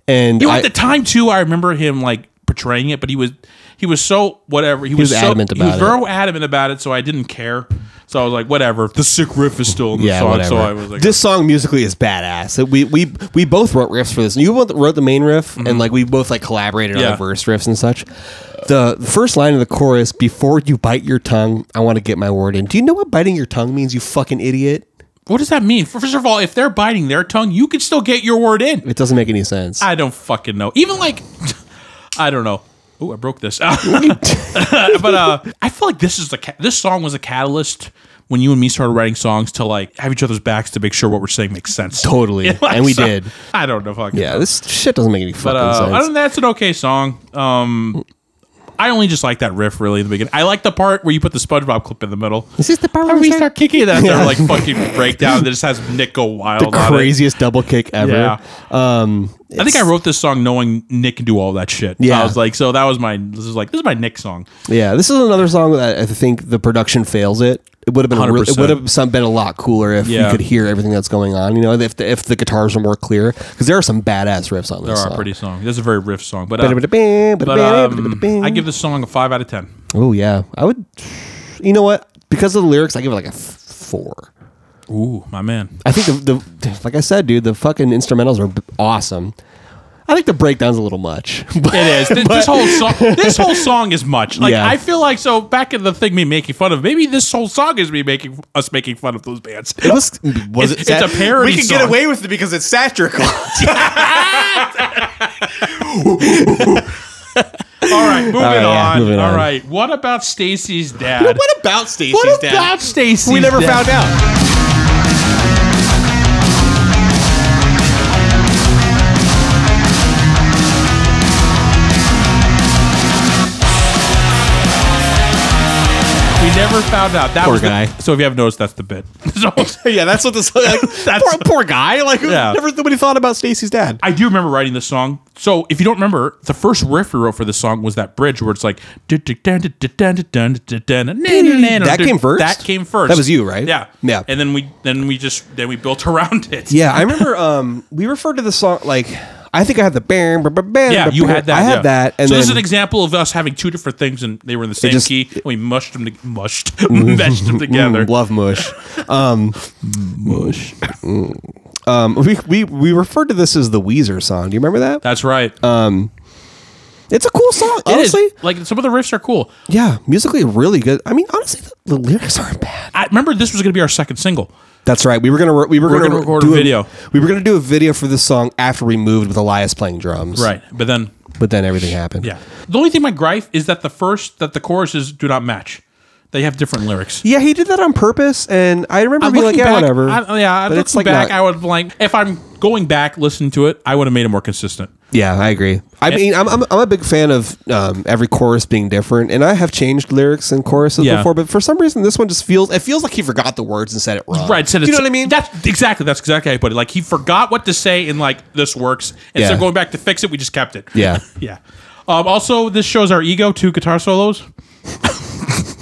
[SPEAKER 2] and
[SPEAKER 1] You know,
[SPEAKER 2] I,
[SPEAKER 1] at the time too, I remember him like portraying it, but he was he was so whatever. He, was,
[SPEAKER 2] was
[SPEAKER 1] so,
[SPEAKER 2] adamant
[SPEAKER 1] He was
[SPEAKER 2] about
[SPEAKER 1] very adamant about it, so I didn't care. So I was like, whatever. The sick riff is still in the
[SPEAKER 2] yeah,
[SPEAKER 1] song,
[SPEAKER 2] whatever.
[SPEAKER 1] so I was like,
[SPEAKER 2] this song musically is badass. It- We we we both wrote riffs for this. You both wrote the main riff, and like we both like collaborated on
[SPEAKER 1] Mhm. Yeah.
[SPEAKER 2] the verse riffs and such. The first line of the chorus: "Before you bite your tongue, I want to get my word in." Do you know what biting your tongue means? You fucking idiot!
[SPEAKER 1] what does that mean? First of all, if they're biting their tongue, you can still get your word in.
[SPEAKER 2] It doesn't make any sense.
[SPEAKER 1] I don't fucking know. Even like, [LAUGHS] I don't know. Oh, I broke this. [LAUGHS] but uh, I feel like this is the ca- this song was a catalyst when you and me started writing songs to like have each other's backs to make sure what we're saying makes sense. [LAUGHS]
[SPEAKER 2] Totally. And we
[SPEAKER 1] so-
[SPEAKER 2] did.
[SPEAKER 1] I don't know. Fucking
[SPEAKER 2] yeah, this shit doesn't make any fucking
[SPEAKER 1] But uh,
[SPEAKER 2] sense.
[SPEAKER 1] other than that, it's an okay song. Um, I only just like that riff really in the beginning. I like the part where you put the SpongeBob clip in the middle.
[SPEAKER 2] Is this the part
[SPEAKER 1] How
[SPEAKER 2] where
[SPEAKER 1] we
[SPEAKER 2] we
[SPEAKER 1] start,
[SPEAKER 2] start-
[SPEAKER 1] kicking it after like fucking breakdown that just has Nick go wild.
[SPEAKER 2] the
[SPEAKER 1] on it.
[SPEAKER 2] craziest double kick ever.
[SPEAKER 1] Yeah.
[SPEAKER 2] Um,
[SPEAKER 1] I think I wrote this song knowing Nick can do all that shit.
[SPEAKER 2] Yeah.
[SPEAKER 1] I was like, so that was my. This is like this is my Nick song.
[SPEAKER 2] Yeah, this is another song that I think the production fails it. It would have been a real- it
[SPEAKER 1] 100%.
[SPEAKER 2] would have some been a lot cooler if
[SPEAKER 1] Yeah.
[SPEAKER 2] you could hear everything that's going on. You know, if the, if the guitars were more clear, because there are some badass riffs on
[SPEAKER 1] There
[SPEAKER 2] this.
[SPEAKER 1] are
[SPEAKER 2] song.
[SPEAKER 1] pretty song. This is a very riff song, but uh, but um, I give
[SPEAKER 2] Oh
[SPEAKER 1] this song a five out of ten.
[SPEAKER 2] yeah, I would. You know what? Because of the lyrics, I give it like a f- four.
[SPEAKER 1] Ooh, my man.
[SPEAKER 2] I think the, the like I said, dude, the fucking instrumentals are b- awesome. I I think the breakdown's a little much. [LAUGHS] But
[SPEAKER 1] It
[SPEAKER 8] [LAUGHS]
[SPEAKER 1] is. Th- this whole song. This whole song is much. Like
[SPEAKER 2] Yeah.
[SPEAKER 1] I feel like so. Back in the thing, me making fun of. Maybe this whole song is me making us making fun of those bands.
[SPEAKER 2] it was,
[SPEAKER 1] It's,
[SPEAKER 2] was it
[SPEAKER 1] it's
[SPEAKER 2] [LAUGHS]
[SPEAKER 1] a parody.
[SPEAKER 8] we can
[SPEAKER 1] song.
[SPEAKER 8] get away with it because it's
[SPEAKER 1] [LAUGHS]
[SPEAKER 8] satirical. [LAUGHS]
[SPEAKER 1] All right, moving
[SPEAKER 8] Oh,
[SPEAKER 2] right, yeah,
[SPEAKER 1] on.
[SPEAKER 2] moving
[SPEAKER 1] All
[SPEAKER 2] on.
[SPEAKER 1] right, what about Stacy's dad?
[SPEAKER 7] What about Stacy's dad?
[SPEAKER 1] Stacy?
[SPEAKER 8] we never found out.
[SPEAKER 1] We never found out. That
[SPEAKER 2] Poor
[SPEAKER 1] was the-
[SPEAKER 2] guy.
[SPEAKER 1] so if you haven't noticed, that's the bit. [LAUGHS] So,
[SPEAKER 7] yeah, that's what this like.
[SPEAKER 1] That's-
[SPEAKER 7] poor, poor guy. Like,
[SPEAKER 1] Yeah.
[SPEAKER 7] never nobody thought about Stacy's dad.
[SPEAKER 1] I do remember writing this song. So if you don't remember, the first riff we wrote for this song was that bridge where it's like that
[SPEAKER 2] That came first?
[SPEAKER 1] That came first.
[SPEAKER 2] That was you, right?
[SPEAKER 1] Yeah,
[SPEAKER 2] Yeah.
[SPEAKER 1] And then we then we just then we built [LAUGHS] around it.
[SPEAKER 2] Yeah, I remember um, we referred to the song like I think I had the bam, bam, bam, bam,
[SPEAKER 1] Yeah,
[SPEAKER 2] bam,
[SPEAKER 1] you
[SPEAKER 2] bam.
[SPEAKER 1] had that.
[SPEAKER 2] I had
[SPEAKER 1] yeah.
[SPEAKER 2] that, and
[SPEAKER 1] so
[SPEAKER 2] then
[SPEAKER 1] this is an example of us having two different things, and they were in the same
[SPEAKER 2] just-
[SPEAKER 1] key. And we mushed them, to, mushed, [LAUGHS] meshed them together.
[SPEAKER 2] Mm, love mush, um, mush. Um, we, we we referred to this as the Weezer song. Do you remember that?
[SPEAKER 1] That's right.
[SPEAKER 2] It's a cool song,
[SPEAKER 1] It is.
[SPEAKER 2] Uh, honestly.
[SPEAKER 1] like some of the riffs are cool.
[SPEAKER 2] Yeah, musically really good. I mean, honestly, the, the lyrics aren't bad.
[SPEAKER 1] I remember this was going to be our second single.
[SPEAKER 2] That's right. We were gonna re- we were,
[SPEAKER 1] We're
[SPEAKER 2] gonna,
[SPEAKER 1] gonna
[SPEAKER 2] re-
[SPEAKER 1] record a
[SPEAKER 2] do
[SPEAKER 1] video.
[SPEAKER 2] We were gonna do a video for this song after we moved with Elias playing drums.
[SPEAKER 1] But then,
[SPEAKER 2] but then everything happened.
[SPEAKER 1] yeah. The only thing my gripe is that the first, that the choruses do not match. They have different lyrics.
[SPEAKER 2] Yeah, he did that on purpose, and I remember being like,
[SPEAKER 1] looking
[SPEAKER 2] "Yeah,
[SPEAKER 1] back,
[SPEAKER 2] whatever."
[SPEAKER 1] I, yeah,
[SPEAKER 2] But
[SPEAKER 1] looking
[SPEAKER 2] it's like
[SPEAKER 1] back,
[SPEAKER 2] not-
[SPEAKER 1] I would like, if I'm going back, listening to it, I would have made it more consistent.
[SPEAKER 2] Yeah, I agree. I mean, I'm, I'm, I'm a big fan of um, every chorus being different, and I have changed lyrics and choruses
[SPEAKER 1] Yeah.
[SPEAKER 2] before, but for some reason, this one just feels it feels like he forgot the words and said it wrong.
[SPEAKER 1] Right. So
[SPEAKER 2] Do you know what I mean?
[SPEAKER 1] That's exactly, that's exactly how I put it. Like, he forgot what to say and, like, this works. Instead
[SPEAKER 2] Yeah.
[SPEAKER 1] of going back to fix it, we just kept it. [LAUGHS]
[SPEAKER 2] Yeah.
[SPEAKER 1] yeah. Um, also, this shows our ego, two guitar solos.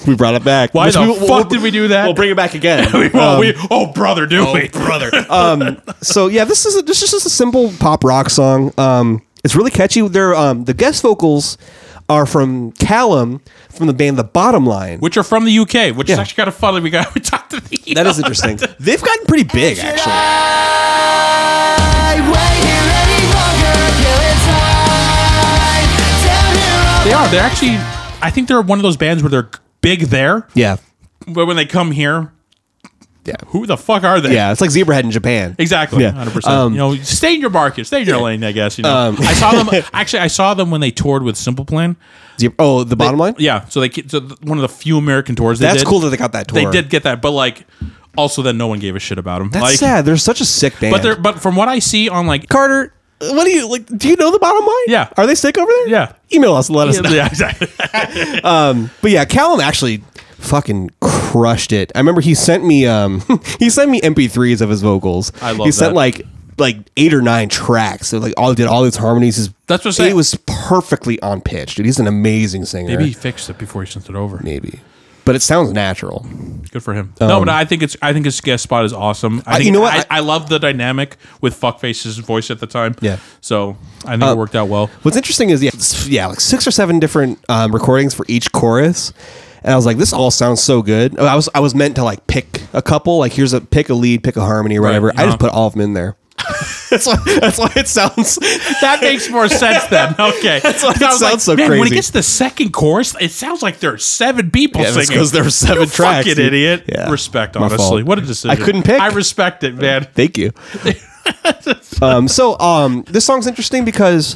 [SPEAKER 2] we brought it back.
[SPEAKER 1] Why
[SPEAKER 2] Which
[SPEAKER 1] the
[SPEAKER 2] we-
[SPEAKER 1] fuck did we do that?
[SPEAKER 7] We'll bring it back again.
[SPEAKER 1] [LAUGHS] Well, we, oh, brother, do we? brother.
[SPEAKER 2] Um, so yeah, this is a, this is just a simple pop rock song. Um, it's really catchy. They're, um, the guest vocals are from Callum from the band The Bottom Line.
[SPEAKER 1] [LAUGHS] which are from the UK, which is
[SPEAKER 2] Yeah.
[SPEAKER 1] actually kind of funny. We got [LAUGHS] we talked to the
[SPEAKER 2] [LAUGHS] that is interesting. They've gotten pretty big, actually.
[SPEAKER 1] They are. They're actually. I think they're one of those bands where they're big there,
[SPEAKER 2] Yeah,
[SPEAKER 1] but when they come here,
[SPEAKER 2] Yeah.
[SPEAKER 1] who the fuck are they?
[SPEAKER 2] yeah. It's like Zebrahead in Japan.
[SPEAKER 1] Exactly,
[SPEAKER 2] Yeah. Um,
[SPEAKER 1] hundred percent. You know, stay in your market, stay in your lane. I guess you know. I saw
[SPEAKER 2] [LAUGHS]
[SPEAKER 1] them actually. I saw them when they toured with Simple Plan.
[SPEAKER 2] Zeb- oh, The Bottom Line.
[SPEAKER 1] Yeah, so they ca- so th- one of the few American tours. They
[SPEAKER 2] That's
[SPEAKER 1] did.
[SPEAKER 2] cool that they got that
[SPEAKER 1] They
[SPEAKER 2] tour.
[SPEAKER 1] did get that, but like, also then no one gave a shit about them.
[SPEAKER 2] That's
[SPEAKER 1] like,
[SPEAKER 2] sad. They're such a sick band.
[SPEAKER 1] But they're but from what I see on like
[SPEAKER 2] Carter, what do you like? Do you know the bottom line?
[SPEAKER 1] Yeah.
[SPEAKER 2] Are they sick over there?
[SPEAKER 1] Yeah.
[SPEAKER 2] Email us and let us know.
[SPEAKER 1] [LAUGHS] yeah exactly.
[SPEAKER 2] But yeah, Callum actually fucking crushed it. I remember he sent me um [LAUGHS] he sent me MP3s of his vocals.
[SPEAKER 1] I love
[SPEAKER 2] He sent
[SPEAKER 1] that.
[SPEAKER 2] like like eight or nine tracks. So like all did all these harmonies. His,
[SPEAKER 1] That's what I'm
[SPEAKER 2] It
[SPEAKER 1] saying.
[SPEAKER 2] was perfectly on pitch, dude. He's an amazing singer.
[SPEAKER 1] Maybe he fixed it before he sent it over.
[SPEAKER 2] Maybe. But it sounds natural.
[SPEAKER 1] Good for him. no, but I think it's I think his guest spot is awesome. I
[SPEAKER 2] Um, I-
[SPEAKER 1] think
[SPEAKER 2] you know what?
[SPEAKER 1] I, I love the dynamic with Fuckface's voice at the time.
[SPEAKER 2] Yeah. Uh,
[SPEAKER 1] So I think it worked out well.
[SPEAKER 2] What's interesting is yeah, s- yeah, like six or seven different um, recordings for each chorus, and I was like, this all sounds so good. Oh, I was I was meant to like pick a couple, like here's a pick a lead, pick a harmony, or whatever. I
[SPEAKER 1] uh-huh.
[SPEAKER 2] just put all of them in there. [LAUGHS] that's why that's why it sounds.
[SPEAKER 1] That makes more sense
[SPEAKER 2] [LAUGHS]
[SPEAKER 1] then. Okay. That's
[SPEAKER 2] why it sounds so
[SPEAKER 1] Man, When it
[SPEAKER 2] crazy."
[SPEAKER 1] gets to the second chorus, it sounds like there are seven people
[SPEAKER 2] Yeah, [LAUGHS] that's
[SPEAKER 1] singing.
[SPEAKER 2] 'cause there are seven
[SPEAKER 1] You
[SPEAKER 2] tracks,
[SPEAKER 1] [LAUGHS] Fucking
[SPEAKER 2] dude.
[SPEAKER 1] idiot.
[SPEAKER 2] Yeah.
[SPEAKER 1] Respect,
[SPEAKER 2] My
[SPEAKER 1] honestly.
[SPEAKER 2] fault.
[SPEAKER 1] What a decision.
[SPEAKER 2] I couldn't pick.
[SPEAKER 1] I respect it, man. [LAUGHS]
[SPEAKER 2] Thank you. um, so um, this song's interesting because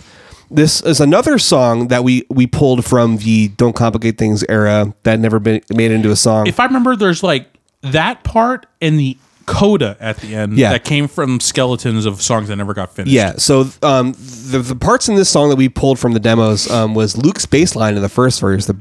[SPEAKER 2] this is another song that we we pulled from the "Don't Complicate Things" era that never been made into a song.
[SPEAKER 1] If I remember, there's like that part and the coda at the end
[SPEAKER 2] Yeah.
[SPEAKER 1] that came from skeletons of songs that never got finished.
[SPEAKER 2] Yeah. So um, the the parts in this song that we pulled from the demos um, was Luke's bass line in the first verse. The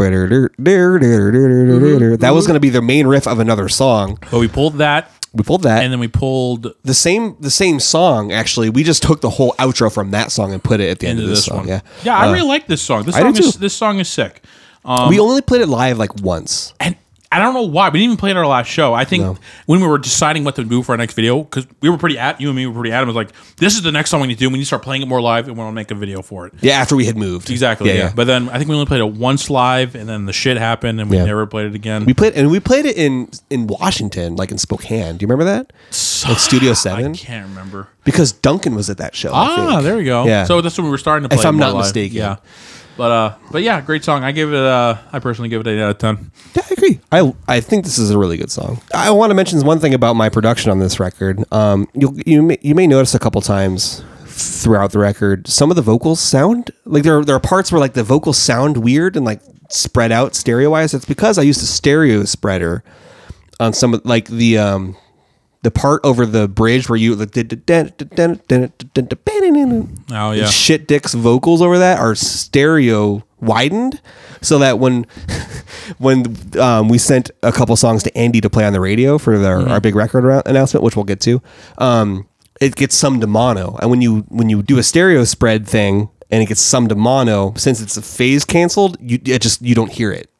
[SPEAKER 1] Mm-hmm.
[SPEAKER 2] that was going to be the main riff of another song.
[SPEAKER 1] But we pulled that
[SPEAKER 2] We pulled that.
[SPEAKER 1] and then we pulled
[SPEAKER 2] the same the same song actually. We just took the whole outro from that song and put it at the end
[SPEAKER 1] into
[SPEAKER 2] of this,
[SPEAKER 1] this,
[SPEAKER 2] song.
[SPEAKER 1] one.
[SPEAKER 2] Yeah.
[SPEAKER 1] I
[SPEAKER 2] Uh,
[SPEAKER 1] really like this song. This
[SPEAKER 2] I do
[SPEAKER 1] song is
[SPEAKER 2] too.
[SPEAKER 1] this song is sick. Um,
[SPEAKER 2] we only played it live like once.
[SPEAKER 1] And I don't know why we didn't even play it on our last show. I think
[SPEAKER 2] No.
[SPEAKER 1] when we were deciding what to do for our next video, because we were pretty at you and me were pretty adamant, like this is the next song we need to do. We need to start playing it more live, and we'll make a video for it.
[SPEAKER 2] Yeah, after we had moved.
[SPEAKER 1] Exactly. Yeah, But then I think we only played it once live, and then the shit happened, and we
[SPEAKER 2] Yeah.
[SPEAKER 1] never played it again.
[SPEAKER 2] we played and we played it in in Washington, like in Spokane. Do you remember that? Like Studio Seven.
[SPEAKER 1] I can't remember.
[SPEAKER 2] because Duncan was at that show. I
[SPEAKER 1] Ah,
[SPEAKER 2] think.
[SPEAKER 1] there you go.
[SPEAKER 2] Yeah.
[SPEAKER 1] So that's when we were starting to play.
[SPEAKER 2] If I'm
[SPEAKER 1] More
[SPEAKER 2] not
[SPEAKER 1] Live.
[SPEAKER 2] mistaken.
[SPEAKER 1] Yeah. But uh, but yeah, great song. I give it. Uh, I personally give it an eight out of ten.
[SPEAKER 2] Yeah, I agree. I I think this is a really good song. I want to mention one thing about my production on this record. Um, you you may, you may notice a couple times throughout the record, some of the vocals sound like there are, there are parts where like the vocals sound weird and like spread out stereo wise. It's because I used a stereo spreader on some of like the um the part over the bridge where you like
[SPEAKER 1] Oh yeah.
[SPEAKER 2] shit dick's vocals over that are stereo widened so that when [LAUGHS] when um, we sent a couple songs to andy to play on the radio for their,
[SPEAKER 1] Mm-hmm.
[SPEAKER 2] our big record arou- announcement which we'll get to um, it gets summed to mono and when you when you do a stereo spread thing and it gets summed to mono since it's a phase canceled you it just you don't hear it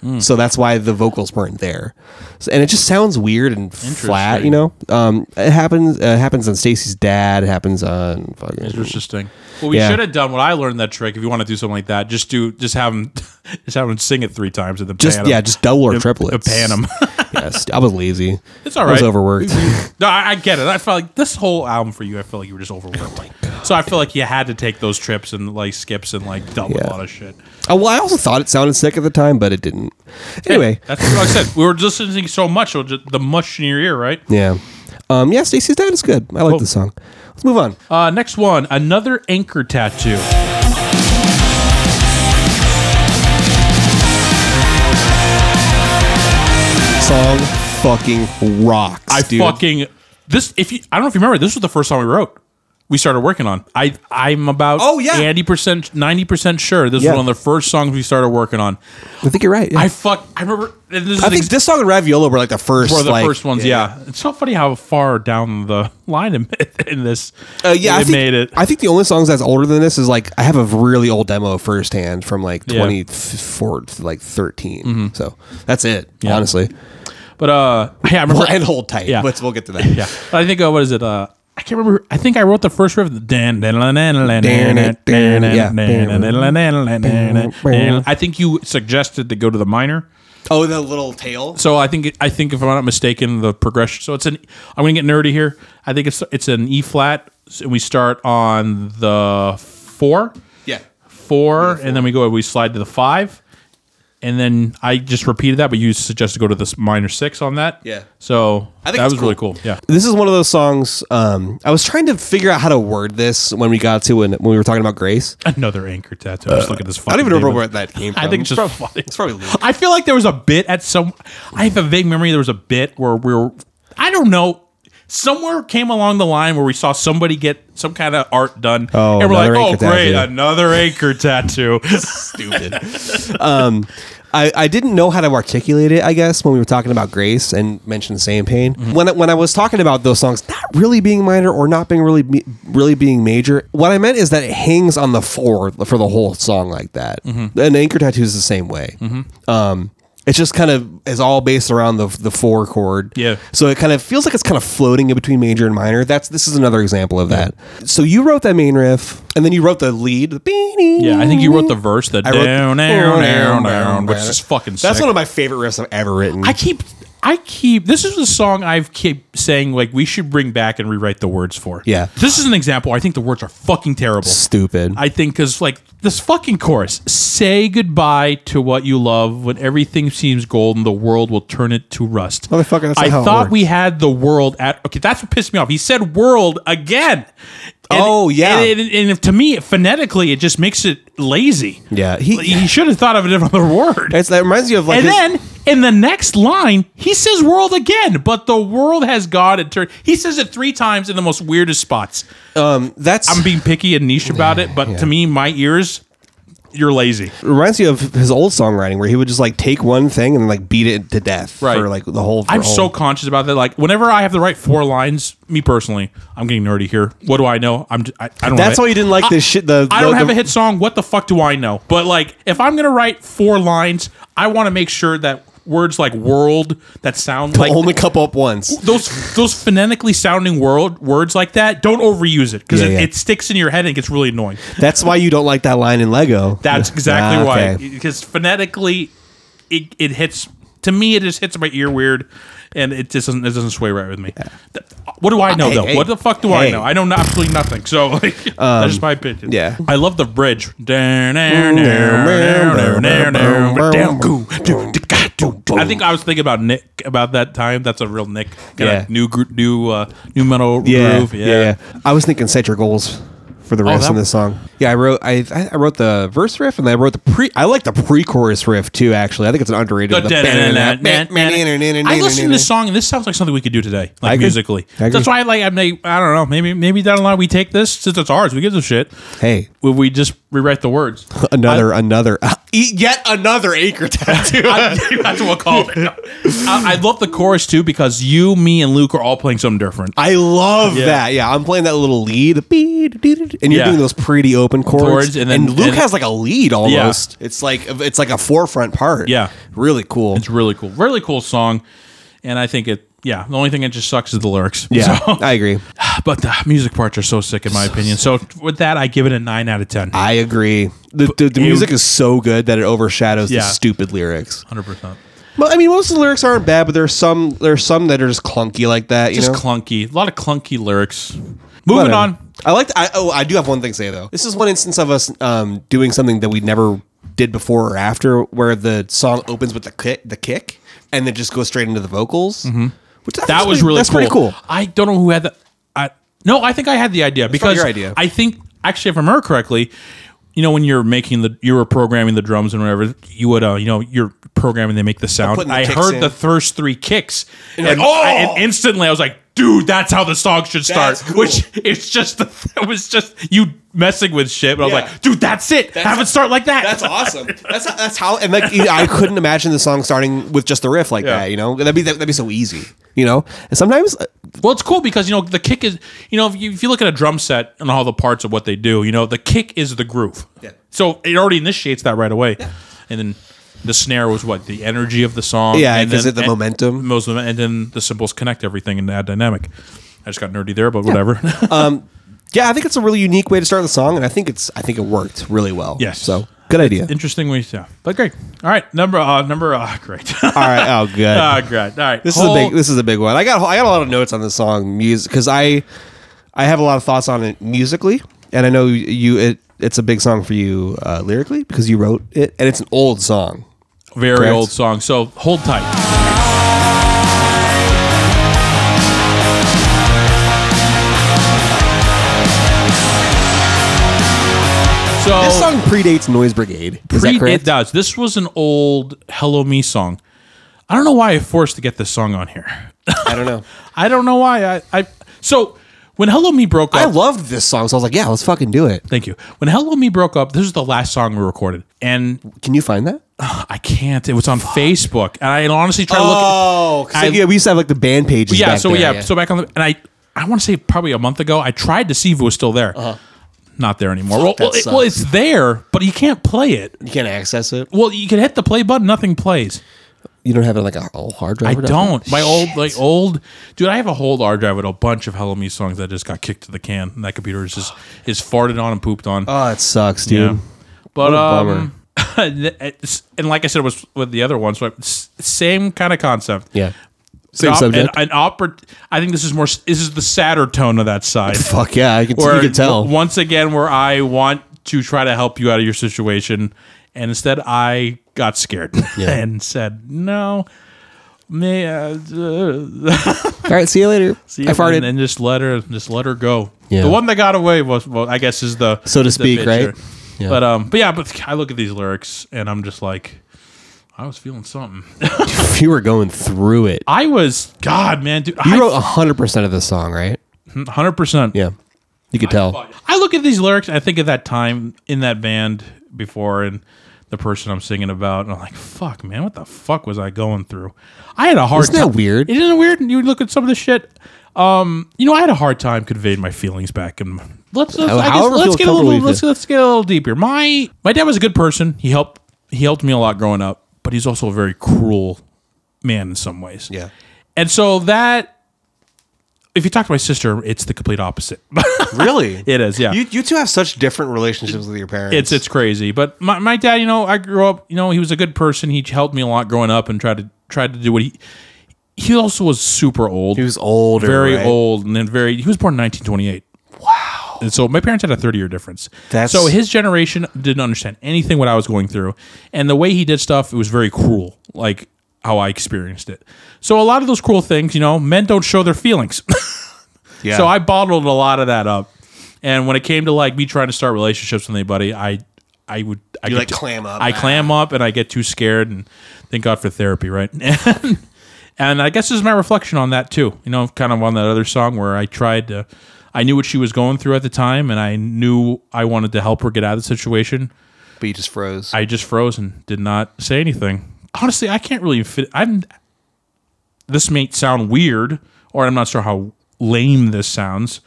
[SPEAKER 1] Hmm.
[SPEAKER 2] so that's why the vocals weren't there, so, and it just sounds weird and flat. You know, um, it happens. Uh, happens on Stacy's dad. It happens on fucking
[SPEAKER 1] Interesting. Well, we
[SPEAKER 2] Yeah.
[SPEAKER 1] should have done what I learned that trick. If you want to do something like that, just do just have them [LAUGHS] just have them sing it three times and then
[SPEAKER 2] Just
[SPEAKER 1] pan 'em.
[SPEAKER 2] yeah, just double or
[SPEAKER 1] A-
[SPEAKER 2] triple it.
[SPEAKER 1] A pan
[SPEAKER 2] [LAUGHS]
[SPEAKER 1] 'em.
[SPEAKER 2] yes, I was lazy.
[SPEAKER 1] It's all
[SPEAKER 2] I was
[SPEAKER 1] right.
[SPEAKER 2] overworked.
[SPEAKER 1] no, I, I get it. I felt like this whole album for you. I feel like you were just
[SPEAKER 2] Oh
[SPEAKER 1] overworked. so I feel like you had to take those trips and like skips and like dump
[SPEAKER 2] Yeah.
[SPEAKER 1] a lot of shit.
[SPEAKER 2] [LAUGHS] Oh, well, I also thought it sounded sick at the time, but it didn't. Anyway,
[SPEAKER 1] That's what I said. We were just listening so much, it'll just, the mush in your ear, right?
[SPEAKER 2] yeah, um, yeah, Stacy's dad is good. I like
[SPEAKER 1] Cool.
[SPEAKER 2] this song. Let's move on.
[SPEAKER 1] Uh, next one, another anchor tattoo.
[SPEAKER 2] Song fucking rocks.
[SPEAKER 1] I
[SPEAKER 2] dude.
[SPEAKER 1] fucking this. If you, I don't know if you remember, this was the first song we wrote. We started working on. I I'm about
[SPEAKER 2] Oh, yeah.
[SPEAKER 1] ninety percent ninety percent sure this
[SPEAKER 2] Yeah.
[SPEAKER 1] was one of the first songs we started working on.
[SPEAKER 2] I think you're right. yeah.
[SPEAKER 1] I fuck. I remember. and This is
[SPEAKER 2] I think this song and Raviola were like the first.
[SPEAKER 1] were the
[SPEAKER 2] like-
[SPEAKER 1] first ones. Yeah. it's so funny how far down the [LAUGHS] line in, in this.
[SPEAKER 2] Uh, yeah,
[SPEAKER 1] they
[SPEAKER 2] I think,
[SPEAKER 1] made it.
[SPEAKER 2] I think the only songs that's older than this is like I have a really old demo firsthand from like
[SPEAKER 1] Yeah. Mm-hmm.
[SPEAKER 2] 24 to like 13. So that's it, honestly.
[SPEAKER 1] but uh, yeah, I remember.
[SPEAKER 2] Well, [LAUGHS] and hold tight,
[SPEAKER 1] Yeah.
[SPEAKER 2] but we'll get to that.
[SPEAKER 1] yeah, I think uh, what is it? Uh, I can't remember. I think I wrote the first riff. Dan, dan, dan, dan, dan, dan, dan, dan, dan, dan, dan, dan, dan, dan, dan. I think you suggested to go to the minor.
[SPEAKER 2] Oh, the little tail.
[SPEAKER 1] So I think I think if I'm not mistaken, the progression. So it's an. I'm gonna get nerdy here. I think it's it's an E flat, and we start on the four,
[SPEAKER 2] Yeah.
[SPEAKER 1] four, and then we go we slide to the five, and then I just repeated that, but you suggest to go to this minor six on that.
[SPEAKER 2] Yeah.
[SPEAKER 1] So
[SPEAKER 2] I think
[SPEAKER 1] that
[SPEAKER 2] it's
[SPEAKER 1] was really cool. Yeah.
[SPEAKER 2] This is one of those songs. Um, I was trying to figure out how to word this when we got to when, when we were talking about Grace.
[SPEAKER 1] Another anchor tattoo. Just look at this.
[SPEAKER 2] I don't
[SPEAKER 1] fucking
[SPEAKER 2] even remember
[SPEAKER 1] David.
[SPEAKER 2] where that came from.
[SPEAKER 1] I think it's just
[SPEAKER 2] Prob-
[SPEAKER 1] funny.
[SPEAKER 2] it's probably Luke.
[SPEAKER 1] I feel like there was a bit at some. I have a vague memory. There was a bit where we were. I don't know. Somewhere came along the line where we saw somebody get some kind of art done,
[SPEAKER 2] Oh,
[SPEAKER 1] and we're like,
[SPEAKER 2] another
[SPEAKER 1] "Oh,
[SPEAKER 2] anchor
[SPEAKER 1] great,
[SPEAKER 2] tattoo."
[SPEAKER 1] another anchor
[SPEAKER 2] [LAUGHS]
[SPEAKER 1] tattoo."
[SPEAKER 2] Um, I, I didn't know how to articulate it, I guess, when we were talking about Grace and mentioned Same Pain.
[SPEAKER 1] Mm-hmm.
[SPEAKER 2] When, I- when I was talking about those songs not really being minor or not being really me- really being major, what I meant is that it hangs on the four for the whole song like that.
[SPEAKER 1] Mm-hmm.
[SPEAKER 2] And Anchor Tattoo is the same way. Um, it's just kind of is all based around the the four chord.
[SPEAKER 1] Yeah.
[SPEAKER 2] So it kind of feels like it's kind of floating in between major and minor. That's this is another example of that. So you wrote that main riff, and then you wrote the lead. The
[SPEAKER 1] yeah, I think you wrote the verse that
[SPEAKER 2] [LAUGHS] I wrote the-
[SPEAKER 1] down, down, down, down, which is fucking.
[SPEAKER 2] That's
[SPEAKER 1] sick.
[SPEAKER 2] one of my favorite riffs I've ever written.
[SPEAKER 1] I keep. I keep. This is a song I've keep saying like we should bring back and rewrite the words for.
[SPEAKER 2] Yeah.
[SPEAKER 1] This is an example. I think the words are fucking terrible.
[SPEAKER 2] Stupid.
[SPEAKER 1] I think because like this fucking chorus, say goodbye to what you love when everything seems gold and the world will turn it to rust.
[SPEAKER 2] Motherfucker, that's not
[SPEAKER 1] I
[SPEAKER 2] how it
[SPEAKER 1] thought
[SPEAKER 2] works.
[SPEAKER 1] we had the world at okay. That's what pissed me off. He said world again. And-
[SPEAKER 2] Oh, yeah.
[SPEAKER 1] and, and, and to me phonetically, it just makes it lazy.
[SPEAKER 2] Yeah,
[SPEAKER 1] he,
[SPEAKER 2] he-
[SPEAKER 1] should have thought of a different [LAUGHS] word.
[SPEAKER 2] It's, that reminds you of like
[SPEAKER 1] and
[SPEAKER 2] his-
[SPEAKER 1] then in the next line, he says world again, but the world has God at turn. He says it three times in the most weirdest spots.
[SPEAKER 2] that's
[SPEAKER 1] I'm being picky and niche about it, but to me, my ears, you're lazy.
[SPEAKER 2] reminds you of his old songwriting where he would just like take one thing and like beat it to death
[SPEAKER 1] Right.
[SPEAKER 2] for like the whole. for
[SPEAKER 1] I'm
[SPEAKER 2] whole-
[SPEAKER 1] so conscious about that. Like whenever I have to write four lines, me personally, I'm getting nerdy here. What do I know? I'm j- I, I don't.
[SPEAKER 2] That's
[SPEAKER 1] have a-
[SPEAKER 2] why you didn't like
[SPEAKER 1] I-
[SPEAKER 2] this shit. The
[SPEAKER 1] I don't
[SPEAKER 2] the-
[SPEAKER 1] have a
[SPEAKER 2] the-
[SPEAKER 1] hit song. What the fuck do I know? But like, if I'm gonna write four lines, I want to make sure that words like world that sound like
[SPEAKER 2] only couple up once.
[SPEAKER 1] those those phonetically sounding world words like that. Don't overuse it because
[SPEAKER 2] Yeah,
[SPEAKER 1] it,
[SPEAKER 2] yeah.
[SPEAKER 1] it sticks in your head and it gets really annoying.
[SPEAKER 2] That's why you don't like that line in Lego.
[SPEAKER 1] That's exactly
[SPEAKER 2] Ah,
[SPEAKER 1] why.
[SPEAKER 2] okay.
[SPEAKER 1] Because phonetically, it, it hits. To me, it just hits my ear weird, and it just doesn't, it doesn't sway right with me. Th- What do I know
[SPEAKER 2] Hey,
[SPEAKER 1] though?
[SPEAKER 2] hey.
[SPEAKER 1] what the fuck do I
[SPEAKER 2] Hey. Um,
[SPEAKER 1] know? I know no- absolutely nothing. So like, [LAUGHS] that's just my opinion.
[SPEAKER 2] yeah.
[SPEAKER 1] I love the bridge. I think I was thinking about Nick about that time. That's a real Nick kind
[SPEAKER 2] Yeah.
[SPEAKER 1] of new gr- new uh, new metal
[SPEAKER 2] yeah,
[SPEAKER 1] groove. Oh,
[SPEAKER 2] yeah, yeah. I was thinking set your goals for the rest
[SPEAKER 7] that-
[SPEAKER 2] of this song. Yeah, I wrote I I- I wrote the verse riff and I wrote the pre I like the pre-chorus riff too. Actually, I think it's an underrated.
[SPEAKER 1] The da-da-da-da-da-da-da. I listen to this song and this sounds like something we could do today,
[SPEAKER 2] I
[SPEAKER 1] like
[SPEAKER 2] agree.
[SPEAKER 1] musically.
[SPEAKER 2] I agree.
[SPEAKER 1] That's why, like, I'm like, I don't know, maybe maybe down the line we take this since it's ours, we give a shit.
[SPEAKER 2] Hey,
[SPEAKER 1] Would we just rewrite the words?
[SPEAKER 2] another another. [LAUGHS] e,
[SPEAKER 7] Eat yet another acre
[SPEAKER 1] [LAUGHS]
[SPEAKER 7] tattoo.
[SPEAKER 1] That's what we'll call it. I, I love the chorus too because you, me, and Luke are all playing something different.
[SPEAKER 2] I love that. Yeah, I'm playing that little lead, Beep, doo, doo, doo. and you're
[SPEAKER 1] Yeah.
[SPEAKER 2] doing those pretty open chords.
[SPEAKER 1] Chords, and
[SPEAKER 2] and,
[SPEAKER 1] then-
[SPEAKER 2] Luke
[SPEAKER 1] and-
[SPEAKER 2] has like a lead almost. It's like it's like a forefront part.
[SPEAKER 1] Yeah.
[SPEAKER 2] really cool.
[SPEAKER 1] It's really cool, really cool song, and I think it. Yeah, the only thing that just sucks is the lyrics. [LAUGHS]
[SPEAKER 2] yeah,
[SPEAKER 1] So-
[SPEAKER 2] I agree.
[SPEAKER 1] but the music parts are so sick in my opinion. So with that, I give it a nine out of ten.
[SPEAKER 2] I agree. The, the, the
[SPEAKER 1] you-
[SPEAKER 2] music is so good that it overshadows
[SPEAKER 1] Yeah.
[SPEAKER 2] the stupid lyrics.
[SPEAKER 1] Hundred percent.
[SPEAKER 2] Well, I mean, most of the lyrics aren't bad, but there's some there's some that are just clunky like that. You
[SPEAKER 1] Just
[SPEAKER 2] know?
[SPEAKER 1] clunky, a lot of clunky lyrics. Moving
[SPEAKER 2] Whatever.
[SPEAKER 1] on.
[SPEAKER 2] I like. I, oh, I do have one thing to say though. This is one instance of us um, doing something that we never did before or after, where the song opens with the kick, the kick, and then just goes straight into the vocals. Which I think
[SPEAKER 1] That
[SPEAKER 2] is
[SPEAKER 1] was
[SPEAKER 2] pretty-
[SPEAKER 1] really
[SPEAKER 2] that's
[SPEAKER 1] cool.
[SPEAKER 2] pretty cool.
[SPEAKER 1] I don't know who had the. I no, I think I had the idea because
[SPEAKER 2] your idea.
[SPEAKER 1] I think actually, if I remember correctly, you know when you're making the you were programming the drums and whatever, you would uh, you know you're programming they make the sound.
[SPEAKER 2] putting the
[SPEAKER 1] I
[SPEAKER 2] kicks
[SPEAKER 1] heard
[SPEAKER 2] in.
[SPEAKER 1] the first three kicks, and,
[SPEAKER 2] you're
[SPEAKER 1] I-
[SPEAKER 2] like, "Oh!"
[SPEAKER 1] and instantly I was like, dude, that's how the song should start.
[SPEAKER 2] That's cool.
[SPEAKER 1] Which it's just [LAUGHS] the, it was just you messing with shit, but I
[SPEAKER 2] Yeah.
[SPEAKER 1] was like, dude, that's it. Have it start like that.
[SPEAKER 2] That's awesome. That's that's how. And like, you know, I couldn't imagine the song starting with just the riff like
[SPEAKER 1] Yeah.
[SPEAKER 2] that. You know, that'd be that'd be so easy. You know, and sometimes uh,
[SPEAKER 1] Well, it's cool because you know the kick is you know if you, if you look at a drum set and all the parts of what they do, you know the kick is the groove.
[SPEAKER 2] Yeah.
[SPEAKER 1] So it already initiates that right away, and then the snare was what the energy of the song.
[SPEAKER 2] Yeah,
[SPEAKER 1] and
[SPEAKER 2] it gives
[SPEAKER 1] then-
[SPEAKER 2] it the
[SPEAKER 1] and-
[SPEAKER 2] momentum.
[SPEAKER 1] Most of them, and then the cymbals connect everything and add dynamic. I just got nerdy there, but
[SPEAKER 2] [LAUGHS]
[SPEAKER 1] whatever.
[SPEAKER 2] Uh, yeah, I think it's a really unique way to start the song, and I think it's I think it worked really well.
[SPEAKER 1] Yes.
[SPEAKER 2] So good idea.
[SPEAKER 1] Interesting way, yeah. But great. All right, number uh number uh [LAUGHS] great.
[SPEAKER 2] [LAUGHS] All right. Oh, good.
[SPEAKER 1] Ah, great. All right.
[SPEAKER 2] This
[SPEAKER 1] Whole-
[SPEAKER 2] is a big. This is a big one. I got. I got a lot of notes on this song music because I, I have a lot of thoughts on it musically, and I know you. It, it's a big song for you uh, lyrically because you wrote it, and it's an old song.
[SPEAKER 1] very
[SPEAKER 2] correct.
[SPEAKER 1] old song. So hold tight. So
[SPEAKER 2] This song predates Noise Brigade. Is
[SPEAKER 1] Pre-
[SPEAKER 2] that correct?
[SPEAKER 1] It does. This was an old Hello Me song. I don't know why I forced to get this song on here.
[SPEAKER 2] I don't know.
[SPEAKER 1] I don't know why. I, I so when Hello Me broke up,
[SPEAKER 2] [LAUGHS] I loved this song, so I was like, yeah, let's fucking do it.
[SPEAKER 1] thank you. When Hello Me broke up, this is the last song we recorded, and
[SPEAKER 2] Can you find that?
[SPEAKER 1] I can't. It was on Facebook, and I honestly tried to look.
[SPEAKER 2] Oh. so, yeah, we used to have like the band pages.
[SPEAKER 1] yeah
[SPEAKER 2] back
[SPEAKER 1] so
[SPEAKER 2] there,
[SPEAKER 1] yeah, so back on the and i i want to say probably a month ago i tried to see if it was still there not there anymore well, well,
[SPEAKER 2] Uh-huh. that
[SPEAKER 1] it- well,
[SPEAKER 2] sucks.
[SPEAKER 1] it's there but you can't play it
[SPEAKER 2] you can't access it.
[SPEAKER 1] well you can hit the play button nothing plays
[SPEAKER 2] You don't have it like a whole hard
[SPEAKER 1] i
[SPEAKER 2] drive. or nothing?
[SPEAKER 1] don't my old like old dude i have a whole hard drive with a bunch of hello me songs that just got kicked to the can and that computer is just is farted on and pooped on
[SPEAKER 2] Oh, it sucks, dude.
[SPEAKER 1] But
[SPEAKER 2] What a
[SPEAKER 1] um, [LAUGHS] it's- and like I said, it was with the other one, so it's same kind of concept.
[SPEAKER 2] Yeah. Same
[SPEAKER 1] An op-
[SPEAKER 2] subject.
[SPEAKER 1] An, an oper- I think this is more. s- This is the sadder tone of that side.
[SPEAKER 2] [LAUGHS] Fuck yeah, I can, you can tell.
[SPEAKER 1] w- once again, where I want to try to help you out of your situation, and instead I got
[SPEAKER 2] [LAUGHS]
[SPEAKER 1] scared and said, "No, may uh, [LAUGHS]
[SPEAKER 2] All right, see you later.
[SPEAKER 1] see
[SPEAKER 2] I
[SPEAKER 1] you,"
[SPEAKER 2] farted.
[SPEAKER 1] and, and just let her, just let her go."
[SPEAKER 2] Yeah.
[SPEAKER 1] The one that got away was, well, I guess, is the
[SPEAKER 2] So to
[SPEAKER 1] is the
[SPEAKER 2] speak,
[SPEAKER 1] bitch
[SPEAKER 2] right?
[SPEAKER 1] or-
[SPEAKER 2] Yeah.
[SPEAKER 1] But um, but yeah, but I look at these lyrics and I'm just like, I was feeling something.
[SPEAKER 2] you were going through it.
[SPEAKER 1] I was, God, man, dude,
[SPEAKER 2] You
[SPEAKER 1] I
[SPEAKER 2] wrote hundred percent of this song, right?
[SPEAKER 1] hundred percent.
[SPEAKER 2] Yeah, you could tell.
[SPEAKER 1] I look at these lyrics and I think of that time in that band before and the person I'm singing about, and I'm like, fuck, man, what the fuck was I going through? I had a hard
[SPEAKER 2] Isn't that
[SPEAKER 1] time.
[SPEAKER 2] weird?
[SPEAKER 1] Isn't it weird? And you look at some of this shit. Um, you know, I had a hard time conveying my feelings back and let's let's, I guess,
[SPEAKER 2] However
[SPEAKER 1] let's
[SPEAKER 2] feel
[SPEAKER 1] get a
[SPEAKER 2] comfortable
[SPEAKER 1] little
[SPEAKER 2] you
[SPEAKER 1] let's,
[SPEAKER 2] feel.
[SPEAKER 1] let's get a little deeper. My my dad was a good person. He helped he helped me a lot growing up, but he's also a very cruel man in some ways. [LAUGHS]
[SPEAKER 2] Yeah.
[SPEAKER 1] And so that if you talk to my sister, it's the complete opposite. [LAUGHS]
[SPEAKER 2] Really?
[SPEAKER 1] it is, yeah.
[SPEAKER 2] You you two have such different relationships with your parents.
[SPEAKER 1] It's it's crazy. But my, my dad, you know, I grew up, you know, he was a good person. He helped me a lot growing up and tried to tried to do what he he also was super old.
[SPEAKER 8] He was older,
[SPEAKER 1] very
[SPEAKER 8] right?
[SPEAKER 1] old, and then very. He was born in 1928. Wow. And so my parents had a 30 year difference.
[SPEAKER 8] That's-
[SPEAKER 1] so his generation didn't understand anything what I was going through, and the way he did stuff, it was very cruel, like how I experienced it. So a lot of those cruel things, you know, men don't show their feelings.
[SPEAKER 8] Yeah.
[SPEAKER 1] So
[SPEAKER 2] [LAUGHS]
[SPEAKER 1] I bottled a lot of that up. And when it came to like me trying to start relationships with anybody, I I would I
[SPEAKER 2] You,
[SPEAKER 1] get
[SPEAKER 2] like, clam up. Ah.
[SPEAKER 1] I clam up and I get too scared and thank God for therapy, right? [LAUGHS] And, and I guess this is my reflection on that too. You know, kind of on that other song where I tried to I knew what she was going through at the time and I knew I wanted to help her get out of the situation.
[SPEAKER 2] But you just froze.
[SPEAKER 1] I just froze and did not say anything. Honestly, I can't really fit. I'm. This may sound weird, or I'm not sure how lame this sounds,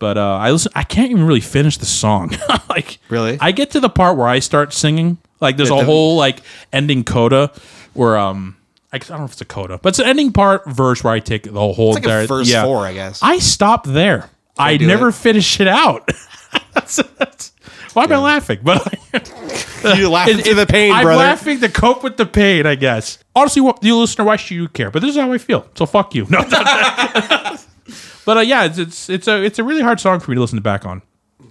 [SPEAKER 1] but uh, I listen. I can't even really finish the song. [LAUGHS] like
[SPEAKER 8] Really?
[SPEAKER 1] I get to the part where I start singing. Like there's a
[SPEAKER 8] the-
[SPEAKER 1] whole like ending coda where um. I I don't know if it's a coda, but it's an ending part verse where I take the whole.
[SPEAKER 8] like a
[SPEAKER 1] entire-
[SPEAKER 8] verse four, I guess.
[SPEAKER 1] I stop there. I
[SPEAKER 8] do
[SPEAKER 1] never
[SPEAKER 8] it.
[SPEAKER 1] finish it out. [LAUGHS] that's, that's, why am I laughing? But
[SPEAKER 8] you laugh
[SPEAKER 1] it-
[SPEAKER 8] through the pain,
[SPEAKER 1] I'm
[SPEAKER 8] brother.
[SPEAKER 1] laughing to cope with the pain, I guess. Honestly, what, you listener, why should you care? But this is how I feel. So fuck you. No. [LAUGHS] but uh, yeah, it's, it's it's a it's a really hard song for me to listen to back on.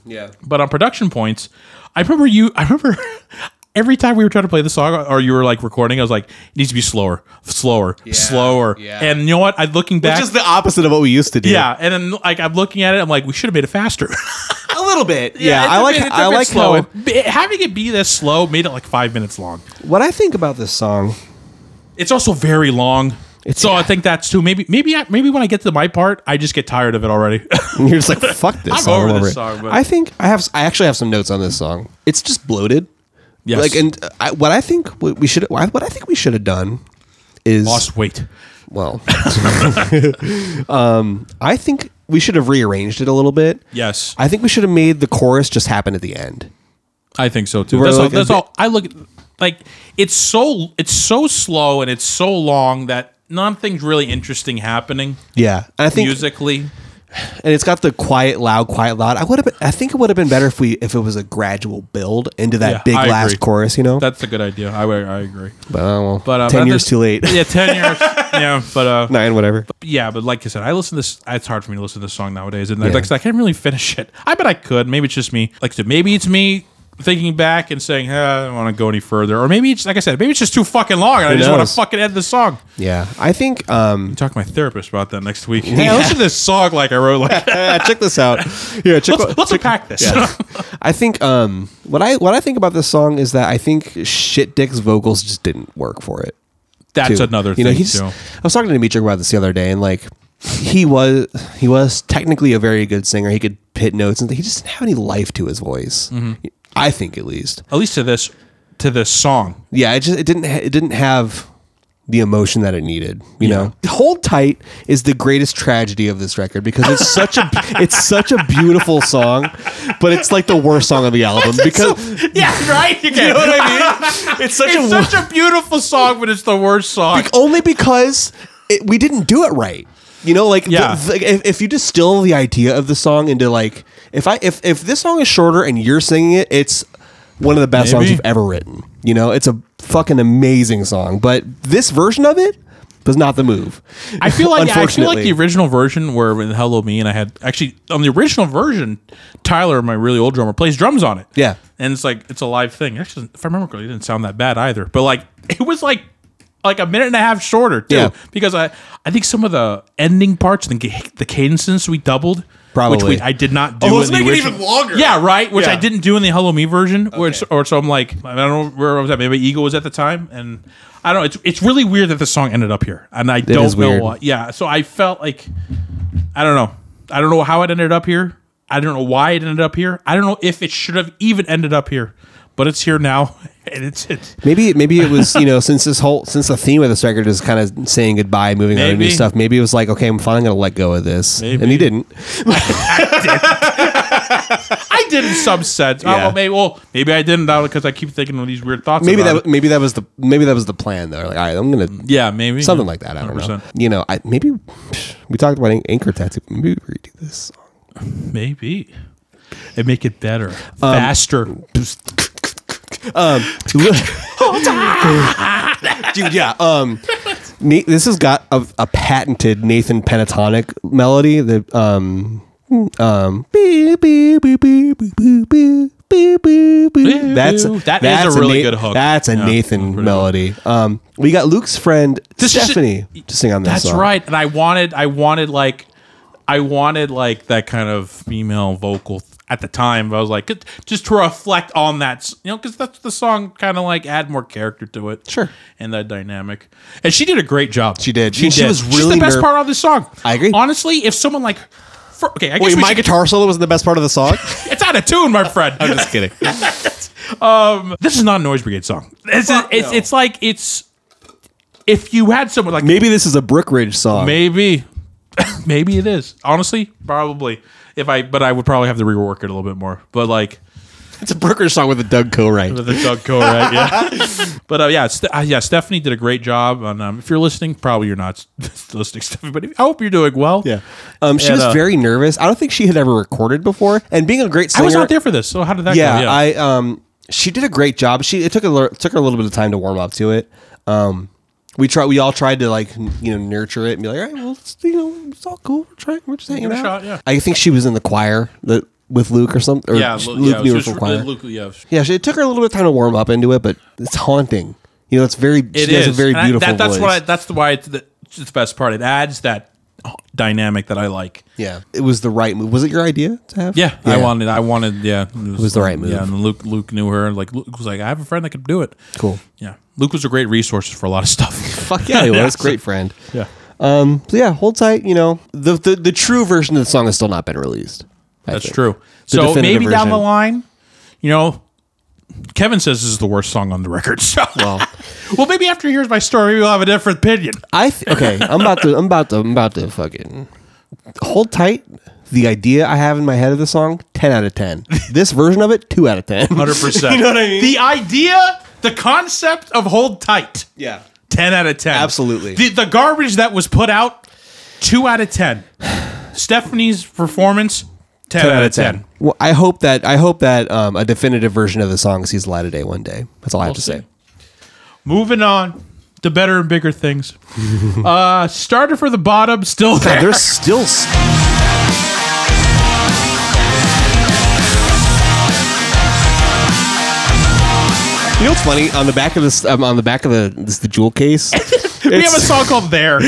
[SPEAKER 2] yeah.
[SPEAKER 1] But on production points, I remember you. I remember [LAUGHS] every time we were trying to play the song, or you were like recording, I was like, it needs to be slower, slower, slower.
[SPEAKER 2] yeah.
[SPEAKER 1] And you know what? I'm looking back.
[SPEAKER 8] Which is the opposite of what we used to do.
[SPEAKER 1] yeah, and then like I'm looking at it, I'm like, we should have made it faster.
[SPEAKER 8] a little bit.
[SPEAKER 1] [LAUGHS]
[SPEAKER 8] Yeah, I like. I like slow.
[SPEAKER 1] slow.
[SPEAKER 8] How it-
[SPEAKER 1] having it be this slow made it like five minutes long.
[SPEAKER 2] What I think about this song,
[SPEAKER 1] It's also very long.
[SPEAKER 2] It's-
[SPEAKER 1] so I think that's too. Maybe maybe I, maybe when I get to my part, I just get tired of it already. [LAUGHS]
[SPEAKER 2] [LAUGHS] you're just like, fuck this.
[SPEAKER 1] I'm
[SPEAKER 2] song,
[SPEAKER 1] over
[SPEAKER 2] I'm
[SPEAKER 1] this
[SPEAKER 2] it.
[SPEAKER 1] song, but-
[SPEAKER 2] I think I have. I actually have some notes on this song. It's just bloated.
[SPEAKER 1] yes.
[SPEAKER 2] Like, and uh, I, what I think what we should what I think we should have done is
[SPEAKER 1] lost weight.
[SPEAKER 2] well, [LAUGHS] um, I think we should have rearranged it a little bit.
[SPEAKER 1] Yes, I,
[SPEAKER 2] I think we should have made the chorus just happen at the end.
[SPEAKER 1] think so too.
[SPEAKER 2] We're
[SPEAKER 1] That's, all,
[SPEAKER 2] like a
[SPEAKER 1] that's
[SPEAKER 2] bit-
[SPEAKER 1] all. I look at- like it's so it's so slow and it's so long that nothing's really interesting happening
[SPEAKER 2] Yeah, and I think
[SPEAKER 1] musically.
[SPEAKER 2] and it's got the quiet loud, quiet loud. I would have. Been, I think it would have been better if we if it was a gradual build into that
[SPEAKER 1] Yeah,
[SPEAKER 2] big
[SPEAKER 1] I
[SPEAKER 2] last
[SPEAKER 1] agree.
[SPEAKER 2] chorus. You know,
[SPEAKER 1] That's a good idea. I I agree.
[SPEAKER 2] but, oh, well,
[SPEAKER 1] But uh,
[SPEAKER 2] ten
[SPEAKER 1] but
[SPEAKER 2] years
[SPEAKER 1] this-
[SPEAKER 2] too late.
[SPEAKER 1] [LAUGHS] Yeah, ten years. yeah, but uh,
[SPEAKER 2] [LAUGHS] Nine, whatever.
[SPEAKER 1] yeah, but like I said, I listen to this. It's hard for me to listen to this song nowadays, and like I said, I can't really finish it. I bet I could. Maybe it's just me. Like I said, maybe it's me thinking back and saying, eh, I don't want to go any further, or maybe it's like I said, maybe it's just too fucking long, and I just want to
[SPEAKER 2] knows?
[SPEAKER 1] fucking end the song.
[SPEAKER 2] Yeah, I think. Um,
[SPEAKER 1] Talk to my therapist about that next week. Hey, listen to this song like I wrote. [LAUGHS] Like
[SPEAKER 2] yeah, check this out. Yeah, check.
[SPEAKER 1] let's, let's unpack this. [LAUGHS]
[SPEAKER 2] I think um, what I what I think about this song is that I think Shit Dick's vocals just didn't work for it.
[SPEAKER 1] That's
[SPEAKER 2] too.
[SPEAKER 1] another
[SPEAKER 2] You
[SPEAKER 1] thing
[SPEAKER 2] know, he's.
[SPEAKER 1] too.
[SPEAKER 2] I was talking to Dimitri about this the other day, and like, he was he was technically a very good singer. He could hit notes, and he just didn't have any life to his voice.
[SPEAKER 1] Mm-hmm.
[SPEAKER 2] I think, at least.
[SPEAKER 1] At least to this to this song.
[SPEAKER 2] Yeah, it just it didn't ha- it didn't have the emotion that it needed. You know, "Hold Tight" is the greatest tragedy of this record because it's such a [LAUGHS] it's such a beautiful song, but it's like the worst song of the album because
[SPEAKER 1] Yeah, right. You, know what I [LAUGHS] mean? It's such
[SPEAKER 2] a-
[SPEAKER 1] such a beautiful song, but it's the worst song.
[SPEAKER 2] only because it, we didn't do it right. You know, like the-
[SPEAKER 1] Yeah.
[SPEAKER 2] the- if, if you distill the idea of the song into like if I if if this song is shorter and you're singing it, it's one of the best songs
[SPEAKER 1] Maybe.
[SPEAKER 2] you've ever written. You know, it's a fucking amazing song, but this version of it was not the move.
[SPEAKER 1] I feel like I feel like
[SPEAKER 2] Unfortunately.
[SPEAKER 1] the original version where with Hello Me and I had actually on the original version, Tyler, my really old drummer, plays drums on it.
[SPEAKER 2] Yeah.
[SPEAKER 1] and it's like it's a live thing. Actually, if I remember correctly, it didn't sound that bad either. But like [LAUGHS] it was like like a minute and a half shorter too,
[SPEAKER 2] Yeah.
[SPEAKER 1] because I I think some of the ending parts and the ca- the cadences we doubled.
[SPEAKER 2] Probably.
[SPEAKER 1] Which we, I did not do.
[SPEAKER 8] Oh,
[SPEAKER 1] in
[SPEAKER 8] let's
[SPEAKER 1] the
[SPEAKER 8] make it
[SPEAKER 1] original-
[SPEAKER 8] even longer.
[SPEAKER 1] Yeah, right. Which I
[SPEAKER 8] Yeah.
[SPEAKER 1] didn't do in the Hello Me version. Which, or so I'm like, I don't know where I was at. Maybe Ego was at the time, and I don't. know. It's it's really weird that the song ended up here, and I don't
[SPEAKER 2] is
[SPEAKER 1] know
[SPEAKER 2] weird.
[SPEAKER 1] why. Yeah, so I felt like I don't know. I don't know how it ended up here. I don't know why it ended up here. I don't know if it should have even ended up here, but it's here now, [LAUGHS] and it's it's
[SPEAKER 2] Maybe maybe it was you know [LAUGHS] since this whole since the theme of this record is kind of saying goodbye, moving on to new
[SPEAKER 1] Maybe.
[SPEAKER 2] stuff. Maybe it was like okay, I'm finally gonna let go of this, and he didn't.
[SPEAKER 1] I did in some sense. Oh, well, maybe well maybe I didn't because I keep thinking of these weird thoughts.
[SPEAKER 2] Maybe
[SPEAKER 1] about
[SPEAKER 2] that
[SPEAKER 1] it.
[SPEAKER 2] maybe that was the maybe that was the plan though. Like all right, I'm gonna
[SPEAKER 1] yeah maybe
[SPEAKER 2] something like that. I don't know.
[SPEAKER 1] 100%.
[SPEAKER 2] You know, I maybe we talked about an- anchor tattoo. Maybe we redo
[SPEAKER 1] [LAUGHS]
[SPEAKER 2] this.
[SPEAKER 1] Maybe. And make it better,
[SPEAKER 2] Um,
[SPEAKER 1] faster.
[SPEAKER 2] [LAUGHS] Dude, yeah. Um, Na- this has got a, a patented Nathan Pentatonic melody. that um um beep, beep, beep, beep, beep, beep, beep, beep, beep, beep. that's
[SPEAKER 1] That is a
[SPEAKER 2] that's
[SPEAKER 1] really good hook.
[SPEAKER 2] That's a
[SPEAKER 1] Yeah, that's
[SPEAKER 2] Nathan
[SPEAKER 1] pretty
[SPEAKER 2] melody. Um, we got Luke's friend
[SPEAKER 1] This is-
[SPEAKER 2] Stephanie to sing on this.
[SPEAKER 1] That's
[SPEAKER 2] song.
[SPEAKER 1] right. And I wanted, I wanted like, I wanted like that kind of female vocal th- at the time. I was like, "Good," just to reflect on that, s- you know, because that's the song kind of like add more character to it.
[SPEAKER 2] Sure.
[SPEAKER 1] And that dynamic. And she did a great job.
[SPEAKER 2] She did.
[SPEAKER 1] She,
[SPEAKER 2] She
[SPEAKER 1] did.
[SPEAKER 2] was
[SPEAKER 1] She's
[SPEAKER 2] really
[SPEAKER 1] the best
[SPEAKER 2] nerv-
[SPEAKER 1] part of the song.
[SPEAKER 2] I agree.
[SPEAKER 1] Honestly, if someone like, for, okay, I guess
[SPEAKER 8] Wait,
[SPEAKER 1] we
[SPEAKER 8] my
[SPEAKER 1] should-
[SPEAKER 8] guitar solo was the best part of the song.
[SPEAKER 1] it's out of tune, my friend. Um,
[SPEAKER 8] I'm just
[SPEAKER 1] [LAUGHS]
[SPEAKER 8] kidding.
[SPEAKER 1] this is not a Noise Brigade song. This is, it's, it's like, it's, if you had someone like
[SPEAKER 2] [LAUGHS] Maybe this is a Brookridge song.
[SPEAKER 1] Maybe. [LAUGHS] Maybe it is. Honestly, probably. If I but I would probably have to rework it a little bit more. But like
[SPEAKER 8] It's a Brooker song with a Doug co-write.
[SPEAKER 1] the Doug Co, right? Yeah. [LAUGHS] but uh, yeah, Ste- uh, yeah, Stephanie did a great job on um, if you're listening, probably you're not [LAUGHS] listening Stephanie, but I hope you're doing well.
[SPEAKER 2] Yeah. Um, she
[SPEAKER 1] And,
[SPEAKER 2] was
[SPEAKER 1] uh,
[SPEAKER 2] very nervous. I don't think she had ever recorded before. And being a great
[SPEAKER 1] I
[SPEAKER 2] singer,
[SPEAKER 1] was not there for this. So how did that
[SPEAKER 2] yeah,
[SPEAKER 1] go?
[SPEAKER 2] I um she did a great job. She it took a lir- took her a little bit of time to warm up to it. Um we try we all tried to like n- you know nurture it and be like, all right, well it's, you know, it's all cool. We're trying we're just hanging
[SPEAKER 1] it a
[SPEAKER 2] out.
[SPEAKER 1] shot, yeah.
[SPEAKER 2] I think she was in the choir that with Luke or something or
[SPEAKER 1] yeah,
[SPEAKER 2] sh-
[SPEAKER 1] Lu-
[SPEAKER 2] Luke
[SPEAKER 1] yeah, it
[SPEAKER 2] knew her
[SPEAKER 1] was
[SPEAKER 2] from
[SPEAKER 1] just-
[SPEAKER 2] choir.
[SPEAKER 1] Luke, yeah, it was-
[SPEAKER 2] Yeah, she, it took her a little bit of time to warm up into it, but it's haunting. You know, it's very
[SPEAKER 1] It
[SPEAKER 2] she has a
[SPEAKER 1] is.
[SPEAKER 2] very
[SPEAKER 1] And I-
[SPEAKER 2] beautiful
[SPEAKER 1] that, that's
[SPEAKER 2] voice.
[SPEAKER 1] what I, that's the why it's the, it's the best part. It adds that oh, dynamic that I like.
[SPEAKER 2] yeah. It was the right move. Was it your idea to have?
[SPEAKER 1] Yeah, I wanted. I wanted. Yeah, it was,
[SPEAKER 2] was the right move.
[SPEAKER 1] Yeah, and Luke. Luke knew her. Like Luke was like, I have a friend that could do it.
[SPEAKER 2] Cool.
[SPEAKER 1] Yeah, Luke was a great resource for a lot of
[SPEAKER 2] [LAUGHS]
[SPEAKER 1] stuff. [LAUGHS]
[SPEAKER 2] Fuck yeah, he was. Great friend.
[SPEAKER 1] yeah,
[SPEAKER 2] So yeah, hold tight. You know, the the, the true version of the song has still not been released. I
[SPEAKER 1] that's
[SPEAKER 2] think.
[SPEAKER 1] true.
[SPEAKER 2] The
[SPEAKER 1] so
[SPEAKER 2] definitive
[SPEAKER 1] maybe down the
[SPEAKER 2] version.
[SPEAKER 1] line, you know, Kevin says this is the worst song on the record. [LAUGHS] So well, well, maybe after he hears my story, we'll have a different opinion.
[SPEAKER 2] I th- okay. I'm about to. I'm about to. I'm about to fucking hold tight. The idea I have in my head of the song, ten out of ten.
[SPEAKER 1] [LAUGHS]
[SPEAKER 2] This version of it, two out of ten.
[SPEAKER 1] Hundred percent. [LAUGHS] You know what I mean? The idea, the concept of hold tight.
[SPEAKER 2] Yeah.
[SPEAKER 1] 10 out of 10.
[SPEAKER 2] Absolutely.
[SPEAKER 1] The, the garbage that was put out, 2 out of 10. [SIGHS] Stephanie's performance, 10, out of 10.
[SPEAKER 2] Well, I hope that I hope that um, a definitive version of the song sees the light of day one day. That's all I have to say.
[SPEAKER 1] Moving on to better and bigger [LAUGHS] things. uh Starter for the bottom, still there.
[SPEAKER 2] God, there's still. s- You know what's funny? On the back of this, um, on the back of the this the jewel case.
[SPEAKER 1] [LAUGHS] we have a song called There.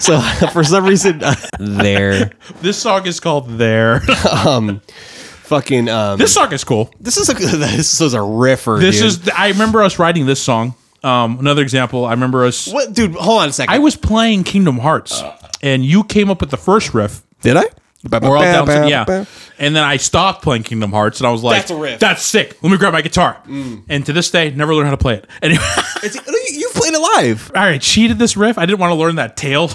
[SPEAKER 2] so [LAUGHS] for some reason, uh, there,
[SPEAKER 1] This song is called There.
[SPEAKER 2] fucking.
[SPEAKER 1] [LAUGHS]
[SPEAKER 2] Um,
[SPEAKER 1] this song is cool.
[SPEAKER 2] this is a [LAUGHS] this is a riffer.
[SPEAKER 1] This
[SPEAKER 2] dude.
[SPEAKER 1] is, I remember us writing this song. Um, another example, I remember us.
[SPEAKER 8] What, dude? Hold on a second.
[SPEAKER 1] I was playing Kingdom Hearts, and you came up with the first riff.
[SPEAKER 2] did I?
[SPEAKER 1] We're all down. yeah. And then I stopped playing Kingdom Hearts, and I was like,
[SPEAKER 8] That's a riff. Mm.
[SPEAKER 1] That's sick. Let me grab my guitar." And to this day, never learned how to play it. [LAUGHS] Anyway,
[SPEAKER 2] It's, no, you, you played it
[SPEAKER 1] [LAUGHS]
[SPEAKER 2] live.
[SPEAKER 1] all right, cheated this riff. I didn't want to learn that [LAUGHS] tail.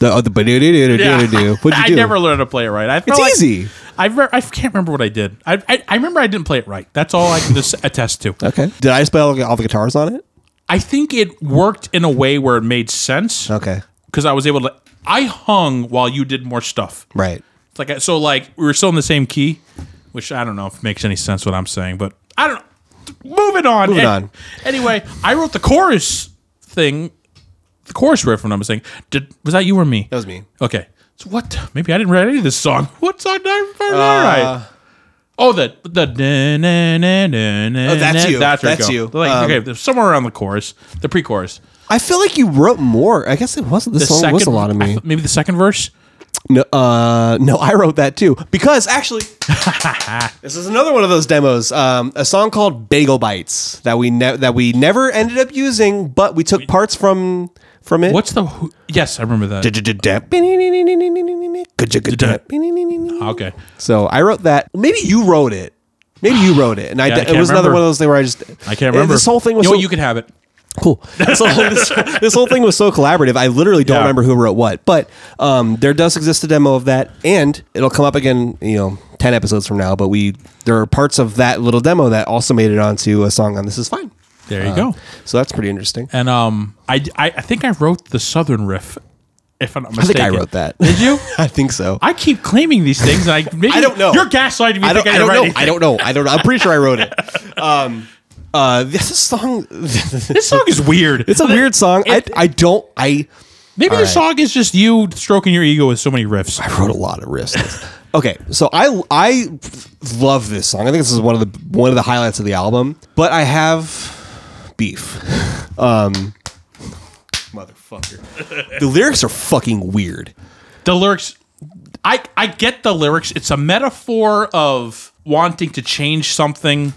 [SPEAKER 2] The oh, the
[SPEAKER 1] Yeah.
[SPEAKER 2] do. What'd
[SPEAKER 1] [LAUGHS]
[SPEAKER 2] you
[SPEAKER 1] I
[SPEAKER 2] do?
[SPEAKER 1] never learned how to play it right. I felt
[SPEAKER 2] It's
[SPEAKER 1] like-
[SPEAKER 2] easy.
[SPEAKER 1] I re- I can't remember what I did. I, I I remember I didn't play it right. That's all I can just [LAUGHS] attest to.
[SPEAKER 2] Okay. Did I just play all, the- all the guitars on it?
[SPEAKER 1] I think it worked in a way where it made sense.
[SPEAKER 2] Okay.
[SPEAKER 1] Because I was able to. I hung while you did more stuff.
[SPEAKER 2] Right.
[SPEAKER 1] It's like so, like we were still in the same key, which I don't know if makes any sense what I'm saying, but I don't. Moving on.
[SPEAKER 2] Moving
[SPEAKER 1] An-
[SPEAKER 2] on.
[SPEAKER 1] Anyway, I wrote the chorus thing, the chorus riff when I was saying, did was that you or me?
[SPEAKER 2] That was me.
[SPEAKER 1] Okay. So what? Maybe I didn't write any of this song. [LAUGHS] What song did I write?
[SPEAKER 2] Uh,
[SPEAKER 1] right. Oh, the the oh,
[SPEAKER 8] that's you.
[SPEAKER 1] That's, where it
[SPEAKER 8] That's
[SPEAKER 1] go.
[SPEAKER 8] you.
[SPEAKER 1] Like,
[SPEAKER 2] Um,
[SPEAKER 1] okay, somewhere around the chorus, the pre-chorus.
[SPEAKER 2] I feel like you wrote more. I guess it wasn't.
[SPEAKER 1] The
[SPEAKER 2] This song
[SPEAKER 1] second,
[SPEAKER 2] was a lot of
[SPEAKER 1] I
[SPEAKER 2] me.
[SPEAKER 1] thought Maybe the second verse.
[SPEAKER 2] No, uh, no, I wrote that too because actually, this is another one of those demos. Um, a song called Bagel Bites that we ne- that we never ended up using, but we took parts from from it.
[SPEAKER 1] What's the? who- Yes, I remember that. Okay.
[SPEAKER 2] So I wrote that. Maybe you wrote it. Maybe you wrote it, and I,
[SPEAKER 1] Yeah, I
[SPEAKER 2] did- it
[SPEAKER 1] can't
[SPEAKER 2] was another
[SPEAKER 1] remember.
[SPEAKER 2] one of those things where I just
[SPEAKER 1] I can't remember.
[SPEAKER 2] This whole thing was
[SPEAKER 1] You, know
[SPEAKER 2] so
[SPEAKER 1] what, you can have it.
[SPEAKER 2] cool. This whole, [LAUGHS] this, this whole thing was so collaborative. I literally don't
[SPEAKER 1] Yeah.
[SPEAKER 2] remember who wrote what, but um, there does exist a demo of that, and it'll come up again. You know, ten episodes from now. But we there are parts of that little demo that also made it onto a song on "This Is Fine."
[SPEAKER 1] There
[SPEAKER 2] Uh,
[SPEAKER 1] you go.
[SPEAKER 2] So that's pretty interesting.
[SPEAKER 1] And um, I, I I think I wrote the southern riff. If I'm not
[SPEAKER 2] I think
[SPEAKER 1] mistaken,
[SPEAKER 2] I wrote that.
[SPEAKER 1] Did you?
[SPEAKER 2] [LAUGHS] I think so.
[SPEAKER 1] I keep claiming these things. And I maybe,
[SPEAKER 2] [LAUGHS] I don't know.
[SPEAKER 1] You're gaslighting me.
[SPEAKER 2] I don't,
[SPEAKER 1] thinking
[SPEAKER 2] I don't
[SPEAKER 1] wrote
[SPEAKER 2] know.
[SPEAKER 1] anything.
[SPEAKER 2] I don't know. I don't know. I'm pretty sure I wrote it.
[SPEAKER 1] [LAUGHS]
[SPEAKER 2] Um, uh, this song. [LAUGHS]
[SPEAKER 1] This song is weird.
[SPEAKER 2] It's a weird song. I, I don't I
[SPEAKER 1] Maybe
[SPEAKER 2] All
[SPEAKER 1] the
[SPEAKER 2] right.
[SPEAKER 1] song is just you stroking your ego with so many riffs.
[SPEAKER 2] I wrote a lot of riffs. [LAUGHS] okay, so I I love this song. I think this is one of the one of the highlights of the album. But I have beef. [LAUGHS] Um, motherfucker, the lyrics are fucking weird.
[SPEAKER 1] The lyrics, I I get the lyrics. It's a metaphor of wanting to change something,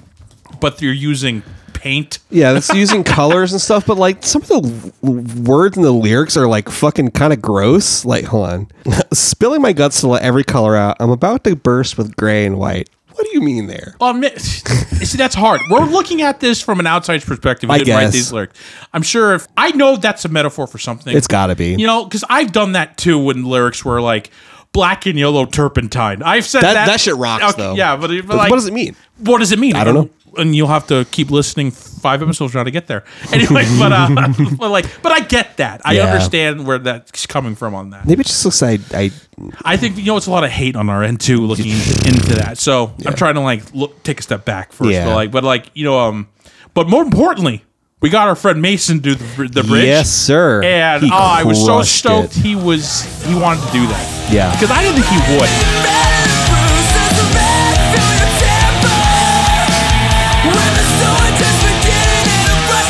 [SPEAKER 1] but you're using paint.
[SPEAKER 2] Yeah, it's using colors and stuff, but like some of the w- words and the lyrics are like fucking kind of gross. Like, hold on. [LAUGHS] Spilling my guts to let every color out. I'm about to burst with gray and white. What do you mean there?
[SPEAKER 1] Well, mi- [LAUGHS] see, that's hard. We're looking at this from an outside's perspective. We
[SPEAKER 2] I
[SPEAKER 1] didn't write
[SPEAKER 2] guess.
[SPEAKER 1] these lyrics. I'm sure if I know that's a metaphor for something.
[SPEAKER 2] It's gotta be.
[SPEAKER 1] You know, because I've done that too when lyrics were like black and yellow turpentine. I've said that.
[SPEAKER 2] That- that shit rocks, though.
[SPEAKER 1] Yeah, but, it- but
[SPEAKER 2] But
[SPEAKER 1] like,
[SPEAKER 2] what does it mean?
[SPEAKER 1] What does it mean? I
[SPEAKER 2] don't know.
[SPEAKER 1] And you'll have to keep listening five episodes trying to get there. [LAUGHS] Anyway, but uh, [LAUGHS] but like, but I get that. I
[SPEAKER 2] Yeah.
[SPEAKER 1] understand where that's coming from on that.
[SPEAKER 2] Maybe it just looks like I,
[SPEAKER 1] I think you know it's a lot of hate on our end too, looking [LAUGHS] into that. So I'm trying to like look, take a step back first,
[SPEAKER 2] Yeah.
[SPEAKER 1] but like, but like you know, um, but more importantly, we got our friend Mason do the, br- the bridge.
[SPEAKER 2] Yes, sir.
[SPEAKER 1] And
[SPEAKER 2] He
[SPEAKER 1] oh, I was so
[SPEAKER 2] crushed
[SPEAKER 1] stoked
[SPEAKER 2] it.
[SPEAKER 1] he was he wanted to do that.
[SPEAKER 2] Yeah.
[SPEAKER 1] because I didn't think he would.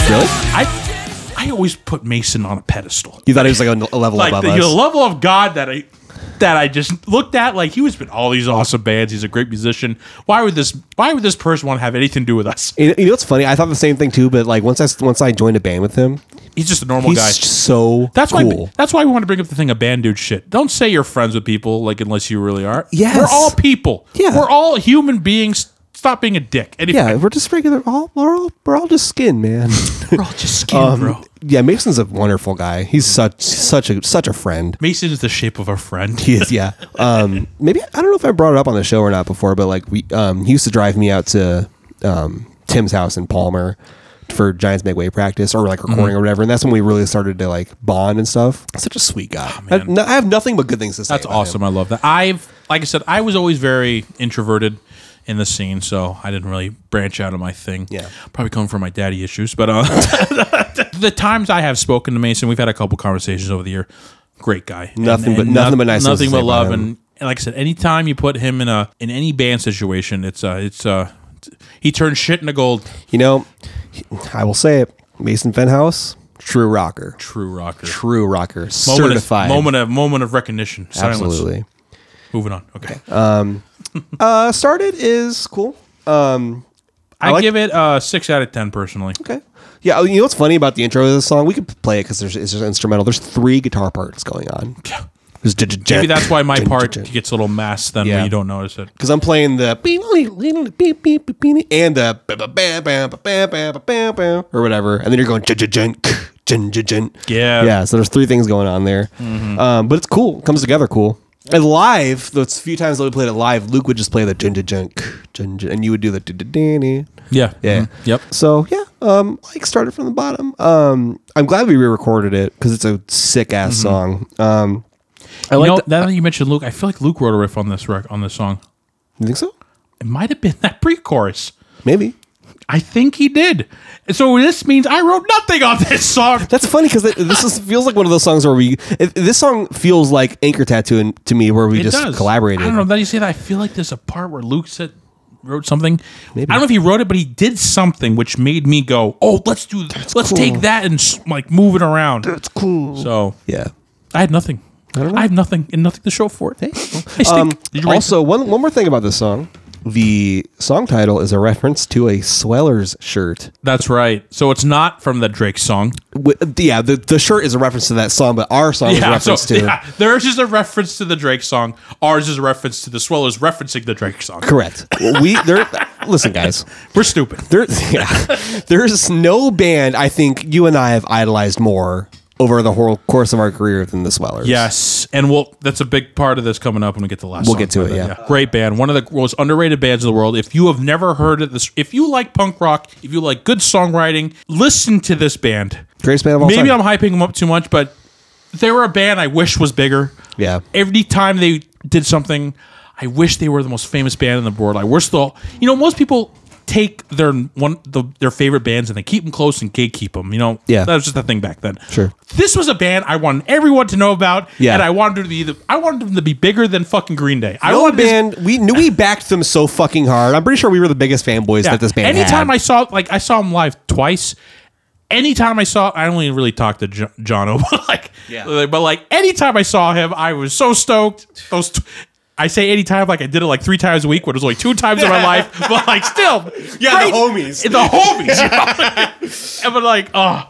[SPEAKER 2] Really?
[SPEAKER 1] I I always put Mason on a pedestal,
[SPEAKER 2] You thought he was like a, a level
[SPEAKER 1] like
[SPEAKER 2] above
[SPEAKER 1] the,
[SPEAKER 2] us.
[SPEAKER 1] the level of God that I. That I just looked at, like he was been all these awesome bands. He's a great musician. Why would this? Why would this person want to have anything to do with us? [LAUGHS]
[SPEAKER 2] you you know what's funny? I thought the same thing too, but like once I s- once I joined a band with him,
[SPEAKER 1] He's just a normal
[SPEAKER 2] he's
[SPEAKER 1] guy.
[SPEAKER 2] so
[SPEAKER 1] That's
[SPEAKER 2] cool.
[SPEAKER 1] why. That's why we want to bring up the thing of band dude shit. Don't say you're friends with people like unless you really are.
[SPEAKER 2] Yes.
[SPEAKER 1] we're all people.
[SPEAKER 2] Yeah.
[SPEAKER 1] we're all human beings. Stop being a dick. Anyway,
[SPEAKER 2] yeah, we're just regular. All we're all we're all just skin, man.
[SPEAKER 1] [LAUGHS]
[SPEAKER 2] Um,
[SPEAKER 1] we're all just skin, bro.
[SPEAKER 2] yeah, Mason's a wonderful guy. He's such such a such a friend.
[SPEAKER 1] Mason is the shape of a friend.
[SPEAKER 2] He is, yeah. Um, maybe I don't know if I brought it up on the show or not before, but like we, um, he used to drive me out to um, Tim's house in Palmer for Giants Make Way practice or like
[SPEAKER 1] Mm-hmm.
[SPEAKER 2] recording or whatever, and that's when we really started to like bond and stuff. Such a sweet guy. I, no, I have nothing but good things to say.
[SPEAKER 1] That's
[SPEAKER 2] about him.
[SPEAKER 1] awesome. I love that. I've, like I said, I was always very introverted in the scene, so I didn't really branch out of my thing.
[SPEAKER 2] Yeah.
[SPEAKER 1] probably come from my daddy issues, but uh, [LAUGHS] the times I have spoken to Mason, we've had a couple conversations over the year. Great guy.
[SPEAKER 2] Nothing but- nothing but nice things
[SPEAKER 1] Nothing
[SPEAKER 2] to say
[SPEAKER 1] but love,
[SPEAKER 2] about him.
[SPEAKER 1] and, and like I said, anytime you put him in a in any band situation, it's uh it's uh he turns shit into gold.
[SPEAKER 2] You know, he- I will say it. Mason Fenhouse, true rocker,
[SPEAKER 1] True rocker.
[SPEAKER 2] true rocker,
[SPEAKER 1] Moment of,
[SPEAKER 2] certified.
[SPEAKER 1] moment of moment of recognition. Silence.
[SPEAKER 2] Absolutely.
[SPEAKER 1] Moving on. Okay.
[SPEAKER 2] Uh, started is cool.
[SPEAKER 1] I,
[SPEAKER 2] like-
[SPEAKER 1] give it uh six out of ten personally.
[SPEAKER 2] Okay. Yeah, oh, you know what's funny about the intro of this song? We could play it because there's it's just instrumental. There's three guitar parts going on. There's
[SPEAKER 1] Maybe that's why my part gets a little masked then
[SPEAKER 2] Yeah.
[SPEAKER 1] when you don't notice it.
[SPEAKER 2] because I'm playing the and the or whatever, and then you're going
[SPEAKER 1] Yeah. Mm-hmm.
[SPEAKER 2] yeah. So there's three things going on there, um, but it's cool. It comes together cool. And live, those few times that we played it live, Luke would just play the and you would do the
[SPEAKER 1] Yeah.
[SPEAKER 2] Yeah.
[SPEAKER 1] Mhm. Yep.
[SPEAKER 2] So yeah, um, like started from the bottom. Um, I'm glad we re-recorded it because it's a sick ass
[SPEAKER 1] Mm-hmm.
[SPEAKER 2] song. Um, I
[SPEAKER 1] You
[SPEAKER 2] like.
[SPEAKER 1] know,
[SPEAKER 2] that.
[SPEAKER 1] now that you mentioned Luke, I feel like Luke wrote a riff on this rec- on this song.
[SPEAKER 2] You think so?
[SPEAKER 1] It might have been [LAUGHS] that pre-chorus.
[SPEAKER 2] Maybe.
[SPEAKER 1] I think he did. And so this means I wrote nothing on this song.
[SPEAKER 2] That's funny because this is, feels like one of those songs where we. It, this song feels like Anchor Tattoo in, to me, where
[SPEAKER 1] [LAUGHS]
[SPEAKER 2] we
[SPEAKER 1] It
[SPEAKER 2] just
[SPEAKER 1] does.
[SPEAKER 2] collaborated.
[SPEAKER 1] I don't know. Now you say that, I feel like there's a part where Luke said wrote something. I don't know if he wrote it, but he did something which made me go, "Oh, let's do. let's take that and s- like move it around." That's cool. So
[SPEAKER 2] Yeah.
[SPEAKER 1] I had nothing. I,
[SPEAKER 2] don't know.
[SPEAKER 1] have nothing and nothing to show for it. I
[SPEAKER 2] Um,
[SPEAKER 1] stink. Did you write
[SPEAKER 2] also, one one more thing about this song. The song title is a reference to a Swellers shirt.
[SPEAKER 1] That's right. So it's not from the Drake song.
[SPEAKER 2] Wi- yeah, the, the shirt is a reference to that song, but our song is a reference
[SPEAKER 1] so,
[SPEAKER 2] to.
[SPEAKER 1] yeah, theirs is a reference to the Drake song. Ours is a reference to the Swellers referencing the Drake song.
[SPEAKER 2] Correct. We there. listen, guys.
[SPEAKER 1] We're stupid.
[SPEAKER 2] There, [LAUGHS] yeah, there's no band I think you and I have idolized more over the whole course of our career than the Swellers.
[SPEAKER 1] Yes, and we'll that's a big part of this coming up when we get to the last.
[SPEAKER 2] We'll
[SPEAKER 1] song.
[SPEAKER 2] get to it,
[SPEAKER 1] But,
[SPEAKER 2] yeah.
[SPEAKER 1] great band, one of the most underrated bands in the world. If you have never heard of this, if you like punk rock, if you like good songwriting, listen to this band.
[SPEAKER 2] Greatest band of all
[SPEAKER 1] Maybe
[SPEAKER 2] time.
[SPEAKER 1] I'm hyping them up too much, but they were a band I wish was bigger.
[SPEAKER 2] Yeah.
[SPEAKER 1] Every time they did something, I wish they were the most famous band in the world. I wish the you know most people take their one the, their favorite bands and they keep them close and gatekeep them. You know,
[SPEAKER 2] Yeah.
[SPEAKER 1] that was just a thing back then.
[SPEAKER 2] Sure.
[SPEAKER 1] this was a band I wanted everyone to know about.
[SPEAKER 2] Yeah.
[SPEAKER 1] and I wanted to be the, I wanted them to be bigger than fucking Green Day. I
[SPEAKER 2] No
[SPEAKER 1] wanted this-
[SPEAKER 2] band. We knew we backed them so fucking hard. I'm pretty sure we were the biggest fanboys
[SPEAKER 1] yeah,
[SPEAKER 2] that this band.
[SPEAKER 1] Anytime
[SPEAKER 2] had.
[SPEAKER 1] I saw like I saw them live twice. Anytime I saw, I only really talked to jo- Jono, [LAUGHS] but like, like- but like, anytime I saw him, I was so stoked. Those, t- I say anytime, like I did it like three times a week, when it was only two times in my
[SPEAKER 7] [LAUGHS]
[SPEAKER 1] life, but like still,
[SPEAKER 7] Yeah, the homies.
[SPEAKER 1] the homies, you know? [LAUGHS] and but like, oh,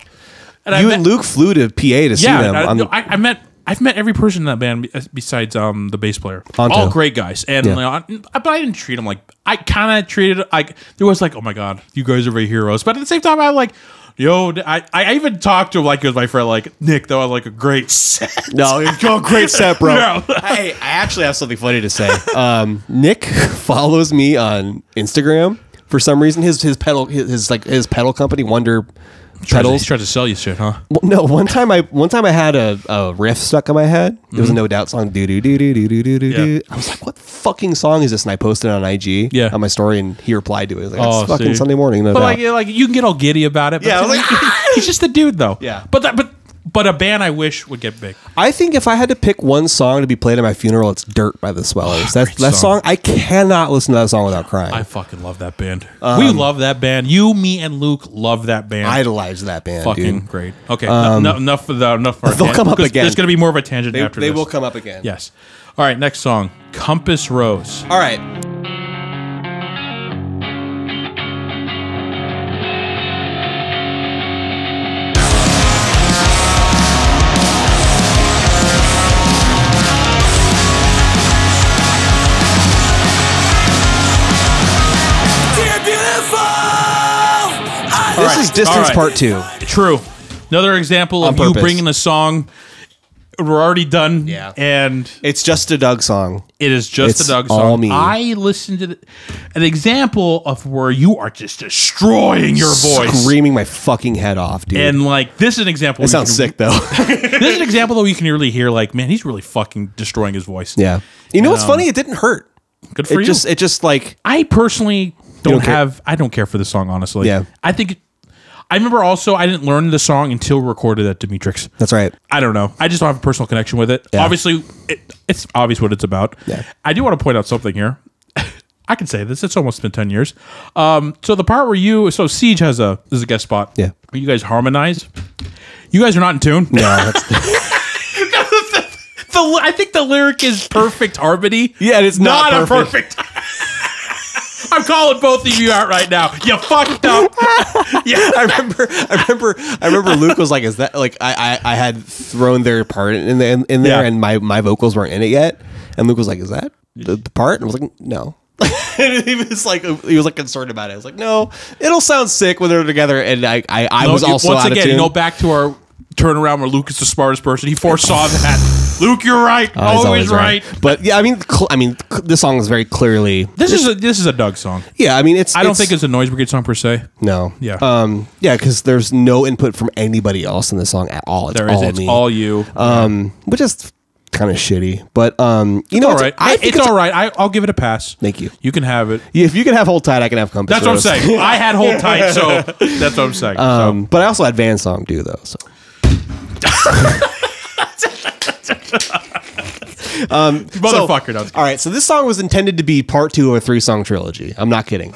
[SPEAKER 1] and I
[SPEAKER 2] you
[SPEAKER 1] met-
[SPEAKER 2] and Luke flew to PA to see
[SPEAKER 1] yeah,
[SPEAKER 2] them.
[SPEAKER 1] I,
[SPEAKER 2] on
[SPEAKER 1] no,
[SPEAKER 2] the-
[SPEAKER 1] I, I met. I've met every person in that band be- besides um, the bass player.
[SPEAKER 2] Anto.
[SPEAKER 1] All great guys, and
[SPEAKER 2] Yeah.
[SPEAKER 1] like, I, but I didn't treat them like I kind of treated like there was like, oh my god, you guys are my heroes. But at the same time, I like, yo, I, I even talked to him like he was my friend, like Nick. That was like a great [LAUGHS] set.
[SPEAKER 2] no, you're great set, bro.
[SPEAKER 1] No.
[SPEAKER 8] Hey, I actually have something funny to say.
[SPEAKER 2] um, Nick [LAUGHS] follows me on Instagram for some reason. His his pedal his, his like his pedal company Wonder
[SPEAKER 1] Pedals
[SPEAKER 2] Pedals.
[SPEAKER 1] tried to sell you shit, huh?
[SPEAKER 2] Well, No, one time I one time I had a, a riff stuck in my head. It
[SPEAKER 1] Mm-hmm.
[SPEAKER 2] was a no doubt song. Do do do do do do do do. do. I was like, what fucking song is this? And I posted it on IG
[SPEAKER 1] Yeah.
[SPEAKER 2] on my story, and he replied to it. He was like,
[SPEAKER 1] Oh,
[SPEAKER 2] it's fucking
[SPEAKER 1] see.
[SPEAKER 2] Sunday morning. No
[SPEAKER 1] But
[SPEAKER 2] doubt.
[SPEAKER 1] like, like you can get all giddy about it. But
[SPEAKER 8] Yeah, I was like,
[SPEAKER 2] [LAUGHS]
[SPEAKER 1] he's just a dude though.
[SPEAKER 2] Yeah.
[SPEAKER 1] but that but but a band I wish would get big.
[SPEAKER 2] I think if I had to pick one song to be played at my funeral, it's "Dirt" by the Swellers. that that
[SPEAKER 1] Oh, song.
[SPEAKER 2] song, I cannot listen to that song without crying.
[SPEAKER 1] I fucking love that band.
[SPEAKER 2] Um,
[SPEAKER 1] we love that band. You, me, and Luke love that band.
[SPEAKER 2] idolize that band,
[SPEAKER 1] fucking
[SPEAKER 2] dude. Um,
[SPEAKER 1] great. Okay, no- no- enough for the enough for our
[SPEAKER 2] [LAUGHS] They'll
[SPEAKER 1] tan-
[SPEAKER 2] come up
[SPEAKER 1] 'cause
[SPEAKER 2] again.
[SPEAKER 1] There's going to be more of a tangent
[SPEAKER 2] They,
[SPEAKER 1] after
[SPEAKER 2] they
[SPEAKER 1] this.
[SPEAKER 2] will come up again.
[SPEAKER 1] Yes. All right, next song, Compass Rose.
[SPEAKER 2] All right.
[SPEAKER 4] Dear beautiful, I
[SPEAKER 2] This is
[SPEAKER 1] All
[SPEAKER 2] distance
[SPEAKER 1] right.
[SPEAKER 2] part two.
[SPEAKER 1] True. Another example
[SPEAKER 2] On
[SPEAKER 1] of you
[SPEAKER 2] purpose.
[SPEAKER 1] bringing a song. We're already done.
[SPEAKER 2] Yeah.
[SPEAKER 1] And
[SPEAKER 2] It's just a Doug song.
[SPEAKER 1] It is just a
[SPEAKER 2] It's
[SPEAKER 1] Doug song.
[SPEAKER 2] all me.
[SPEAKER 1] I listened to the, an example of where you are just destroying your voice.
[SPEAKER 2] screaming my fucking head off, dude.
[SPEAKER 1] And like this is an example.
[SPEAKER 2] it
[SPEAKER 1] where you
[SPEAKER 2] sounds
[SPEAKER 1] can-
[SPEAKER 2] sick
[SPEAKER 1] [LAUGHS]
[SPEAKER 2] though. [LAUGHS]
[SPEAKER 1] This is an example though you can really hear like, man, he's really fucking destroying his voice.
[SPEAKER 2] yeah. You know what's
[SPEAKER 1] Um,
[SPEAKER 2] funny? It didn't hurt.
[SPEAKER 1] good for
[SPEAKER 2] It
[SPEAKER 1] you.
[SPEAKER 2] just it just like
[SPEAKER 1] I personally don't,
[SPEAKER 2] don't care.
[SPEAKER 1] have. I don't care for the song honestly.
[SPEAKER 2] Yeah.
[SPEAKER 1] I think. I remember also I didn't learn the song until recorded at Demetrix.
[SPEAKER 2] that's right.
[SPEAKER 1] I don't know. I just don't have a personal connection with it.
[SPEAKER 2] Yeah.
[SPEAKER 1] Obviously, it, it's obvious what it's about.
[SPEAKER 2] Yeah.
[SPEAKER 1] I do want to point out something here. [LAUGHS] I can say this. It's almost been ten years. Um, so the part where you, so Siege has a this is a guest spot.
[SPEAKER 2] Yeah.
[SPEAKER 1] where you guys harmonize. You guys are not in tune. No, [LAUGHS] the, li- I think the lyric is perfect
[SPEAKER 2] [LAUGHS]
[SPEAKER 1] harmony.
[SPEAKER 2] Yeah, and it's not [LAUGHS]
[SPEAKER 1] a perfect. [LAUGHS] I'm calling both of you out right now. You fucked up. yeah.
[SPEAKER 2] I remember, I remember, I remember. Luke was like, "Is that like I, I, I had thrown their part in, the, in, in there,
[SPEAKER 1] Yeah.
[SPEAKER 2] and my, my vocals weren't in it yet." And Luke was like, "Is that the, the part?" And I was like, "No." [LAUGHS] and he was like, he was like concerned about it. I was like, "No, it'll sound sick when they're together." And I, I, I was
[SPEAKER 1] you-
[SPEAKER 2] also
[SPEAKER 1] once
[SPEAKER 2] out
[SPEAKER 1] again,
[SPEAKER 2] of tune.
[SPEAKER 1] you know, back to our turnaround where Luke is the smartest person. He foresaw that. Luke, you're right.
[SPEAKER 2] I was
[SPEAKER 1] always, right.
[SPEAKER 2] But yeah, I mean, cl- I mean, cl- this song is very clearly.
[SPEAKER 1] This is a this is a Doug song.
[SPEAKER 2] Yeah, I mean, it's.
[SPEAKER 1] I don't think it's a Noise Brigade song per se.
[SPEAKER 2] no.
[SPEAKER 1] Yeah.
[SPEAKER 2] Um. Yeah, because there's no input from anybody else in the song at all. It's
[SPEAKER 1] There is
[SPEAKER 2] all
[SPEAKER 1] it's
[SPEAKER 2] me.
[SPEAKER 1] all you.
[SPEAKER 2] um, which is kind of shitty. But um, you know,
[SPEAKER 1] all
[SPEAKER 2] it's-
[SPEAKER 1] right,
[SPEAKER 2] I
[SPEAKER 1] it's,
[SPEAKER 2] think
[SPEAKER 1] all right. I, I'll give it a pass.
[SPEAKER 2] Thank you.
[SPEAKER 1] You can have it.
[SPEAKER 2] If you can have hold tight, I can have compass.
[SPEAKER 1] That's what I'm
[SPEAKER 2] Rose.
[SPEAKER 1] saying. I had hold tight,
[SPEAKER 2] [LAUGHS]
[SPEAKER 1] so that's what I'm saying. So,
[SPEAKER 2] Um, [LAUGHS] but I also had Van song do though. So.
[SPEAKER 1] motherfucker. does.
[SPEAKER 2] All right, so this song was intended to be part two of a three song trilogy. I'm not kidding.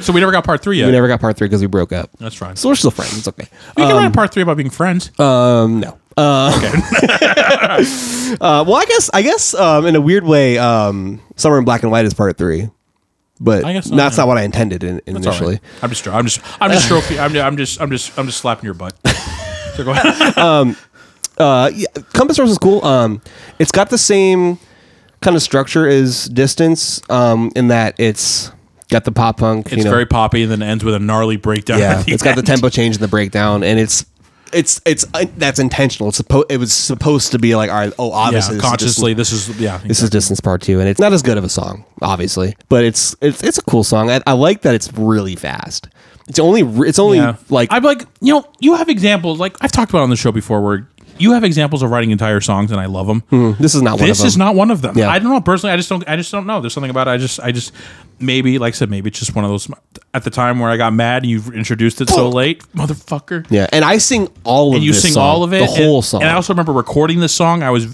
[SPEAKER 1] so we never got part three yet.
[SPEAKER 2] We never got part three because we broke up.
[SPEAKER 1] that's fine.
[SPEAKER 2] So um, we're still friends. It's okay.
[SPEAKER 1] we can write a part three about being friends.
[SPEAKER 2] Um, no. Uh, [LAUGHS] uh, well, I guess I guess um, in a weird way, um, Summer in Black and White is part three, but
[SPEAKER 1] I guess so,
[SPEAKER 2] that's
[SPEAKER 1] yeah.
[SPEAKER 2] not what I intended in,
[SPEAKER 1] It's all right.
[SPEAKER 2] initially.
[SPEAKER 1] I'm just, I'm just, I'm just stroking. I'm, I'm just, I'm just, I'm just slapping your
[SPEAKER 2] [LAUGHS]
[SPEAKER 1] butt. So go ahead.
[SPEAKER 2] Uh, yeah, Compass Rose is cool. Um, it's got the same kind of structure as Distance um, in that it's got the pop punk.
[SPEAKER 1] It's very poppy and then ends with a gnarly breakdown. [LAUGHS]
[SPEAKER 2] yeah.
[SPEAKER 1] at the
[SPEAKER 2] It's got the
[SPEAKER 1] end.
[SPEAKER 2] tempo change and the breakdown, and it's. It's it's uh, that's intentional. It's supposed it was supposed to be like all right. Oh,
[SPEAKER 1] Yeah,
[SPEAKER 2] obviously this is Distance
[SPEAKER 1] consciously, this is yeah.
[SPEAKER 2] This is Distance Part Two, and it's not as good of a song, obviously, but it's it's it's a cool song. I, I like that it's really fast. It's only re- it's only
[SPEAKER 1] yeah.
[SPEAKER 2] like
[SPEAKER 1] I'm like you know you have examples like I've talked about on the show before where you have examples of writing entire songs, and I love them.
[SPEAKER 2] This is not Hmm. one of
[SPEAKER 1] This
[SPEAKER 2] them.
[SPEAKER 1] is not one of them.
[SPEAKER 2] Yeah.
[SPEAKER 1] I don't know personally. I just don't. I just don't know. There's something about it. I just. I just. Maybe, like I said, maybe it's just one of those. At the time where I got mad, and you introduced it so late, motherfucker.
[SPEAKER 2] Yeah, and I sing all of
[SPEAKER 1] and you
[SPEAKER 2] this
[SPEAKER 1] sing
[SPEAKER 2] song,
[SPEAKER 1] all of it,
[SPEAKER 2] the whole
[SPEAKER 1] and,
[SPEAKER 2] song.
[SPEAKER 1] And I also remember recording this song. I was,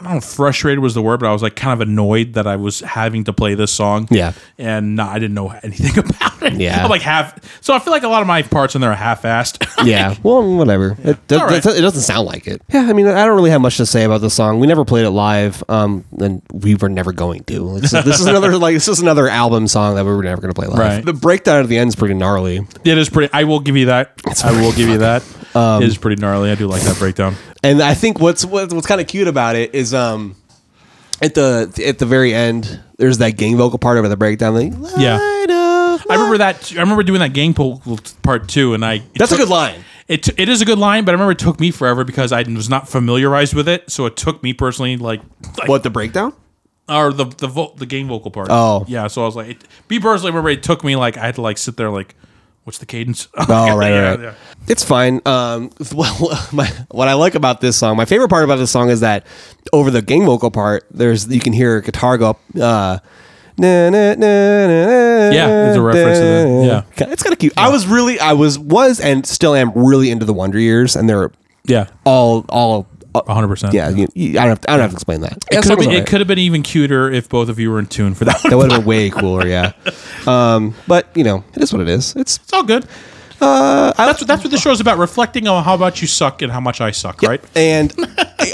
[SPEAKER 1] I don't know, frustrated was the word, but I was like kind of annoyed that I was having to play this song.
[SPEAKER 2] Yeah.
[SPEAKER 1] and nah, I didn't know anything [LAUGHS] about it.
[SPEAKER 2] Yeah.
[SPEAKER 1] I'm like half. So I feel like a lot of my parts in there are half-assed. [LAUGHS]
[SPEAKER 2] yeah, well, whatever. It, do-
[SPEAKER 1] All right.
[SPEAKER 2] it doesn't sound like it. Yeah, I mean, I don't really have much to say about the song. We never played it live, um, and we were never going to. Like, so this is another like this is another album song that we were never going to play live.
[SPEAKER 1] Right.
[SPEAKER 2] The breakdown at the end is pretty gnarly,
[SPEAKER 1] it is pretty. I will give you that. I will give you that.
[SPEAKER 2] um,
[SPEAKER 1] it is pretty gnarly. I do like that breakdown.
[SPEAKER 2] and I think what's what's, what's kind of cute about it is um. At the at the very end, there's that gang vocal part over the breakdown. Like,
[SPEAKER 1] Yeah.
[SPEAKER 2] "Light up
[SPEAKER 1] I
[SPEAKER 2] my-"
[SPEAKER 1] remember that. I remember doing that gang pool part two, and I. it
[SPEAKER 2] That's a
[SPEAKER 1] took-
[SPEAKER 2] good line.
[SPEAKER 1] It, t- it is a good line, but I remember it took me forever because I was not familiarized with it, so it took me personally like, like
[SPEAKER 8] What the breakdown?
[SPEAKER 1] or the the vo- the game vocal part.
[SPEAKER 2] Oh.
[SPEAKER 1] yeah. So I was like, it, me personally, remember it took me like I had to like sit there like, what's the cadence? [LAUGHS] oh,
[SPEAKER 2] Oh, right, right, right. It's fine. Um, [LAUGHS] well, my, what I like about this song, my favorite part about this song is that over the gang vocal part, there's you can hear a guitar go up. Uh, yeah,
[SPEAKER 1] Yeah,
[SPEAKER 2] it's
[SPEAKER 1] it's a reference to the- yeah.
[SPEAKER 2] It's kind of cute. I was really, I was, was, and still am really into the Wonder Years, and they're
[SPEAKER 1] Yeah,
[SPEAKER 2] all, all, uh,
[SPEAKER 1] one hundred percent.
[SPEAKER 2] yeah. You, you- I don't, have to, I don't have to explain that. That
[SPEAKER 1] It
[SPEAKER 2] song
[SPEAKER 1] could,
[SPEAKER 2] was
[SPEAKER 1] be,
[SPEAKER 2] alright.
[SPEAKER 1] it could have been even cuter if both of you were in tune for that. one.
[SPEAKER 2] [LAUGHS] That would have been way cooler, yeah. Um, but you know, it is what it is. It's
[SPEAKER 1] [LAUGHS] It's all good.
[SPEAKER 2] Uh,
[SPEAKER 1] that's what that's what the show's about. Reflecting on how much you suck and how much I suck. Right. [LAUGHS]
[SPEAKER 2] And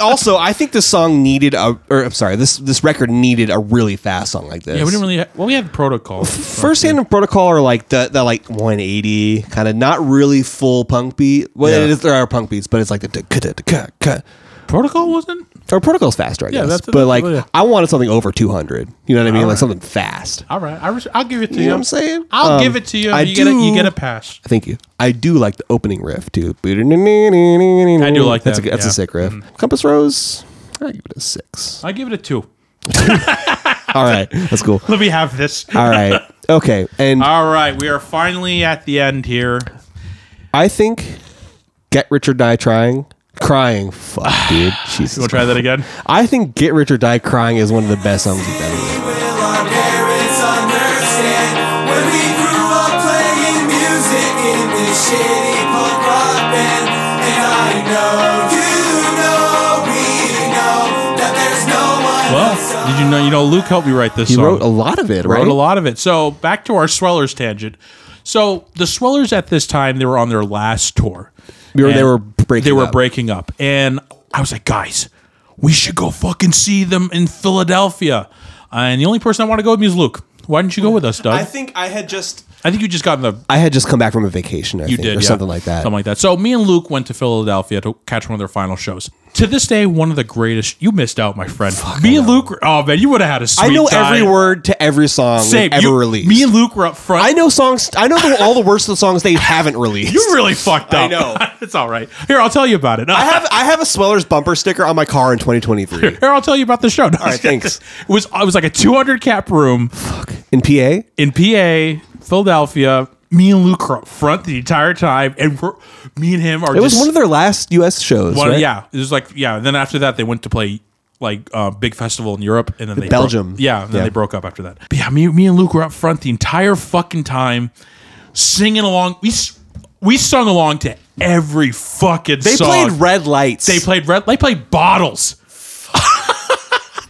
[SPEAKER 2] also, I think this song needed a, or I'm sorry, this this record needed a really fast song like this.
[SPEAKER 1] Yeah, we didn't really. Ha- well, we had protocol.
[SPEAKER 2] [LAUGHS] First hand and protocol are like the, the like 180 kind of not really full punk beat. Well,
[SPEAKER 1] Yeah.
[SPEAKER 2] it is, there are punk beats, but it's like the da- ka- da- da- ka- ka.
[SPEAKER 1] protocol wasn't.
[SPEAKER 2] or protocol's faster, I guess.
[SPEAKER 1] that's- Oh,
[SPEAKER 2] but like
[SPEAKER 1] yeah.
[SPEAKER 2] I wanted something over 200. You know what I mean? Like something fast.
[SPEAKER 1] All right, I res- I'll give it to you.
[SPEAKER 2] know what I'm saying?
[SPEAKER 1] I'll
[SPEAKER 2] Um,
[SPEAKER 1] give it to you.
[SPEAKER 2] I
[SPEAKER 1] you get a, you
[SPEAKER 2] do-
[SPEAKER 1] get a pass.
[SPEAKER 2] Thank you. I do like the opening riff too. I
[SPEAKER 1] do like
[SPEAKER 2] that's
[SPEAKER 1] that,
[SPEAKER 2] A, that's
[SPEAKER 1] yeah. Mm-hmm.
[SPEAKER 2] a sick riff. Compass Rose. I give it a six.
[SPEAKER 1] I give it a two.
[SPEAKER 2] All right, that's cool.
[SPEAKER 1] Let me have this.
[SPEAKER 2] All right. Okay. And
[SPEAKER 1] All right, we are finally at the end here.
[SPEAKER 2] I think Get Rich or Die Trying. Crying. Fuck, dude.
[SPEAKER 1] [SIGHS]
[SPEAKER 2] Jesus.
[SPEAKER 1] You want to try that again?
[SPEAKER 2] Christ. I think Get Rich or Die Crying is one of the best songs you've ever made.
[SPEAKER 1] Well, did you know? You know, Luke helped me write this
[SPEAKER 2] He
[SPEAKER 1] song.
[SPEAKER 2] wrote a lot of it, right?
[SPEAKER 1] Wrote a lot of it. So back to our Swellers tangent. So the Swellers at this time they were on their last tour.
[SPEAKER 2] They were- they
[SPEAKER 1] And
[SPEAKER 2] were breaking
[SPEAKER 1] They were
[SPEAKER 2] up.
[SPEAKER 1] breaking up, and I was like, guys, we should go fucking see them in Philadelphia. And the only person I want to go with me is Luke. Why didn't you go with us, Doug? I think,
[SPEAKER 7] think I had just
[SPEAKER 1] you just got in the
[SPEAKER 2] I had just come back from a vacation, I
[SPEAKER 1] you
[SPEAKER 2] think,
[SPEAKER 1] did
[SPEAKER 2] or
[SPEAKER 1] yeah.
[SPEAKER 2] something like that.
[SPEAKER 1] Something like that. So me and Luke went to Philadelphia to catch one of their final shows. To this day, one of the greatest. You missed out, my friend. me and Luke. were- Oh man, you would have had a sweet
[SPEAKER 2] I know
[SPEAKER 1] time.
[SPEAKER 2] every word to every song
[SPEAKER 1] Same.
[SPEAKER 2] they've ever
[SPEAKER 1] You-
[SPEAKER 2] released.
[SPEAKER 1] Me and Luke were up front.
[SPEAKER 2] I know songs. I know the, all the worst of the songs they haven't released.
[SPEAKER 1] You really fucked up.
[SPEAKER 2] I know.
[SPEAKER 1] [LAUGHS] it's all right. Here, I'll tell you about it.
[SPEAKER 2] I have I have a Swellers bumper sticker on my car in 2023
[SPEAKER 1] Here, I'll tell you about the show. All
[SPEAKER 2] right, thanks.
[SPEAKER 1] It was it was like a 200 cap room
[SPEAKER 2] in PA.
[SPEAKER 1] in PA, Philadelphia. Me and Luke are up front the entire time, and we're, me and him are.
[SPEAKER 2] It
[SPEAKER 1] just,
[SPEAKER 2] was one of their last U.S. shows,
[SPEAKER 1] Well,
[SPEAKER 2] right?
[SPEAKER 1] yeah, it was like yeah. Then after that, they went to play like uh, big festival in Europe, and then they
[SPEAKER 2] Belgium.
[SPEAKER 1] Broke, yeah, and then
[SPEAKER 2] Yeah.
[SPEAKER 1] they broke up after that. But yeah, me, me and Luke were up front the entire fucking time, singing along. We s- we sung along to every fucking.
[SPEAKER 2] They
[SPEAKER 1] song.
[SPEAKER 2] played Red Lights.
[SPEAKER 1] They played red. They played bottles. [LAUGHS]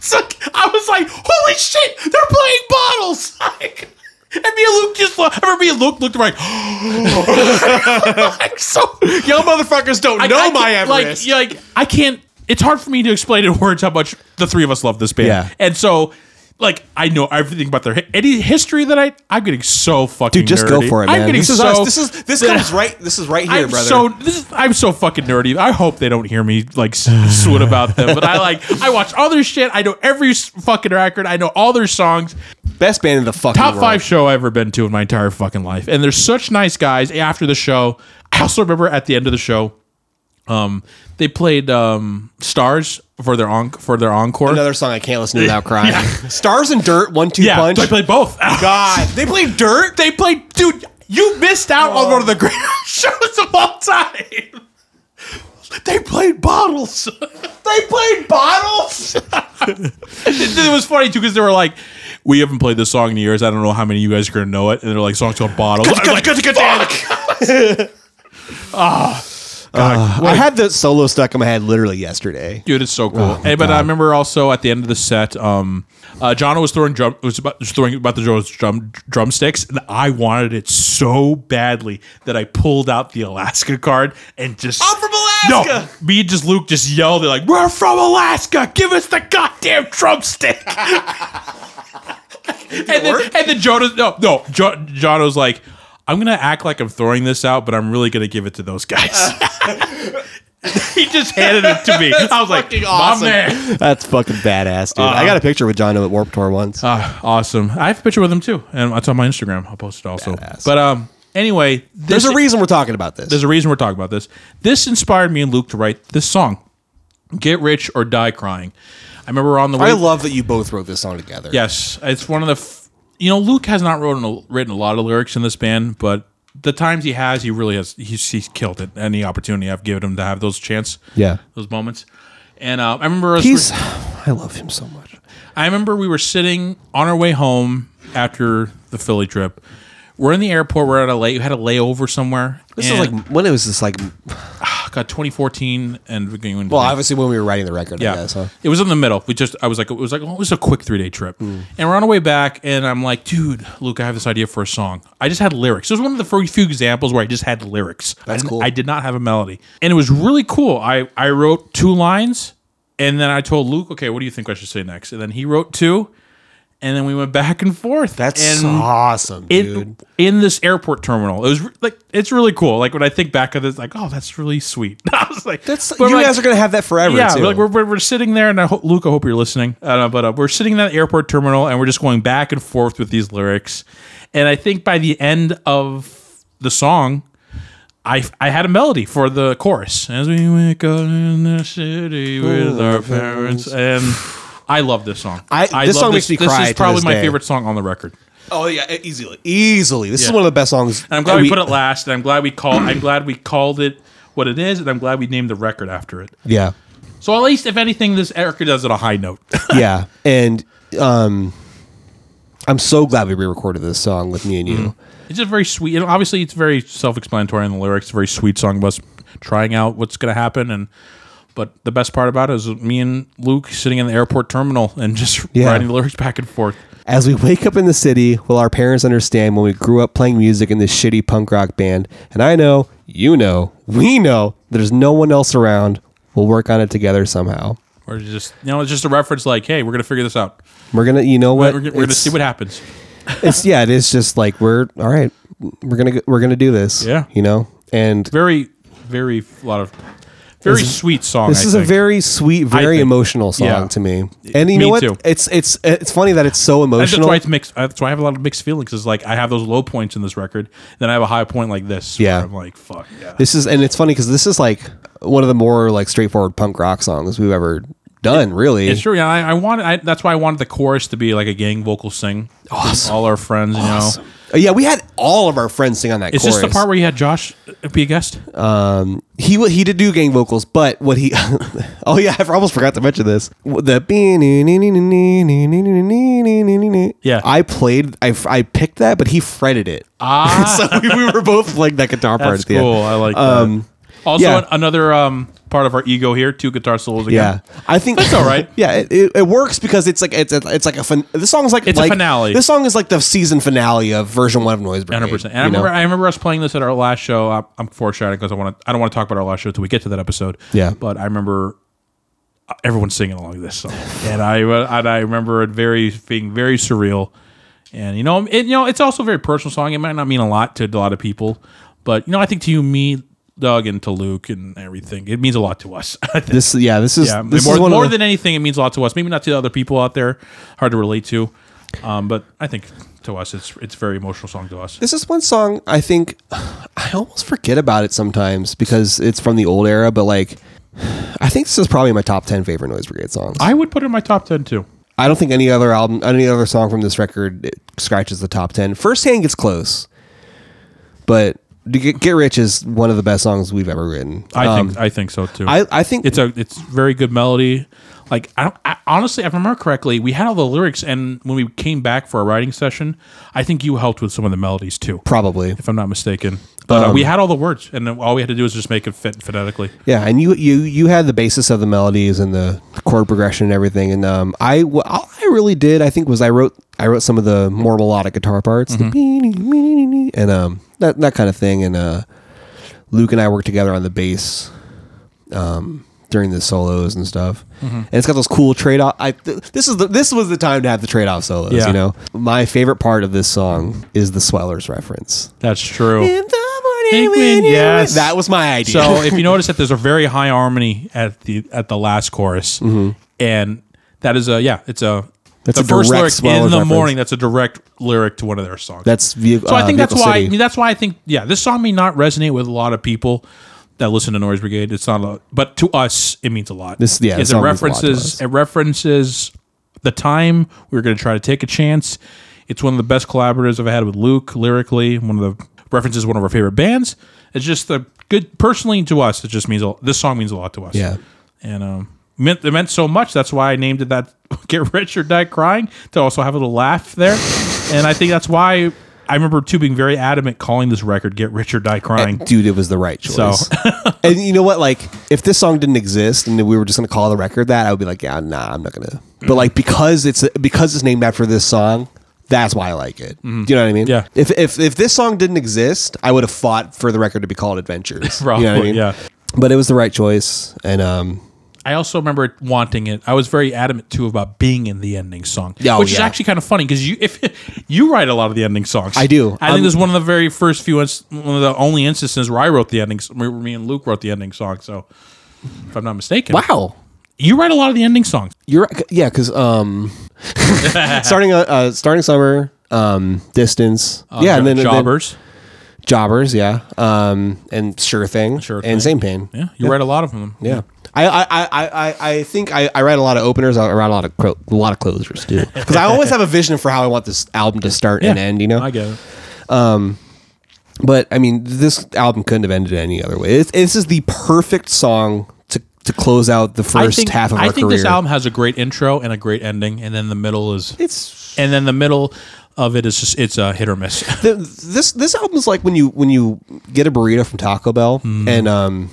[SPEAKER 1] It's like- I was like, holy shit, they're playing bottles. [LAUGHS] Like, and me and Luke just, lo- I remember me and Luke looked like, [GASPS] [LAUGHS] like so,
[SPEAKER 7] y'all motherfuckers don't know my
[SPEAKER 1] can't-
[SPEAKER 7] Everest.
[SPEAKER 1] Like, yeah, like, I can't. It's hard for me to explain in words how much the three of us love this band.
[SPEAKER 2] Yeah.
[SPEAKER 1] and so. Like I know everything about their hi- any history that I I'm getting so fucking
[SPEAKER 2] Dude, just go
[SPEAKER 1] nerdy.
[SPEAKER 2] for it,
[SPEAKER 1] I'm
[SPEAKER 2] man.
[SPEAKER 1] getting
[SPEAKER 2] This is
[SPEAKER 1] so
[SPEAKER 2] us.
[SPEAKER 7] this is
[SPEAKER 1] [LAUGHS]
[SPEAKER 7] this comes right this is right here,
[SPEAKER 1] I'm
[SPEAKER 7] brother.
[SPEAKER 1] so this is, I'm so fucking nerdy. I hope they don't hear me like s- swoon about them. But I like I watch all their shit. I know every s- fucking record. I know all their songs.
[SPEAKER 2] Best band in the fucking
[SPEAKER 1] Top
[SPEAKER 2] world.
[SPEAKER 1] five show I've ever been to in my entire fucking life. And they're such nice guys. After the show, I also remember at the end of the show, um, they played um Stars for their on for their encore.
[SPEAKER 2] Another song I can't listen to without crying. Stars and Dirt, One Two
[SPEAKER 1] yeah,
[SPEAKER 2] Punch.
[SPEAKER 1] they played both. [LAUGHS]
[SPEAKER 2] God, they played Dirt.
[SPEAKER 1] They played, [LAUGHS] dude. You missed out on one of the greatest shows of all time. They played bottles. [LAUGHS]
[SPEAKER 7] They played bottles.
[SPEAKER 1] it was funny too because they were like, "We haven't played this song in years. I don't know how many of you guys are gonna know it." And they're like, "Songs called Bottles."
[SPEAKER 2] [LAUGHS]
[SPEAKER 1] I was like,
[SPEAKER 2] I had the solo stuck in my head literally yesterday.
[SPEAKER 1] Dude, it's so cool. hey, but I remember also at the end of the set, um, uh, John was throwing drum was about was throwing about the drum, drum drumsticks, and I wanted it so badly that I pulled out the Alaska card and just
[SPEAKER 7] I'm from Alaska!
[SPEAKER 1] No, me and just Luke just yelled, "They're like, we're from Alaska! Give us the goddamn
[SPEAKER 7] [LAUGHS]
[SPEAKER 1] drumstick!" and then, and then Jonah, no, no, jo- John was like, "I'm gonna act like I'm throwing this out, but I'm really gonna give it to
[SPEAKER 7] [LAUGHS]
[SPEAKER 1] those guys." he just handed it to me. I was like,
[SPEAKER 7] fucking
[SPEAKER 1] "My
[SPEAKER 7] awesome."
[SPEAKER 1] man."
[SPEAKER 2] That's fucking badass, dude. I got a picture with John at Warp Tour once.
[SPEAKER 1] Ah, awesome. I have a picture with him too, and it's on my Instagram. I'll post it also.
[SPEAKER 2] Badass.
[SPEAKER 1] But um, anyway,
[SPEAKER 2] There's
[SPEAKER 1] this,
[SPEAKER 2] a reason we're talking about this.
[SPEAKER 1] There's a reason we're talking about this. This inspired me and Luke to write this song, "Get Rich or Die Crying." I remember on the way.
[SPEAKER 2] I love that you both wrote this song together.
[SPEAKER 1] yes, it's one of the. F- you know, Luke has not written a, written a lot of lyrics in this band, but the times he has, he really has. He's, he's killed it. Any opportunity I've given him to have those chance,
[SPEAKER 2] Yeah.
[SPEAKER 1] those moments. And uh, I remember us-
[SPEAKER 2] He's, I love him so much.
[SPEAKER 1] I remember we were sitting on our way home after the Philly trip. We're in the airport. We're at a lay. We had a layover somewhere.
[SPEAKER 2] This is like when it was this like.
[SPEAKER 1] God, 2014, and we're going into
[SPEAKER 2] Well, obviously when we were writing the record.
[SPEAKER 1] yeah.
[SPEAKER 2] I guess, huh?
[SPEAKER 1] It was in the middle. We just I was like it was like well, it was a quick three day trip,
[SPEAKER 2] Hmm.
[SPEAKER 1] and we're on our way back, and I'm like, dude, Luke, I have this idea for a song. I just had lyrics. It was one of the very few examples where I just had lyrics.
[SPEAKER 2] That's
[SPEAKER 1] I,
[SPEAKER 2] cool.
[SPEAKER 1] I did not have a melody, and it was really cool. I I wrote two lines, and then I told Luke, okay, what do you think I should say next? And then he wrote two, and then we went back and forth.
[SPEAKER 2] That's
[SPEAKER 1] and
[SPEAKER 2] awesome, dude.
[SPEAKER 1] in, in this airport terminal. It was re- like it's really cool. Like when I think back of this, like oh, that's really sweet. [LAUGHS] I was like,
[SPEAKER 2] That's
[SPEAKER 1] but
[SPEAKER 2] you
[SPEAKER 1] like-
[SPEAKER 2] guys are gonna have that forever.
[SPEAKER 1] yeah,
[SPEAKER 2] too.
[SPEAKER 1] we're like we're, we're, we're sitting there, and I hope, Luke, I hope you're listening. I don't know, but uh, we're sitting in that airport terminal, and we're just going back and forth with these lyrics. And I think by the end of the song, I I had a melody for the chorus. As we wake up in the city with our parents, and I love this song.
[SPEAKER 2] I- this
[SPEAKER 1] love
[SPEAKER 2] song makes me cry
[SPEAKER 1] This
[SPEAKER 2] to
[SPEAKER 1] is probably
[SPEAKER 2] this
[SPEAKER 1] my
[SPEAKER 2] day.
[SPEAKER 1] favorite song on the record.
[SPEAKER 7] Oh yeah, easily.
[SPEAKER 2] easily. This is
[SPEAKER 1] Yeah.
[SPEAKER 2] one of the best songs.
[SPEAKER 1] And I'm glad we, put it last, and I'm glad we call. I'm glad we called it what it is, and I'm glad we named the record after it.
[SPEAKER 2] [LAUGHS] Yeah,
[SPEAKER 1] So at least, if anything, this record does it a high note.
[SPEAKER 2] yeah, and um, I'm so glad we re-recorded this song with me and you.
[SPEAKER 1] It's just very sweet. And obviously, it's very self-explanatory in the lyrics. It's a very sweet song about us trying out what's going to happen. And but the best part about it is me and Luke sitting in the airport terminal and just [LAUGHS]
[SPEAKER 2] Yeah.
[SPEAKER 1] writing the lyrics back and forth.
[SPEAKER 2] As we wake up in the city, will our parents understand when we grew up playing music in this shitty punk rock band? And I know, you know, we know there's no one else around. We'll work on it together somehow.
[SPEAKER 1] Or just you know, it's just a reference like, "Hey, we're going to figure this out.
[SPEAKER 2] We're gonna, you know what?
[SPEAKER 1] We're, gonna- we're going to
[SPEAKER 2] It's-
[SPEAKER 1] see what happens."
[SPEAKER 2] It's yeah, it is just like we're all right. We're gonna go- we're gonna do this.
[SPEAKER 1] Yeah.
[SPEAKER 2] you know, and
[SPEAKER 1] Very, very lot of very sweet song.
[SPEAKER 2] this
[SPEAKER 1] I
[SPEAKER 2] is a
[SPEAKER 1] think.
[SPEAKER 2] very sweet, very
[SPEAKER 1] think.
[SPEAKER 2] emotional song
[SPEAKER 1] Yeah.
[SPEAKER 2] to me. And
[SPEAKER 1] Me
[SPEAKER 2] you know what?
[SPEAKER 1] too.
[SPEAKER 2] It's it's it's funny that it's so
[SPEAKER 1] That's
[SPEAKER 2] emotional.
[SPEAKER 1] why it's mixed. That's why I have a lot of mixed feelings. Is like I have those low points in this record, then I have a high point like this. where
[SPEAKER 2] Yeah.
[SPEAKER 1] I'm like, fuck yeah.
[SPEAKER 2] This is and it's funny because this is like one of the more like straightforward punk rock songs we've ever done. really,
[SPEAKER 1] It's true. Yeah, I, I wanted. I, that's why I wanted the chorus to be like a gang vocal sing.
[SPEAKER 2] Awesome.
[SPEAKER 1] All our friends, you know.
[SPEAKER 2] Uh, Yeah, we had all of our friends sing on that.
[SPEAKER 1] Is
[SPEAKER 2] chorus.
[SPEAKER 1] this the part where you had Josh uh, be a guest?
[SPEAKER 2] he wa- he did do gang vocals? But what he? [LAUGHS] oh yeah, I almost forgot to mention this. The
[SPEAKER 1] Yeah.
[SPEAKER 2] I played. I f- I picked that, but he fretted it.
[SPEAKER 1] Ah,
[SPEAKER 2] [LAUGHS] so we, we were both playing that guitar part.
[SPEAKER 1] that's
[SPEAKER 2] at the end.
[SPEAKER 1] cool. I like that.
[SPEAKER 2] Um,
[SPEAKER 1] also,
[SPEAKER 2] yeah.
[SPEAKER 1] an- another um, part of our ego here: two guitar solos
[SPEAKER 2] Yeah,
[SPEAKER 1] again.
[SPEAKER 2] I think
[SPEAKER 1] That's all right.
[SPEAKER 2] [LAUGHS] yeah, it, it, it works because it's like it's a, it's like a fin- this song's like
[SPEAKER 1] It's a
[SPEAKER 2] like-
[SPEAKER 1] finale.
[SPEAKER 2] This song is like the season finale of version one of Noise Brigade.
[SPEAKER 1] Hundred percent. And I
[SPEAKER 2] you know?
[SPEAKER 1] remember, I remember us playing this at our last show. I'm, I'm foreshadowing because I want to. I don't want to talk about our last show until we get to that episode.
[SPEAKER 2] Yeah.
[SPEAKER 1] But I remember uh, everyone singing along to this song, and I uh, and I remember it very being very surreal. And you know, it, you know, it's also a very personal song. It might not mean a lot to a lot of people, but you know, I think to you, me, Doug, and to Luke, and everything, it means a lot to us. [LAUGHS] I think.
[SPEAKER 2] this yeah this is
[SPEAKER 1] Yeah,
[SPEAKER 2] this
[SPEAKER 1] more,
[SPEAKER 2] is one
[SPEAKER 1] more
[SPEAKER 2] of the,
[SPEAKER 1] than anything, it means a lot to us. Maybe not to other people out there, hard to relate to, um, but I think to us, it's it's a very emotional song to us.
[SPEAKER 2] this is one song I think [SIGHS] I almost forget about it sometimes because it's from the old era, but like [SIGHS] I think this is probably my top ten favorite Noise Brigade songs. I,
[SPEAKER 1] I would put it in my top ten too.
[SPEAKER 2] don't think any other album, any other song from this record it scratches the top ten. First hand gets close, but D- Get, Get Rich is one of the best songs we've ever written.
[SPEAKER 1] I
[SPEAKER 2] Um,
[SPEAKER 1] think I think so too.
[SPEAKER 2] I, I think
[SPEAKER 1] it's a it's very good melody. Like I, don't, I honestly, if I remember correctly, we had all the lyrics, and when we came back for our writing session, I think you helped with some of the melodies too,
[SPEAKER 2] probably
[SPEAKER 1] if I'm not mistaken. But uh,
[SPEAKER 2] Um,
[SPEAKER 1] we had all the words, and then all we had to do was just make it fit phonetically.
[SPEAKER 2] Yeah, and you you you had the basis of the melodies and the chord progression and everything. And um, I wh- all I really did I think was I wrote I wrote some of the more melodic guitar parts,
[SPEAKER 1] Mm-hmm.
[SPEAKER 2] the bee-dee-dee-dee-dee-dee, and um that that kind of thing. And uh, Luke and I worked together on the bass, um, during the solos and stuff.
[SPEAKER 1] Mm-hmm.
[SPEAKER 2] And it's got those cool trade off. I th- this is the this was the time to have the trade off solos.
[SPEAKER 1] Yeah.
[SPEAKER 2] You know, my favorite part of this song is the Swellers reference.
[SPEAKER 1] That's true.
[SPEAKER 2] In the morning
[SPEAKER 1] Think when-
[SPEAKER 2] when you-
[SPEAKER 1] yes.
[SPEAKER 2] that was my idea. [LAUGHS]
[SPEAKER 1] So if you notice that there's a very high harmony at the at the last chorus, and that is a yeah, it's a
[SPEAKER 2] Mm-hmm. That's
[SPEAKER 1] the
[SPEAKER 2] a
[SPEAKER 1] first
[SPEAKER 2] direct
[SPEAKER 1] lyric
[SPEAKER 2] Swellers
[SPEAKER 1] in the
[SPEAKER 2] reference.
[SPEAKER 1] morning. That's a direct lyric to one of their songs.
[SPEAKER 2] That's uh, vehicle.
[SPEAKER 1] so I think that's why
[SPEAKER 2] City.
[SPEAKER 1] I mean, that's why I think yeah, this song may not resonate with a lot of people that listen to Noise Brigade. It's not a but to us it means a lot.
[SPEAKER 2] This- yeah,
[SPEAKER 1] is
[SPEAKER 2] the
[SPEAKER 1] it
[SPEAKER 2] song means a lot to
[SPEAKER 1] references
[SPEAKER 2] us.
[SPEAKER 1] it references the time we were going to try to take a chance. It's one of the best collaboratives I've had with Luke lyrically. One of the references one of our favorite bands. It's just a good personally to us. It just means a, this song means a lot to us.
[SPEAKER 2] Yeah.
[SPEAKER 1] and um. Meant, it meant so much. That's why I named it that [LAUGHS] "Get Rich or Die Crying" to also have a little laugh there, and I think that's why I remember too being very adamant calling this record "Get Rich or Die Crying."
[SPEAKER 2] dude, it was the right choice.
[SPEAKER 1] So- [LAUGHS]
[SPEAKER 2] and you know what? Like, if this song didn't exist and we were just gonna call the record that, I would be like, yeah, nah, I'm not gonna. But like, because it's because it's named after this song, that's why I like it. Do you know what I mean?
[SPEAKER 1] Mm-hmm. Yeah.
[SPEAKER 2] If if if this song didn't exist, I would have fought for the record to be
[SPEAKER 1] [LAUGHS]
[SPEAKER 2] called Adventures.
[SPEAKER 1] Probably,
[SPEAKER 2] You know what I mean?
[SPEAKER 1] yeah.
[SPEAKER 2] But it was the right choice, and um,
[SPEAKER 1] I also remember wanting it. I was very adamant too about being in the ending song,
[SPEAKER 2] Yeah, oh,
[SPEAKER 1] which is
[SPEAKER 2] yeah.
[SPEAKER 1] actually kind of funny because you if [LAUGHS] you write a lot of the ending songs.
[SPEAKER 2] I do.
[SPEAKER 1] I
[SPEAKER 2] I'm-
[SPEAKER 1] think this is one of the very first few, inst- one of the only instances where I wrote the ending. Where me and Luke wrote the ending song. So, if I'm not mistaken,
[SPEAKER 2] wow,
[SPEAKER 1] you write a lot of the ending songs.
[SPEAKER 2] You're yeah, because um, [LAUGHS] starting uh, uh, starting summer, um, distance, yeah, and then and then-
[SPEAKER 1] jobbers.
[SPEAKER 2] jobbers, yeah, um, and sure thing,
[SPEAKER 1] Sure
[SPEAKER 2] and
[SPEAKER 1] Thing.
[SPEAKER 2] same pain,
[SPEAKER 1] yeah, you write a lot of them.
[SPEAKER 2] yeah. I I, I, I- I, I think I, I write a lot of openers. I write a lot of clo- a lot of closers
[SPEAKER 1] [LAUGHS]
[SPEAKER 2] too, because I always have a vision for how I want this album to start and
[SPEAKER 1] Yeah,
[SPEAKER 2] end. You know,
[SPEAKER 1] I get it.
[SPEAKER 2] but I mean, this album couldn't have ended any other way. It's, this is the perfect song to to close out the first half of our
[SPEAKER 1] I think
[SPEAKER 2] career.
[SPEAKER 1] this album has a great intro and a great ending, and then the middle is
[SPEAKER 2] it's
[SPEAKER 1] and then the middle of it is just it's a hit or
[SPEAKER 2] [LAUGHS]
[SPEAKER 1] miss. [LAUGHS]
[SPEAKER 2] the, this this album's like when you when you get a burrito from Taco Bell
[SPEAKER 1] Hmm.
[SPEAKER 2] and um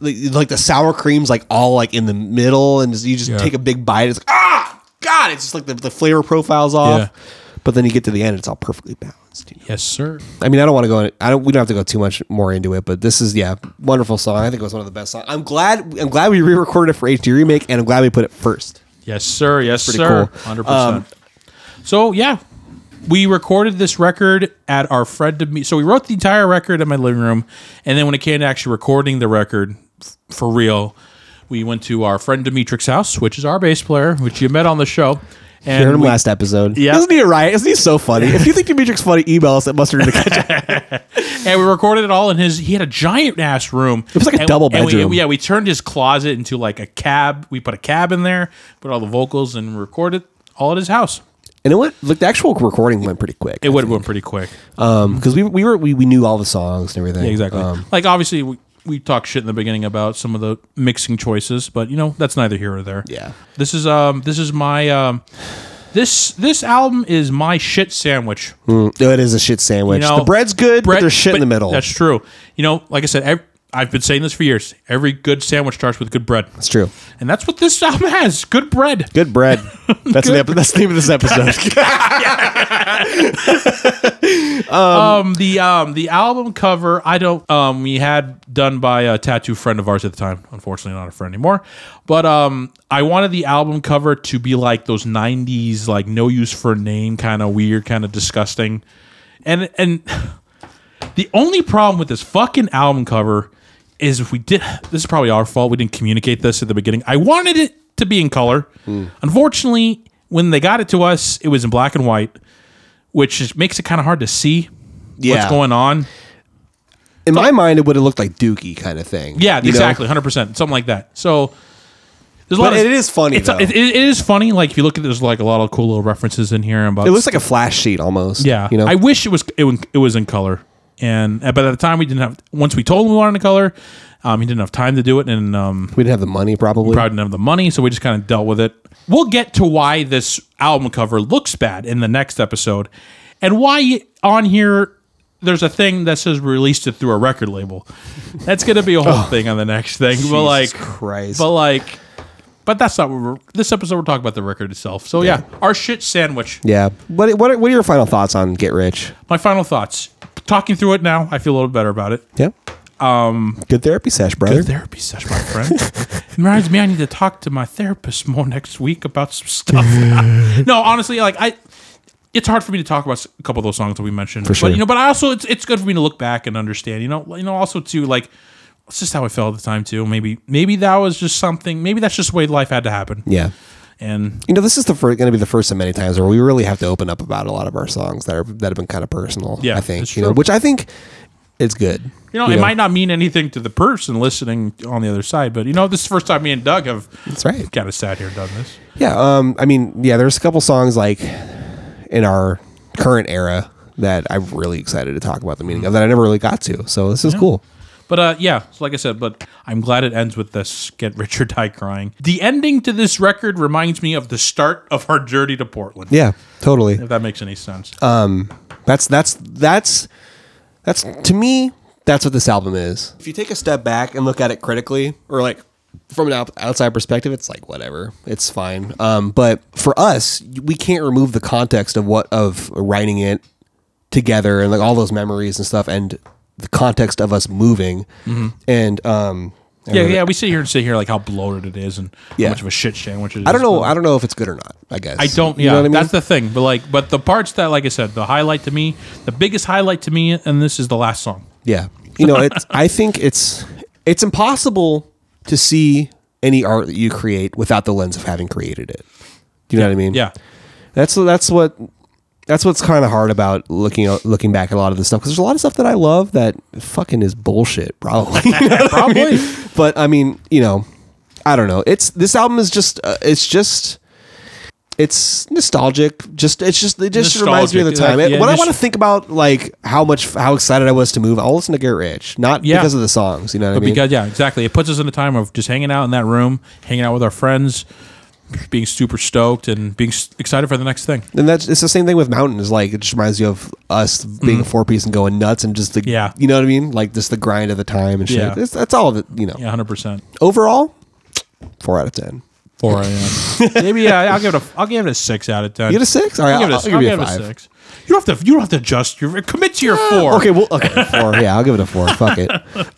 [SPEAKER 2] like, like the sour cream's like all like in the middle and you just
[SPEAKER 1] Yeah.
[SPEAKER 2] take a big bite it's like ah god it's just like the, the flavor profile's off
[SPEAKER 1] Yeah.
[SPEAKER 2] but then you get to the end it's all perfectly balanced you know?
[SPEAKER 1] yes, sir.
[SPEAKER 2] I mean I don't want to go in, I don't we don't have to go too much more into it but this is yeah wonderful song I think it was one of the best songs I'm glad I'm glad we re-recorded it for HD remake and I'm glad we put it first
[SPEAKER 1] Yes, sir. Yes,
[SPEAKER 2] pretty
[SPEAKER 1] sir.
[SPEAKER 2] cool.
[SPEAKER 1] Hundred
[SPEAKER 2] Um,
[SPEAKER 1] percent. So yeah, we recorded this record at our Fred to me. So we wrote the entire record in my living room, and then when it came to actually recording the record f- for real, we went to our friend Dimitri's house, which is our bass player, which you met on the show. And
[SPEAKER 2] you heard him
[SPEAKER 1] we-
[SPEAKER 2] last episode
[SPEAKER 1] Yeah.
[SPEAKER 2] isn't he a riot isn't he
[SPEAKER 1] [LAUGHS]
[SPEAKER 2] so funny if you think Dimitri's funny email us at mustard
[SPEAKER 1] and we recorded it all in his. He had a giant ass room. It
[SPEAKER 2] was like a
[SPEAKER 1] and,
[SPEAKER 2] double
[SPEAKER 1] and we-
[SPEAKER 2] bedroom.
[SPEAKER 1] yeah, we turned his closet into like a cab. We put a cab in there, put all the vocals, and recorded all at his house.
[SPEAKER 2] And it went like the actual recording went pretty quick.
[SPEAKER 1] It would have went pretty quick.
[SPEAKER 2] because we, we were we, we knew all the songs and everything. Um,
[SPEAKER 1] Yeah, exactly. Um, like obviously, we, we talked shit in the beginning about some of the mixing choices, but you know that's neither here or there.
[SPEAKER 2] Yeah.
[SPEAKER 1] This is um this is my um this this album is my shit sandwich.
[SPEAKER 2] Mm, it is a shit sandwich.
[SPEAKER 1] You know,
[SPEAKER 2] the bread's good,
[SPEAKER 1] bread-
[SPEAKER 2] but there's shit
[SPEAKER 1] but
[SPEAKER 2] in the middle.
[SPEAKER 1] That's
[SPEAKER 2] That's
[SPEAKER 1] true. You know, like I said, ev I've been saying this for years. Every good sandwich starts with good bread. That's
[SPEAKER 2] true.
[SPEAKER 1] And that's what this [LAUGHS] album has good bread. [LAUGHS]
[SPEAKER 2] Good bread. That's the epi- that's the name of this episode.
[SPEAKER 1] Um, the um, the album cover I don't um we had done by a tattoo friend of ours at the time. Unfortunately, not a friend anymore. But um, I wanted the album cover to be like those '90s like no use for a name kind of weird, kind of disgusting, and and the only problem with this fucking album cover is if we did this is probably our fault we didn't communicate this at the beginning i wanted it to be in color unfortunately when they got it to us it was in black and white which is, makes it kind of hard to see what's
[SPEAKER 2] Yeah.
[SPEAKER 1] going on
[SPEAKER 2] in my mind, it would have looked like Dookie kind of thing.
[SPEAKER 1] yeah
[SPEAKER 2] you know?
[SPEAKER 1] exactly 100% something like that so there's a lot
[SPEAKER 2] But
[SPEAKER 1] of,
[SPEAKER 2] it is funny,
[SPEAKER 1] it's a-
[SPEAKER 2] though.
[SPEAKER 1] it- it is funny like if you look at there's like a lot of cool little references in here about
[SPEAKER 2] It looks like a flash sheet almost.
[SPEAKER 1] yeah
[SPEAKER 2] you know.
[SPEAKER 1] i wish it was it, wa- it was in color And uh, but at the time, we didn't have. Once we told him we wanted a color, um, he didn't have time to do it, and um,
[SPEAKER 2] We didn't have the money, probably.
[SPEAKER 1] probably didn't have the money, so we just kind of dealt with it. We'll get to why this album cover looks bad in the next episode, and why on here there's a thing that says released it through a record label. That's gonna be a
[SPEAKER 2] [LAUGHS]
[SPEAKER 1] whole thing on the next thing. but like,
[SPEAKER 2] Oh. Christ.
[SPEAKER 1] but like, but that's not what we're. This episode we're talking about the record itself. So yeah, our shit sandwich.
[SPEAKER 2] yeah. What, what, are, what are your final thoughts on Get Rich?
[SPEAKER 1] My final thoughts. Talking through it now, I feel a little better about it.
[SPEAKER 2] Yeah. Um, good therapy sesh, brother.
[SPEAKER 1] Therapy session, my [LAUGHS] friend. It reminds me I need to talk to my therapist more next week about some [LAUGHS] stuff. no, honestly, like I, it's hard for me to talk about s- a couple of those songs that we mentioned. For
[SPEAKER 2] sure.
[SPEAKER 1] But you know, but I also it's it's good for me to look back and understand. You know, you know, also too like it's just how I felt at the time too. Maybe maybe that was just something. Maybe that's just the way life had to happen.
[SPEAKER 2] yeah.
[SPEAKER 1] And
[SPEAKER 2] You know, this is the going to be the first of many times where we really have to open up about a lot of our songs that are that have been kind of personal.
[SPEAKER 1] Yeah,
[SPEAKER 2] I think
[SPEAKER 1] it's
[SPEAKER 2] you know,
[SPEAKER 1] true.
[SPEAKER 2] which I think it's good.
[SPEAKER 1] you know, it might not mean anything to the person listening on the other side, but you know, this is the first time me and Doug have
[SPEAKER 2] That's right.
[SPEAKER 1] kind of sat here and done this.
[SPEAKER 2] Yeah. Um. I mean, yeah. There's a couple songs like in our current era that I'm really excited to talk about the meaning of that I never really got to. So this is cool.
[SPEAKER 1] But uh, yeah, so like I said, but I'm glad it ends with this "Get Rich or Die Crying." The ending to this record reminds me of the start of our journey to Portland.
[SPEAKER 2] Yeah. Uh, Totally.
[SPEAKER 1] if that makes any sense.
[SPEAKER 2] That's that's that's that's to me. That's what this album is. If you take a step back and look at it critically, or like from an out- outside perspective, it's like whatever, it's fine. Um, but for us, we can't remove the context of what of writing it together and like all those memories and stuff, and the context of us moving. And
[SPEAKER 1] yeah,
[SPEAKER 2] um, I don't know-
[SPEAKER 1] Mm-hmm. yeah, we sit here and sit here like how bloated it is and
[SPEAKER 2] Yeah.
[SPEAKER 1] how much of a shit sandwich it is.
[SPEAKER 2] I don't know.
[SPEAKER 1] But
[SPEAKER 2] I don't know if it's good or not. I guess
[SPEAKER 1] I don't. Yeah,
[SPEAKER 2] You know what I mean?
[SPEAKER 1] that's the thing. But like, but the parts that, like I said, the highlight to me, the biggest highlight to me, and this is the last song.
[SPEAKER 2] Yeah, you know, it's. I think it's it's impossible to see any art that you create without the lens of having created it. Do you know what I mean?
[SPEAKER 1] Yeah,
[SPEAKER 2] That's that's what that's what's kind of hard about looking looking back at a lot of this stuff because there's a lot of stuff that I love that fucking is bullshit, probably. [LAUGHS]
[SPEAKER 1] probably.
[SPEAKER 2] but I mean, you know, I don't know. It's this album is just uh, it's just it's nostalgic. Just it's just it just reminds me of the
[SPEAKER 1] Nostalgic,
[SPEAKER 2] time.
[SPEAKER 1] like,
[SPEAKER 2] It-
[SPEAKER 1] yeah,
[SPEAKER 2] when I
[SPEAKER 1] just-
[SPEAKER 2] want to think about like how much how excited I was to move, I'll listen to Get Rich, not
[SPEAKER 1] Yeah.
[SPEAKER 2] because of the songs. You know what I
[SPEAKER 1] But
[SPEAKER 2] mean?
[SPEAKER 1] because yeah, exactly. It puts us in a time of just hanging out in that room, hanging out with our friends, being super stoked and being s- excited for the next thing.
[SPEAKER 2] and that's it's the same thing with Mountain. Is like it just reminds you of us being a four piece and going nuts and just the
[SPEAKER 1] Mm-hmm. Yeah.
[SPEAKER 2] you know what I mean? Like just the grind of the time and shit.
[SPEAKER 1] Yeah.
[SPEAKER 2] It's, that's all of it. You know,
[SPEAKER 1] Yeah, hundred percent.
[SPEAKER 2] overall, four out of ten.
[SPEAKER 1] Four a.m. [LAUGHS] Maybe yeah, I'll give it a. I'll give it a six out of ten.
[SPEAKER 2] You get a six? All right,
[SPEAKER 1] I'll, give it a,
[SPEAKER 2] I'll- I'll give
[SPEAKER 1] I'll
[SPEAKER 2] you a
[SPEAKER 1] give it a
[SPEAKER 2] five.
[SPEAKER 1] six. You don't have to. You don't have to adjust your commit to your four.
[SPEAKER 2] Okay, well, okay, [LAUGHS] four. Yeah, I'll give it a four. Fuck
[SPEAKER 1] [LAUGHS]
[SPEAKER 2] it.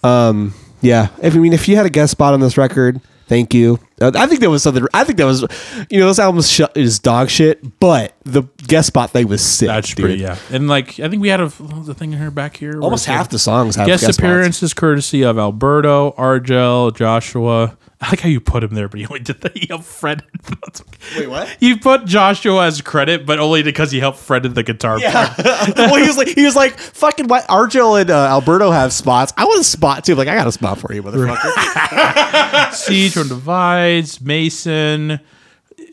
[SPEAKER 2] Um, yeah. If, I mean, if you had a guest spot on this record, thank you. Uh, I think that was something. I think that was, you know, this album sh- is dog shit, but the guest spot thing was sick.
[SPEAKER 1] that's
[SPEAKER 2] dude.
[SPEAKER 1] pretty. Yeah, and like I think we had a what was the thing in here back here. where
[SPEAKER 2] Almost
[SPEAKER 1] it said-
[SPEAKER 2] half the songs have guest,
[SPEAKER 1] guest,
[SPEAKER 2] spots.
[SPEAKER 1] appearances courtesy of Alberto, Argel, Joshua. I like how you put him there, but you only did that. He helped Fred. [LAUGHS] Wait,
[SPEAKER 8] what?
[SPEAKER 1] You put Joshua as credit, but only because he helped Fred in the guitar part.
[SPEAKER 2] [LAUGHS] well, he was like, he was like, fucking. What? Argel and uh, Alberto have spots. I want a spot too. Like, I got a spot for you, motherfucker.
[SPEAKER 1] Siege from Divides, Mason,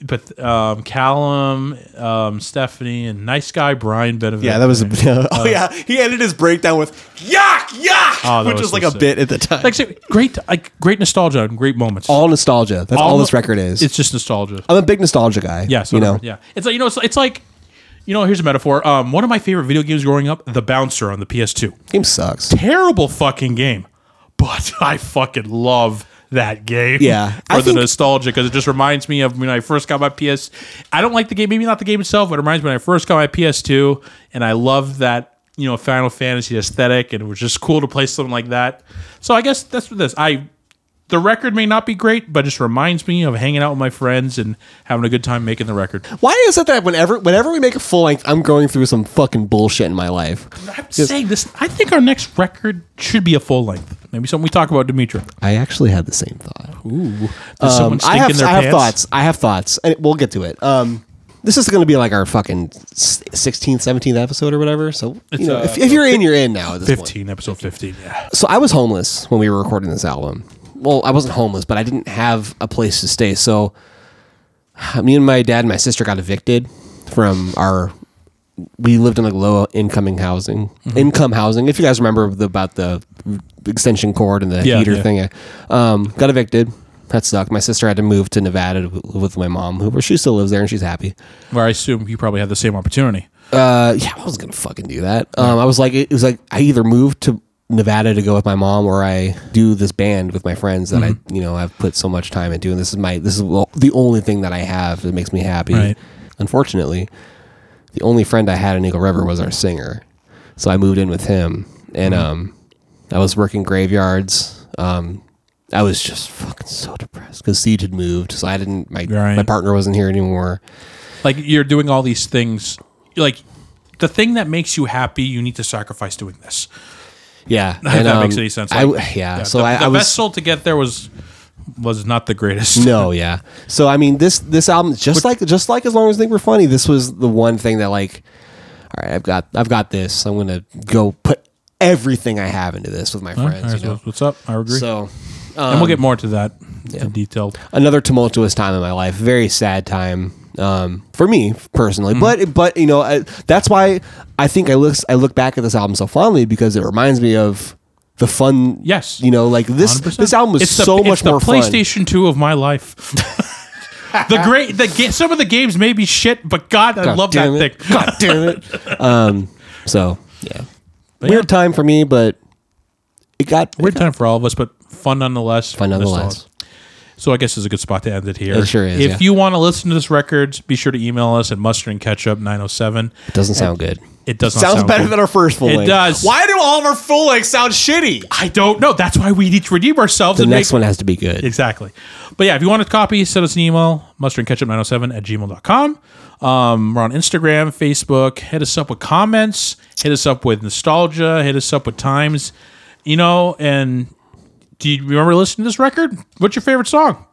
[SPEAKER 1] but um, Callum, um, Stephanie, and nice guy Brian Benevides.
[SPEAKER 2] [LAUGHS] yeah, that was. [LAUGHS] oh yeah,
[SPEAKER 8] He ended his breakdown with "Yuck, yuck,"
[SPEAKER 1] Oh, that
[SPEAKER 8] which was
[SPEAKER 1] so
[SPEAKER 8] like a
[SPEAKER 1] sick.
[SPEAKER 8] bit at the time.
[SPEAKER 1] Like, so- great, like great nostalgia and great moments.
[SPEAKER 2] all nostalgia. That's all, this record is.
[SPEAKER 1] It's just nostalgia.
[SPEAKER 2] I'm a big nostalgia guy.
[SPEAKER 1] Yeah, so
[SPEAKER 2] you know.
[SPEAKER 1] yeah. It's like you know, it's, it's like you know. Here's a metaphor. Um, one of my favorite video games growing up, The Bouncer on the PS2.
[SPEAKER 2] Game sucks.
[SPEAKER 1] Terrible fucking game, but [LAUGHS] I fucking love that game.
[SPEAKER 2] Yeah, I
[SPEAKER 1] for the
[SPEAKER 2] think-
[SPEAKER 1] nostalgia because it just reminds me of when I first got my PS. I don't like the game, maybe not the game itself, but it reminds me when I first got my PS2, and I loved that. You know, Final Fantasy aesthetic, and it was just cool to play something like that. So I guess that's what this. I the record may not be great, but it just reminds me of hanging out with my friends and having a good time making the record.
[SPEAKER 2] Why is it that whenever whenever we make a full length, I'm going through some fucking bullshit in my life?
[SPEAKER 1] I'm saying this. I think our next record should be a full length. Maybe something we talk about, Demetra.
[SPEAKER 2] I actually had the same thought.
[SPEAKER 1] Does someone
[SPEAKER 2] Um, I
[SPEAKER 1] stink
[SPEAKER 2] have
[SPEAKER 1] in their
[SPEAKER 2] I
[SPEAKER 1] pants?
[SPEAKER 2] have thoughts. I have thoughts, and we'll get to it. Um, this is going to be like our fucking s- 16th, 17th episode or whatever. So you know, if, if you're in, you're in now. At this point.
[SPEAKER 1] uh, Fifteen, episode fifteen. Yeah.
[SPEAKER 2] So I was homeless when we were recording this album. Well, I wasn't homeless, but I didn't have a place to stay. [SIGHS] So me and my dad and my sister got evicted from our we lived in like low incoming housing,
[SPEAKER 1] Mm-hmm.
[SPEAKER 2] income housing. If you guys remember the, about the extension cord and the
[SPEAKER 1] Yeah,
[SPEAKER 2] heater
[SPEAKER 1] yeah.
[SPEAKER 2] thing, um, got evicted. That sucked. My sister had to move to Nevada to live with my mom, who where she still lives there and she's happy.
[SPEAKER 1] Where I assume you probably had the same opportunity.
[SPEAKER 2] Uh, yeah, I was gonna fucking do that. Um, I was like, it was like I either moved to Nevada to go with my mom, or I do this band with my friends that
[SPEAKER 1] Mm-hmm.
[SPEAKER 2] I, you know, I've put so much time into, and this is my, this is lo- the only thing that I have that makes me happy.
[SPEAKER 1] Right.
[SPEAKER 2] Unfortunately, the only friend I had in Eagle River was our singer, so I moved in with him, and
[SPEAKER 1] Mm-hmm.
[SPEAKER 2] um, I was working graveyards. Um, I was just fucking so depressed because Siege had moved, so I didn't. My
[SPEAKER 1] Right.
[SPEAKER 2] my partner wasn't here anymore.
[SPEAKER 1] Like you're doing all these things. Like the thing that makes you happy, you need to sacrifice doing this. [LAUGHS]
[SPEAKER 2] Yeah,
[SPEAKER 1] If that makes any sense.
[SPEAKER 2] um, I,
[SPEAKER 1] Like,
[SPEAKER 2] yeah, so
[SPEAKER 1] the,
[SPEAKER 2] I,
[SPEAKER 1] the
[SPEAKER 2] I was
[SPEAKER 1] vessel to get there was was not the greatest. [LAUGHS]
[SPEAKER 2] [LAUGHS] No, yeah. So I mean, this this album, just like just like as long as they were funny, this was the one thing that like, all right, I've got I've got this. I'm gonna go put everything I have into this with my
[SPEAKER 1] All right,
[SPEAKER 2] friends. you
[SPEAKER 1] so
[SPEAKER 2] know?
[SPEAKER 1] what's up? I agree.
[SPEAKER 2] So um,
[SPEAKER 1] and we'll get more to that in detail.
[SPEAKER 2] another tumultuous time in my life, very sad time um, for me personally.
[SPEAKER 1] Hmm.
[SPEAKER 2] But but you know I, that's why I think I look I look back at this album so fondly because it reminds me of the fun.
[SPEAKER 1] Yes.
[SPEAKER 2] you know, like this
[SPEAKER 1] 100%.
[SPEAKER 2] this album was
[SPEAKER 1] It's the-
[SPEAKER 2] so
[SPEAKER 1] it's
[SPEAKER 2] much
[SPEAKER 1] the
[SPEAKER 2] more fun.
[SPEAKER 1] PlayStation 2 of my life. [LAUGHS] the great the ga- some of the games may be shit, but God, I
[SPEAKER 2] God
[SPEAKER 1] love that
[SPEAKER 2] damn it.
[SPEAKER 1] thing.
[SPEAKER 2] God damn it.
[SPEAKER 1] [LAUGHS]
[SPEAKER 2] Um, so yeah,
[SPEAKER 1] But
[SPEAKER 2] weird
[SPEAKER 1] yeah,
[SPEAKER 2] time for me, but it got
[SPEAKER 1] weird time for all of us, but fun nonetheless.
[SPEAKER 2] Fun nonetheless.
[SPEAKER 1] So I guess is a good spot to end it here.
[SPEAKER 2] It sure is,
[SPEAKER 1] If
[SPEAKER 2] yeah.
[SPEAKER 1] you want to listen to this record, be sure to email us at mustard and ketchup 907.
[SPEAKER 2] It doesn't sound good.
[SPEAKER 1] It does not
[SPEAKER 2] sounds
[SPEAKER 1] sound
[SPEAKER 2] better
[SPEAKER 1] good.
[SPEAKER 2] than our first full
[SPEAKER 1] It
[SPEAKER 2] length.
[SPEAKER 1] does.
[SPEAKER 8] Why do all of our full lengths sound shitty?
[SPEAKER 1] I don't know. That's why we need to redeem ourselves.
[SPEAKER 2] The
[SPEAKER 1] and
[SPEAKER 2] next
[SPEAKER 1] make-
[SPEAKER 2] one has to be good.
[SPEAKER 1] Exactly. But yeah, if you want a copy, send us an email, mustardandketchup907 at gmail.com. Um, we're on Instagram, Facebook. Hit us up with comments. Hit us up with nostalgia. Hit us up with times. You know, and do you remember listening to this record? What's your favorite song?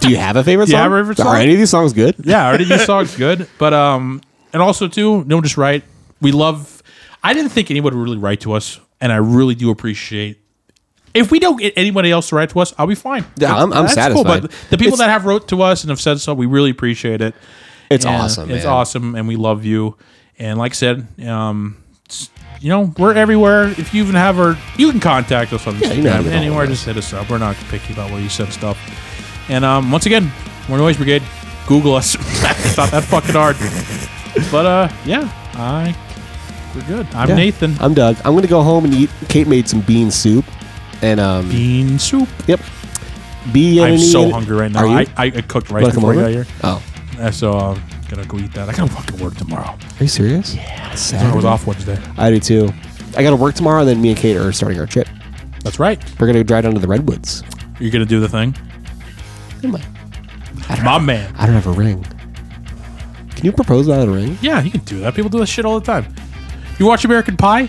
[SPEAKER 2] Do you have a favorite
[SPEAKER 1] Do you
[SPEAKER 2] song?
[SPEAKER 1] have a favorite
[SPEAKER 2] Are
[SPEAKER 1] song?
[SPEAKER 2] any of these songs good?
[SPEAKER 1] yeah, already these songs good. But um, and also too, no, just write. We love. I didn't think anyone would really write to us, and I really do appreciate. If we don't get anybody else to write to us, I'll be fine.
[SPEAKER 2] Yeah, I'm- I'm
[SPEAKER 1] but
[SPEAKER 2] satisfied.
[SPEAKER 1] the people
[SPEAKER 2] It's-
[SPEAKER 1] that have wrote to us and have said so, we really appreciate it.
[SPEAKER 2] It's
[SPEAKER 1] And
[SPEAKER 2] awesome.
[SPEAKER 1] It's
[SPEAKER 2] man.
[SPEAKER 1] awesome, and we love you. And like I said, um, s- you know, we're everywhere. If you even have our, you can contact us on
[SPEAKER 2] Yeah, you know how
[SPEAKER 1] Instagram,
[SPEAKER 2] to get a hold of
[SPEAKER 1] anywhere. Just hit us up. We're not picky about where you send stuff. And um, once again, we're Noise Brigade. Google us. [LAUGHS] it's not that fucking hard. But uh, yeah, I we're good. I'm
[SPEAKER 2] Yeah. Uh,
[SPEAKER 1] Nathan.
[SPEAKER 2] I'm Doug. I'm gonna go home and eat. Kate made some bean soup, and um,
[SPEAKER 1] Bean soup.
[SPEAKER 2] yep. Be
[SPEAKER 1] I'm so hungry right now.
[SPEAKER 2] Are you?
[SPEAKER 1] I, I I cooked rice
[SPEAKER 2] Wanna come
[SPEAKER 1] before I
[SPEAKER 2] over?
[SPEAKER 1] got here,
[SPEAKER 2] Oh,
[SPEAKER 1] Uh, so I'm gonna go eat that. I gotta fucking work tomorrow.
[SPEAKER 2] are you serious? Yeah.
[SPEAKER 1] I
[SPEAKER 2] Mm-hmm.
[SPEAKER 1] was off Wednesday.
[SPEAKER 2] I do too. I got to work tomorrow, and then me and Kate are starting our trip.
[SPEAKER 1] That's right.
[SPEAKER 2] We're gonna drive down to the redwoods.
[SPEAKER 1] You're gonna do the thing,
[SPEAKER 2] Am I?
[SPEAKER 1] my man.
[SPEAKER 2] I don't have a ring. Can you propose without a ring?
[SPEAKER 1] Yeah, you can do that. People do that shit all the time. You watch American Pie?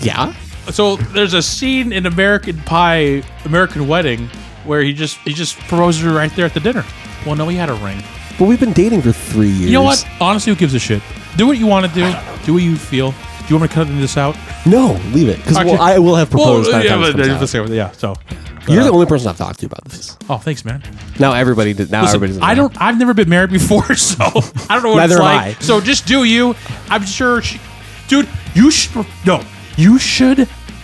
[SPEAKER 2] Yeah.
[SPEAKER 1] So there's a scene in American Pie, American Wedding, where he just he just proposes her right there at the dinner. Well, no, he had a ring.
[SPEAKER 2] But we've been dating for three years.
[SPEAKER 1] You know what? Honestly, who gives a shit? Do what you want to do. Do what you feel. Do you want me to cut this out?
[SPEAKER 2] No, leave it because
[SPEAKER 1] Actually-
[SPEAKER 2] I will have proposed.
[SPEAKER 1] Well,
[SPEAKER 2] by the
[SPEAKER 1] yeah,
[SPEAKER 2] time this
[SPEAKER 1] but
[SPEAKER 2] comes out.
[SPEAKER 1] let's say- yeah. So,
[SPEAKER 2] You're
[SPEAKER 1] Uh,
[SPEAKER 2] the only person I've talked to about this.
[SPEAKER 1] oh, thanks, man.
[SPEAKER 2] Now everybody. Did, now
[SPEAKER 1] Listen,
[SPEAKER 2] everybody's.
[SPEAKER 1] I don't. I've never been married before, [LAUGHS] so I don't know what
[SPEAKER 2] Neither
[SPEAKER 1] it's
[SPEAKER 2] have
[SPEAKER 1] like.
[SPEAKER 2] I.
[SPEAKER 1] So just do you. I'm sure, she, dude. You should no. You should.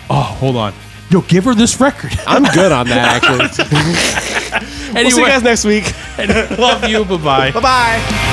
[SPEAKER 1] Oh, hold on. No, give her this record. [LAUGHS]
[SPEAKER 2] I'm good on that actually.
[SPEAKER 1] Anyway,
[SPEAKER 8] We'll see you guys next week.
[SPEAKER 1] [LAUGHS] love you. Bye bye.
[SPEAKER 8] Bye bye.